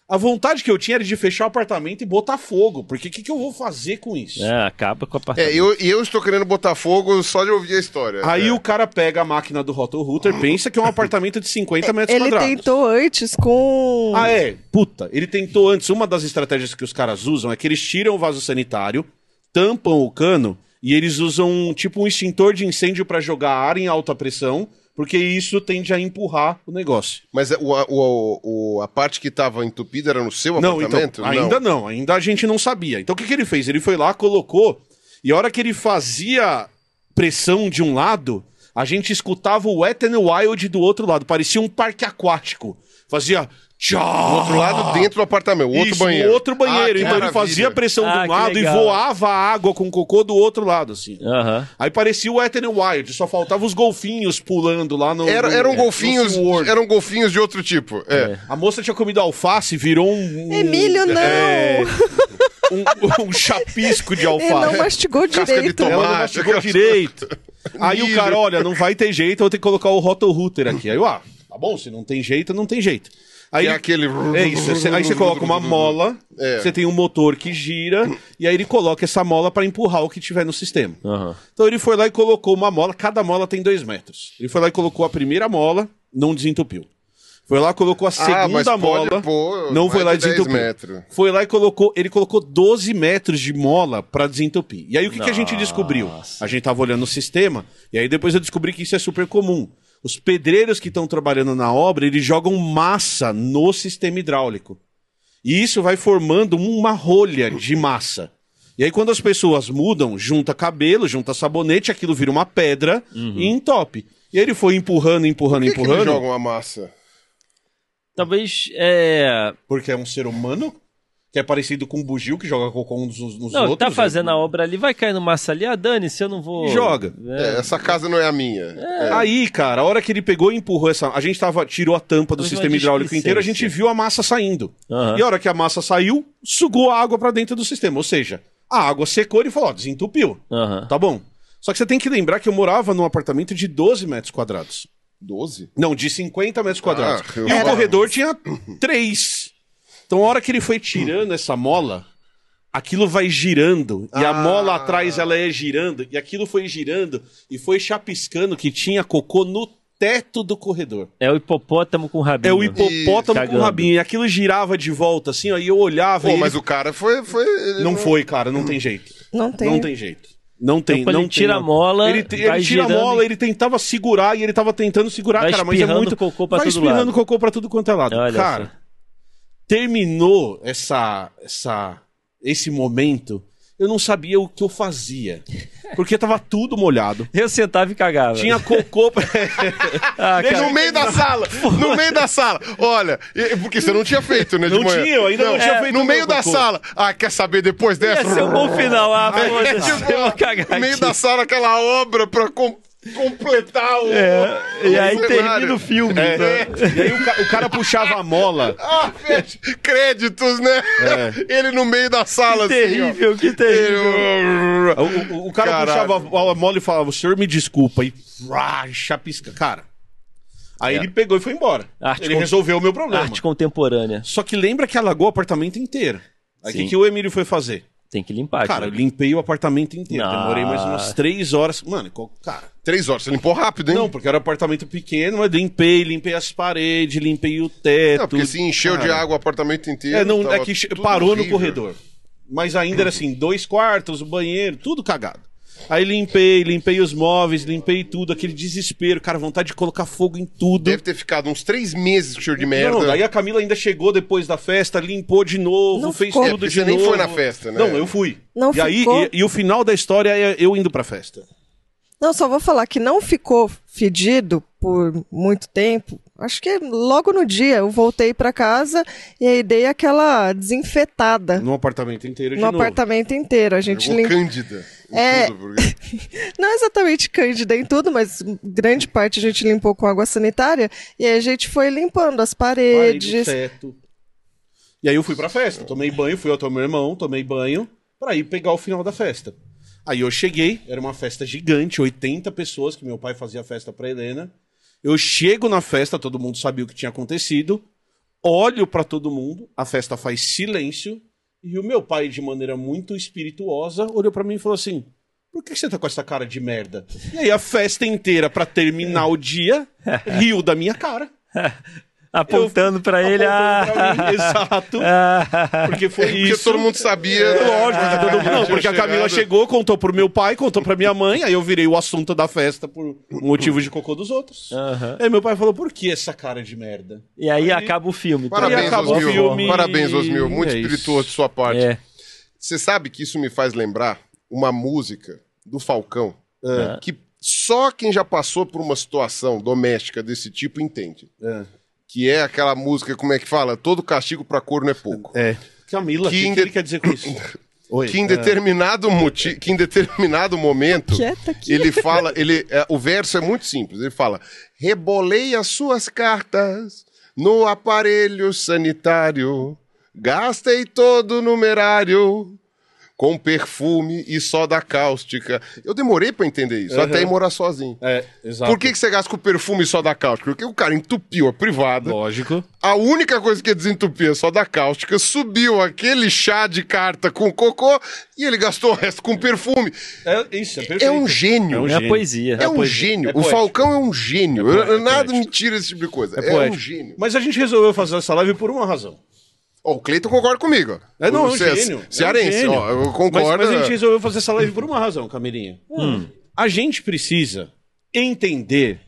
Speaker 1: A vontade que eu tinha era de fechar o apartamento e botar fogo, porque o que, que eu vou fazer com isso?
Speaker 4: É, acaba com a parte.
Speaker 3: É, eu, e eu estou querendo botar fogo só de ouvir a história.
Speaker 1: Aí
Speaker 3: é.
Speaker 1: o cara pega a máquina do Roto Router, pensa que é um apartamento de 50 metros
Speaker 2: Ele
Speaker 1: quadrados.
Speaker 2: tentou antes com...
Speaker 1: Ah, é? Puta, ele tentou antes. Uma das estratégias que os caras usam é que eles tiram o vaso sanitário, tampam o cano e eles usam um- tipo um extintor de incêndio pra jogar ar em alta pressão, porque isso tende a empurrar o negócio.
Speaker 3: Mas é, o, o, o- a parte que estava entupida era no seu
Speaker 1: Não, então,
Speaker 3: apartamento?
Speaker 1: ainda não. ainda a gente não sabia. Então o que, que ele fez? Ele foi lá, colocou, e a hora que ele fazia pressão de um lado, a gente escutava o Wet n Wild do outro lado, parecia um parque aquático. Fazia tchau!
Speaker 3: Do outro lado, dentro do apartamento, o outro
Speaker 1: Ah, Isso,
Speaker 3: banheiro.
Speaker 1: outro
Speaker 3: Ah,
Speaker 1: banheiro.
Speaker 3: que
Speaker 1: então ele
Speaker 3: maravilha.
Speaker 1: fazia pressão
Speaker 4: Ah,
Speaker 1: de
Speaker 4: que
Speaker 1: um lado e
Speaker 4: legal.
Speaker 1: voava a água com cocô do outro lado, assim.
Speaker 4: Aham.
Speaker 1: Aí parecia o Ethan Wild, só faltava os golfinhos pulando lá no.
Speaker 3: Era,
Speaker 1: no-
Speaker 3: eram
Speaker 1: é,
Speaker 3: golfinhos,
Speaker 1: no SeaWorld.
Speaker 3: eram golfinhos de outro tipo. É.
Speaker 1: A moça tinha comido alface, virou um. um-
Speaker 2: Emílio, não!
Speaker 1: é, um, um chapisco de
Speaker 2: Ele não
Speaker 1: alface.
Speaker 2: mastigou
Speaker 3: Casca de
Speaker 2: direito.
Speaker 3: tomate.
Speaker 1: Ela não mastigou direito. Aí o cara, olha, não vai ter jeito, eu vou ter que colocar o roto router aqui. Aí eu, ah, tá bom, se não tem jeito, não tem jeito. Aí
Speaker 3: Que é
Speaker 1: ele-
Speaker 3: aquele.
Speaker 1: É isso. cê- Aí você coloca uma mola,
Speaker 3: É.
Speaker 1: você tem um motor que gira, e aí ele coloca essa mola pra empurrar o que tiver no sistema.
Speaker 4: Aham.
Speaker 1: Então ele foi lá e colocou uma mola, cada mola tem dois metros. Ele foi lá e colocou a primeira mola, não desentupiu. Foi lá, colocou a
Speaker 3: Ah,
Speaker 1: segunda
Speaker 3: mas pode
Speaker 1: mola,
Speaker 3: pôr
Speaker 1: não
Speaker 3: mais
Speaker 1: foi lá e
Speaker 3: de 10
Speaker 1: desentupiu.
Speaker 3: metros.
Speaker 1: Foi lá e colocou, ele colocou 12 metros de mola pra desentupir. E aí o que, que a gente descobriu? A gente tava olhando o sistema, e aí depois eu descobri que isso é super comum. Os pedreiros que estão trabalhando na obra, eles jogam massa no sistema hidráulico. E isso vai formando uma rolha de massa. E aí, quando as pessoas mudam, junta cabelo, junta sabonete, aquilo vira uma pedra e entope. E aí ele foi empurrando, empurrando,
Speaker 3: Por que, que
Speaker 1: empurrando.
Speaker 3: eles jogam a massa?
Speaker 4: Talvez. É...
Speaker 1: Porque é um ser humano que é parecido com um bugio que joga cocô uns nos, nos
Speaker 4: Não,
Speaker 1: outros.
Speaker 4: tá fazendo
Speaker 1: né?
Speaker 4: a obra ali, vai cair no massa ali. Ah, dane-se, eu não vou.
Speaker 1: E joga.
Speaker 3: É, essa casa não é a minha. É.
Speaker 1: Aí, cara, a hora que ele pegou e empurrou essa. A gente tava, tirou a tampa do
Speaker 4: Houve uma
Speaker 1: sistema hidráulico inteiro, a
Speaker 4: displicência.
Speaker 1: gente viu a massa saindo.
Speaker 4: Aham.
Speaker 1: E a hora que a massa saiu, sugou a água pra dentro do sistema. Ou seja, a água secou e falou: ó, desentupiu.
Speaker 4: Aham.
Speaker 1: Tá bom. Só que você tem que lembrar que eu morava num apartamento de 12 metros quadrados.
Speaker 3: 12?
Speaker 1: Não, de 50 metros quadrados.
Speaker 3: Ah, eu
Speaker 1: e o
Speaker 3: falava.
Speaker 1: corredor tinha 3. Então, a hora que ele foi tirando essa mola, aquilo vai girando.
Speaker 3: Ah.
Speaker 1: E a mola atrás, ela é girando. E aquilo foi girando e foi chapiscando que tinha cocô no teto do corredor.
Speaker 4: É o hipopótamo com rabinho.
Speaker 1: É o hipopótamo com
Speaker 4: Cagando.
Speaker 1: o rabinho. E aquilo girava de volta, assim, ó, e eu olhava. e
Speaker 3: Pô,
Speaker 1: ele-
Speaker 3: mas o cara foi. foi ele
Speaker 1: Não foi, cara, não tem jeito.
Speaker 2: Uhum. Não tem.
Speaker 1: Não tem jeito. Não tem,
Speaker 4: Então, ele
Speaker 1: não
Speaker 4: tira
Speaker 1: tem,
Speaker 4: a mola,
Speaker 1: Ele, te-
Speaker 4: vai
Speaker 1: ele tira a
Speaker 4: girando
Speaker 1: mola,
Speaker 4: e-
Speaker 1: ele tentava segurar e ele tava tentando segurar,
Speaker 4: Vai
Speaker 1: cara, mas é
Speaker 4: espirrando
Speaker 1: muito
Speaker 4: cocô pra
Speaker 1: vai
Speaker 4: todo
Speaker 1: espirrando
Speaker 4: lado.
Speaker 1: cocô pra tudo quanto é lado.
Speaker 4: Olha
Speaker 1: cara,
Speaker 4: só.
Speaker 1: terminou essa essa esse momento, eu não sabia o que eu fazia. Porque tava tudo molhado.
Speaker 4: Eu sentava e cagava.
Speaker 1: Tinha cocô pra...
Speaker 4: Ah, cara,
Speaker 3: No meio da sala! No meio da sala! Olha, e- porque você não tinha feito, né? de
Speaker 1: Não
Speaker 3: manhã. é,
Speaker 1: tinha, eu ainda não tinha feito
Speaker 3: No
Speaker 1: o
Speaker 3: meio
Speaker 1: meu
Speaker 3: da
Speaker 1: cocô.
Speaker 3: sala! Ah, quer saber depois
Speaker 4: ia
Speaker 3: dessa?
Speaker 4: ser um bom final. Ah,
Speaker 1: Tipo,
Speaker 4: foda-se, eu vou cagar
Speaker 3: tipo, no meio
Speaker 4: aqui.
Speaker 3: da assim, sala, aquela obra pra com- completar o.
Speaker 4: É, e aí termina o filme.
Speaker 1: É. E aí o, ca- o cara puxava a mola.
Speaker 3: Ah, fecha. Créditos, né?
Speaker 1: É.
Speaker 3: Ele no meio da sala,
Speaker 4: Que terrível, que
Speaker 3: assim. ó.
Speaker 4: terrível.
Speaker 3: Ele-
Speaker 1: O, o cara
Speaker 3: Caralho.
Speaker 1: puxava a bola mole e falava, o senhor me desculpa. E rá, chapisca. Cara. Aí
Speaker 3: É.
Speaker 1: ele pegou e foi embora.
Speaker 4: Arte
Speaker 1: ele
Speaker 4: con-
Speaker 1: resolveu o meu problema.
Speaker 4: Arte contemporânea.
Speaker 1: Só que lembra que alagou o apartamento inteiro. Aí o
Speaker 4: Sim.
Speaker 1: que, que o Emílio foi fazer?
Speaker 4: Tem que limpar. tipo,
Speaker 1: Cara, eu
Speaker 4: aquilo.
Speaker 1: limpei o apartamento inteiro.
Speaker 4: Ah.
Speaker 1: Demorei mais umas três horas. Mano, qual- cara.
Speaker 3: Três horas, você limpou rápido, hein?
Speaker 1: Não, porque era um apartamento pequeno, mas limpei, limpei as paredes, limpei o teto.
Speaker 3: Não, porque se encheu de
Speaker 1: é Cara,
Speaker 3: água o apartamento inteiro.
Speaker 1: É, não,
Speaker 3: tava
Speaker 1: é que che-
Speaker 3: tudo
Speaker 1: parou no
Speaker 3: horrível.
Speaker 1: corredor. Mas ainda era assim, dois quartos, o banheiro, tudo cagado. Aí limpei, limpei os móveis, limpei tudo, aquele desespero, cara, vontade de colocar fogo em tudo.
Speaker 3: Deve ter ficado uns três meses com cheiro de merda.
Speaker 1: Não, daí a Camila ainda chegou depois da festa, limpou de novo,
Speaker 2: Não
Speaker 1: fez
Speaker 2: ficou.
Speaker 3: É,
Speaker 1: tudo
Speaker 3: porque
Speaker 1: de
Speaker 3: você
Speaker 1: novo.
Speaker 3: nem foi na festa, né?
Speaker 1: Não, eu fui.
Speaker 2: Não
Speaker 1: e aí,
Speaker 2: ficou.
Speaker 1: e, e o final da história é eu indo pra festa.
Speaker 2: Não, só vou falar que não ficou fedido por muito tempo. Acho que logo no dia eu voltei pra casa e aí dei aquela desinfetada
Speaker 1: No apartamento inteiro de
Speaker 2: no
Speaker 1: novo.
Speaker 2: apartamento inteiro. A gente
Speaker 3: Jogou
Speaker 2: limpou.
Speaker 3: Cândida. em
Speaker 2: É.
Speaker 3: tudo, porque-
Speaker 2: Não exatamente cândida em tudo, mas grande parte a gente limpou com água sanitária e aí a gente foi limpando as
Speaker 1: parede,
Speaker 2: paredes.
Speaker 1: teto. E aí eu fui pra festa, tomei banho, fui até o meu irmão, tomei banho, pra ir pegar o final da festa. Aí eu cheguei, era uma festa gigante, 80 pessoas, que meu pai fazia festa pra Helena. Eu chego na festa, todo mundo sabia o que tinha acontecido, olho pra todo mundo, a festa faz silêncio, e o meu pai, de maneira muito espirituosa, olhou pra mim e falou assim, por que você tá com essa cara de merda? E aí a festa inteira, pra terminar o dia, riu da minha cara
Speaker 4: Apontando pra ele.
Speaker 1: apontando pra
Speaker 4: ah,
Speaker 1: mim, exato.
Speaker 4: ah,
Speaker 1: Porque foi
Speaker 3: Porque
Speaker 1: isso. É.
Speaker 3: todo mundo sabia.
Speaker 1: Lógico, porque todo mundo- não,
Speaker 3: tinha
Speaker 1: porque a Camila
Speaker 3: chegado.
Speaker 1: chegou, contou pro meu pai, contou pra minha mãe, aí eu virei o assunto da festa por motivo de cocô dos outros.
Speaker 4: Aham.
Speaker 1: Aí meu pai falou, por que essa cara de merda?
Speaker 4: e aí acaba o filme. tá?
Speaker 1: E
Speaker 3: Parabéns,
Speaker 1: acabou o
Speaker 3: Osmil.
Speaker 1: filme.
Speaker 3: Parabéns, Osmil. Muito
Speaker 1: É isso.
Speaker 3: espirituoso de sua parte.
Speaker 4: É.
Speaker 3: Você sabe que isso me faz lembrar uma música do Falcão eh, que só quem já passou por uma situação doméstica desse tipo entende. Que é aquela música, como é que fala? Todo castigo pra corno é pouco.
Speaker 1: É. Camila, o
Speaker 3: Que
Speaker 1: que, que
Speaker 3: ainda-
Speaker 1: ele quer dizer com isso? Oi. é.
Speaker 3: Que em determinado moti- que em determinado momento
Speaker 2: Quieta, quieta.
Speaker 3: ele fala, ele é, o verso é muito simples, ele fala: "Rebolei as suas cartas no aparelho sanitário, gastei todo o numerário com perfume e soda cáustica". Eu demorei pra entender isso, até ir morar sozinho.
Speaker 1: É, exato.
Speaker 3: Por que, que você gasta com perfume e soda cáustica? Porque o cara entupiu a privada.
Speaker 1: Lógico.
Speaker 3: A única coisa que desentupia só da cáustica subiu aquele chá de carta com cocô e ele gastou o resto com perfume.
Speaker 1: É, isso, é perfeito.
Speaker 3: É um gênio. É um,
Speaker 4: É a poesia.
Speaker 1: É poético.
Speaker 3: gênio.
Speaker 1: É
Speaker 3: o
Speaker 1: poético.
Speaker 3: Falcão é um gênio.
Speaker 1: poé- é
Speaker 3: Nada
Speaker 1: poético.
Speaker 3: me tira esse tipo de coisa. É, um
Speaker 1: poético.
Speaker 3: gênio.
Speaker 1: Mas a gente resolveu fazer essa live por uma razão.
Speaker 3: Ó, o Cleiton concorda comigo.
Speaker 1: É, não, é um
Speaker 3: Você
Speaker 1: gênio.
Speaker 3: Cearense,
Speaker 1: é um gênio.
Speaker 3: ó, eu concordo.
Speaker 1: Mas, mas
Speaker 3: é. Hum.
Speaker 1: a gente resolveu fazer essa live por uma razão, Camirinha. A gente precisa entender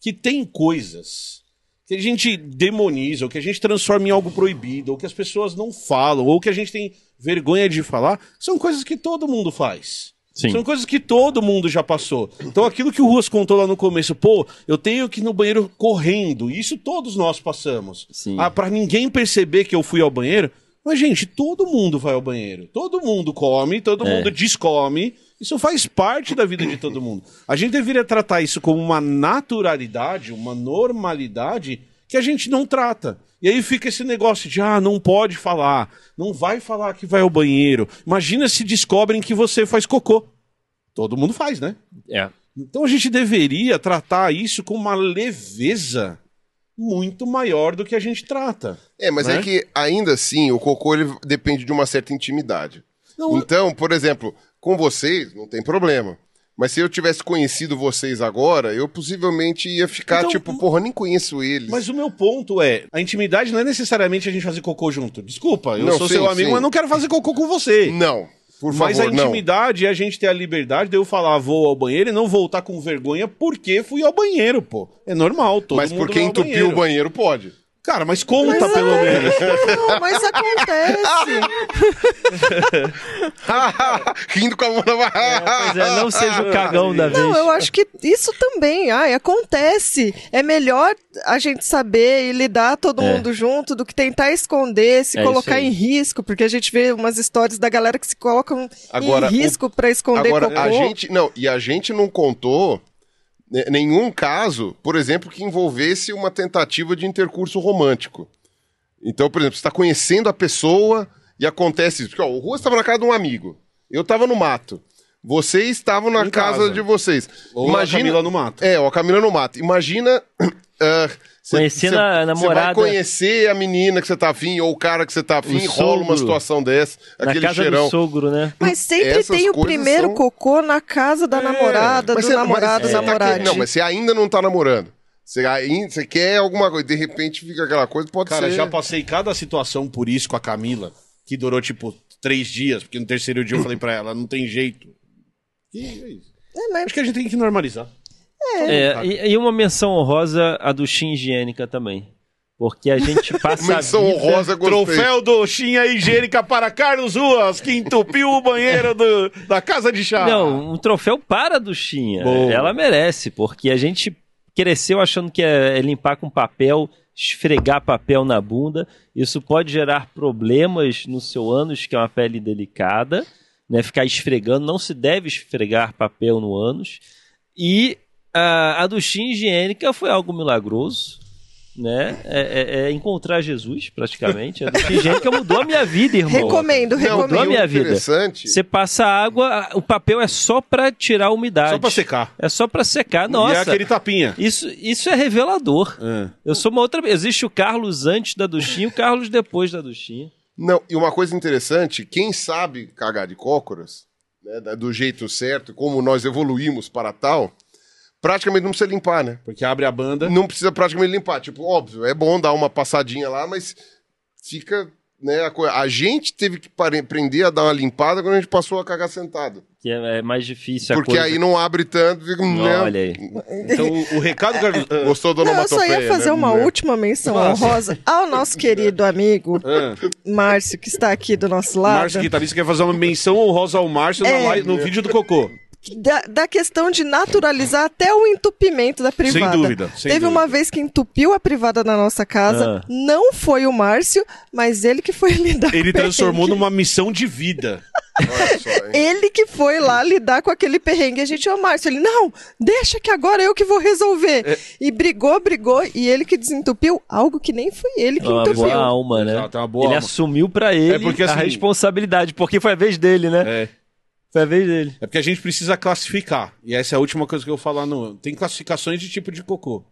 Speaker 1: que tem coisas que a gente demoniza, ou que a gente transforma em algo proibido, ou que as pessoas não falam, ou que a gente tem vergonha de falar, são coisas que todo mundo faz.
Speaker 4: Sim.
Speaker 1: São coisas que todo mundo já passou. Então aquilo que o Ruas contou lá no começo, pô, eu tenho que ir no banheiro correndo. Isso todos nós passamos.
Speaker 4: Sim.
Speaker 1: Ah, para ninguém perceber que eu fui ao banheiro. Mas, gente, todo mundo vai ao banheiro. Todo mundo come, todo
Speaker 4: É.
Speaker 1: mundo descome. Isso faz parte da vida de todo mundo. A gente deveria tratar isso como uma naturalidade, uma normalidade que a gente não trata. E aí fica esse negócio de, ah, não pode falar, não vai falar que vai ao banheiro. Imagina se descobrem que você faz cocô. Todo mundo faz, né?
Speaker 4: É.
Speaker 1: Então a gente deveria tratar isso com uma leveza muito maior do que a gente trata.
Speaker 3: É, mas
Speaker 1: né?
Speaker 3: é que ainda assim o cocô ele depende de uma certa intimidade.
Speaker 1: Não-
Speaker 3: Então, por exemplo, com vocês não tem problema. Mas se eu tivesse conhecido vocês agora, eu possivelmente ia ficar
Speaker 1: Então,
Speaker 3: tipo,
Speaker 1: m-
Speaker 3: porra, nem conheço eles.
Speaker 1: Mas o meu ponto é, a intimidade não é necessariamente a gente fazer cocô junto. Desculpa, eu
Speaker 3: Não,
Speaker 1: sou
Speaker 3: sim,
Speaker 1: seu amigo,
Speaker 3: sim.
Speaker 1: mas não quero fazer cocô com você.
Speaker 3: Não, por
Speaker 1: mas
Speaker 3: favor,
Speaker 1: a
Speaker 3: não.
Speaker 1: intimidade é a gente ter a liberdade de eu falar vou ao banheiro e não voltar com vergonha porque fui ao banheiro, pô. É normal, todo
Speaker 3: Mas
Speaker 1: mundo é
Speaker 3: porque
Speaker 1: vai ao
Speaker 3: entupiu o banheiro pode.
Speaker 1: Cara, mas conta
Speaker 2: Mas
Speaker 1: Tá pelo
Speaker 2: é,
Speaker 1: menos.
Speaker 2: Não, mas acontece.
Speaker 3: Rindo com a mão na
Speaker 4: Pois é, não seja o cagão da vez.
Speaker 2: Não, eu acho que isso também, ai, acontece. É melhor a gente saber e lidar todo
Speaker 4: É.
Speaker 2: mundo junto do que tentar esconder, se
Speaker 4: É isso
Speaker 2: colocar
Speaker 4: aí.
Speaker 2: em risco, porque a gente vê umas histórias da galera que se colocam
Speaker 3: Agora,
Speaker 2: em risco pra esconder
Speaker 3: Agora,
Speaker 2: cocô.
Speaker 3: a gente. Não, e a gente não contou né, nenhum caso, por exemplo, que envolvesse uma tentativa de intercurso romântico. Então, por exemplo, você está conhecendo a pessoa e acontece isso. Porque, ó, o Rua estava na casa de um amigo. Eu estava no mato. Vocês estavam na
Speaker 1: Em
Speaker 3: casa,
Speaker 1: casa.
Speaker 3: de vocês.
Speaker 1: Ou a Camila no mato.
Speaker 3: É, ou a Camila no mato. Imagina ah, cê-
Speaker 4: Conheci
Speaker 3: cê-
Speaker 4: na-
Speaker 3: cê
Speaker 4: namorada-
Speaker 3: vai conhecer a menina que você tá afim ou o cara que você tá afim,
Speaker 4: O
Speaker 3: rola uma
Speaker 4: sogro.
Speaker 3: situação dessa,
Speaker 4: Na
Speaker 3: aquele
Speaker 4: casa
Speaker 3: cheirão.
Speaker 4: do sogro, né?
Speaker 2: Mas sempre
Speaker 3: Essas
Speaker 2: tem o
Speaker 3: coisas
Speaker 2: primeiro
Speaker 3: são-
Speaker 2: cocô na casa
Speaker 1: É.
Speaker 2: da namorada, do
Speaker 3: cê-
Speaker 2: namorado,
Speaker 3: cê tá
Speaker 2: namorada.
Speaker 3: querendo- Não, mas você ainda não tá namorando. Você ainda- você quer alguma coisa, de repente fica aquela coisa, pode
Speaker 1: Cara,
Speaker 3: ser.
Speaker 1: já passei cada situação por isso com a Camila, que durou tipo três dias, porque no terceiro dia eu falei pra ela, não tem jeito. E é isso.
Speaker 2: É, mas-
Speaker 1: Acho que a gente tem que normalizar.
Speaker 4: É, e, e uma menção honrosa a do Shin Higiênica também. Porque a gente passa. a
Speaker 3: Menção
Speaker 4: vida-
Speaker 3: honrosa, gostei.
Speaker 1: Troféu doxinha higiênica para Carlos Ruas, que entupiu o banheiro do- da casa de chá.
Speaker 4: Não, um troféu para a Duchinha.
Speaker 1: Boa.
Speaker 4: Ela merece, porque a gente cresceu achando que é, é limpar com papel, esfregar papel na bunda. Isso pode gerar problemas no seu ânus, que é uma pele delicada, né? Ficar esfregando, não se deve esfregar papel no ânus. E ah, a duchinha higiênica foi algo milagroso. Né? É, é- é encontrar Jesus, praticamente. A duchinha higiênica mudou a minha vida, irmão.
Speaker 2: Recomendo,
Speaker 3: Não,
Speaker 4: Mudou a
Speaker 2: recomendo.
Speaker 3: tem um
Speaker 4: minha vida.
Speaker 3: Interessante.
Speaker 4: Você passa água, o papel é só pra tirar a umidade.
Speaker 1: Só pra secar.
Speaker 4: É só pra secar,
Speaker 1: E é
Speaker 4: nossa.
Speaker 1: aquele tapinha.
Speaker 4: Isso, isso é revelador. Eu sou uma outra. Existe o Carlos antes da duchinha e o Carlos depois da duchinha.
Speaker 3: Não, e uma coisa interessante, quem sabe cagar de cócoras, né, da- do jeito certo, como nós evoluímos para tal, praticamente não precisa limpar, né?
Speaker 1: Porque abre a banda.
Speaker 3: Não precisa praticamente limpar. Tipo, óbvio, é bom dar uma passadinha lá, mas fica, né, a, coisa. a gente teve que pare- aprender a dar uma limpada quando a gente passou a cagar sentado.
Speaker 4: Que é, é mais difícil a
Speaker 3: porque
Speaker 4: coisa.
Speaker 3: aí não abre tanto, fica, né?
Speaker 4: Olha aí.
Speaker 1: Então, o, o recado, Carlos. ah,
Speaker 3: Gostou né? do
Speaker 2: Não, eu só ia fazer uma
Speaker 3: É.
Speaker 2: última menção honrosa ao nosso querido amigo
Speaker 3: Ah.
Speaker 2: Márcio, que está aqui do nosso lado.
Speaker 1: Márcio Guitarista quer fazer uma menção honrosa ao Márcio na
Speaker 2: É.
Speaker 1: live- no vídeo do Cocô.
Speaker 2: da, da questão de naturalizar até o entupimento da privada.
Speaker 1: dúvida, sem
Speaker 2: Teve
Speaker 1: dúvida.
Speaker 2: uma vez que entupiu a privada na nossa casa.
Speaker 4: Ah.
Speaker 2: Não foi o Márcio, mas ele que foi lidar
Speaker 1: Ele
Speaker 2: com o
Speaker 1: transformou
Speaker 2: perrengue.
Speaker 1: numa missão de vida.
Speaker 3: Olha só, hein?
Speaker 2: Ele que foi lá lidar com aquele perrengue. A gente, ô Márcio, ele, não, deixa que agora eu que vou resolver. E brigou, brigou, e ele que desentupiu algo que nem foi ele que
Speaker 4: Uma
Speaker 2: entupiu.
Speaker 4: boa
Speaker 3: ah,
Speaker 4: alma, né?
Speaker 1: Exato, é uma boa
Speaker 4: ele
Speaker 1: alma.
Speaker 4: assumiu pra ele
Speaker 1: É porque,
Speaker 4: a
Speaker 1: assim,
Speaker 4: responsabilidade, porque foi a vez dele, né?
Speaker 1: É.
Speaker 4: Foi a vez dele.
Speaker 1: É porque a gente precisa classificar. E essa é a última coisa que eu vou falar. No... Tem classificações de tipo de cocô.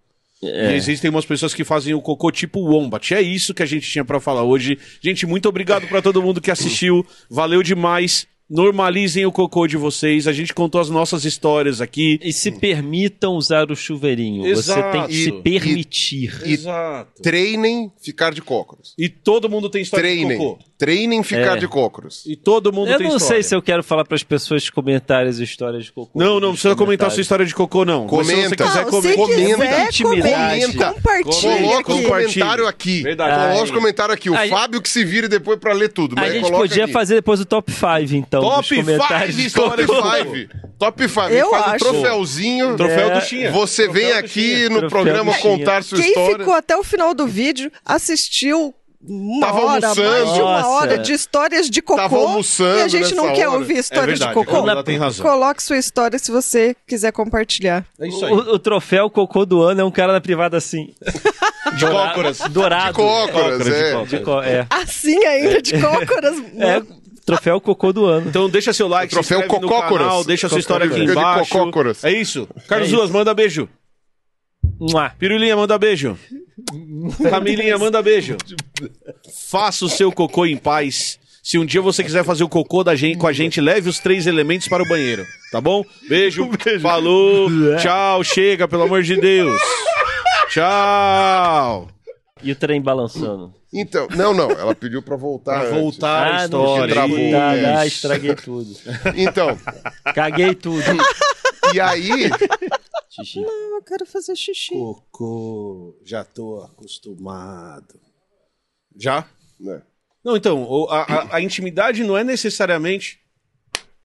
Speaker 3: É.
Speaker 1: E existem umas pessoas que fazem o cocô tipo wombat. É isso que a gente tinha pra falar hoje. Gente, muito obrigado pra todo mundo que assistiu. Valeu demais. Normalizem o cocô de vocês. A gente contou as nossas histórias aqui.
Speaker 4: E se permitam usar o chuveirinho. Você tem
Speaker 1: Exato.
Speaker 4: que se
Speaker 1: E-
Speaker 4: permitir.
Speaker 1: Exato.
Speaker 3: Treinem ficar de cócoras.
Speaker 1: E todo mundo tem história de
Speaker 3: Treinem.
Speaker 1: cocô.
Speaker 3: Treinem ficar
Speaker 4: É.
Speaker 3: de cócoras.
Speaker 1: E todo mundo
Speaker 4: Eu
Speaker 1: tem
Speaker 4: não
Speaker 1: história.
Speaker 4: sei se eu quero falar para as pessoas comentarem as histórias de cocô.
Speaker 1: Não, não
Speaker 4: Nos
Speaker 1: precisa comentar sua
Speaker 4: comentários.
Speaker 1: história de cocô, não. Mas se você
Speaker 3: Comenta. é
Speaker 1: quiser é
Speaker 2: Não, se
Speaker 1: comentar.
Speaker 2: quiser,
Speaker 4: Intimidade.
Speaker 2: comente, compartilha.
Speaker 3: Coloca
Speaker 2: aqui.
Speaker 3: o comentário aqui.
Speaker 1: Verdade.
Speaker 3: Coloca
Speaker 4: Ai.
Speaker 3: o comentário aqui. O
Speaker 4: Ai.
Speaker 3: Fábio que se vire depois pra ler tudo.
Speaker 4: A
Speaker 3: Mas
Speaker 4: gente
Speaker 3: coloca
Speaker 4: podia
Speaker 3: aqui.
Speaker 4: fazer depois o top 5, então.
Speaker 1: Top
Speaker 4: dos comentários
Speaker 1: five
Speaker 4: de
Speaker 1: histórias
Speaker 4: cocô.
Speaker 1: de
Speaker 3: Top 5. Top 5.
Speaker 2: Eu
Speaker 3: Faz um
Speaker 2: acho.
Speaker 3: troféuzinho.
Speaker 1: Troféu do Chinha.
Speaker 3: Você
Speaker 1: Troféu
Speaker 3: vem
Speaker 1: do
Speaker 3: aqui
Speaker 1: Chinha.
Speaker 3: no
Speaker 4: É. Troféu
Speaker 3: programa
Speaker 4: do Chinha.
Speaker 3: contar sua
Speaker 2: Quem
Speaker 3: história.
Speaker 2: ficou até o final do vídeo assistiu uma
Speaker 3: Tava
Speaker 2: hora, mais de
Speaker 3: almoçando.
Speaker 2: uma
Speaker 4: Nossa.
Speaker 2: hora de histórias de cocô.
Speaker 3: Tava almoçando
Speaker 2: e a gente não
Speaker 3: nessa
Speaker 2: quer
Speaker 3: hora. É
Speaker 2: ouvir história
Speaker 1: verdade,
Speaker 2: de cocô.
Speaker 1: ela tem razão.
Speaker 2: Coloque sua história se você quiser compartilhar.
Speaker 1: É isso aí.
Speaker 4: O, o troféu cocô do ano é um cara na privada assim.
Speaker 1: De cócoras.
Speaker 4: Dourado.
Speaker 3: De cócoras,
Speaker 1: de
Speaker 3: é.
Speaker 1: cócoras.
Speaker 4: De co- é.
Speaker 2: Assim ainda, de cócoras.
Speaker 4: É, troféu cocô do ano.
Speaker 1: Então deixa seu like,
Speaker 3: Troféu
Speaker 1: se inscreve no
Speaker 3: Cocócoras.
Speaker 1: canal, deixa sua história aqui
Speaker 3: Fica de
Speaker 1: embaixo.
Speaker 3: Cocócoras.
Speaker 1: É isso. Carlos
Speaker 4: É isso.
Speaker 1: Ruas, manda beijo.
Speaker 4: Mua.
Speaker 1: Pirulinha, manda beijo. Camilinha, manda beijo. Faça o seu cocô em paz. Se um dia você quiser fazer o cocô da gente, com a gente, leve os três elementos para o banheiro, tá bom? Beijo,
Speaker 3: Um
Speaker 1: falou,
Speaker 3: É.
Speaker 1: tchau, chega, pelo amor de Deus. Tchau.
Speaker 4: E o trem balançando. Ah,
Speaker 3: Então, não, não. Ela pediu pra voltar.
Speaker 1: Pra
Speaker 3: antes.
Speaker 1: voltar a
Speaker 4: não
Speaker 1: história.
Speaker 4: travou.
Speaker 3: Travou,
Speaker 4: Tá,
Speaker 3: é.
Speaker 4: ah, estraguei tudo.
Speaker 3: Então,
Speaker 4: Caguei tudo.
Speaker 3: e aí.
Speaker 4: Xixi.
Speaker 2: Eu quero fazer xixi.
Speaker 1: Cocô, já tô acostumado. Já?
Speaker 3: né,
Speaker 1: Não, então, o- a, a- a intimidade não é necessariamente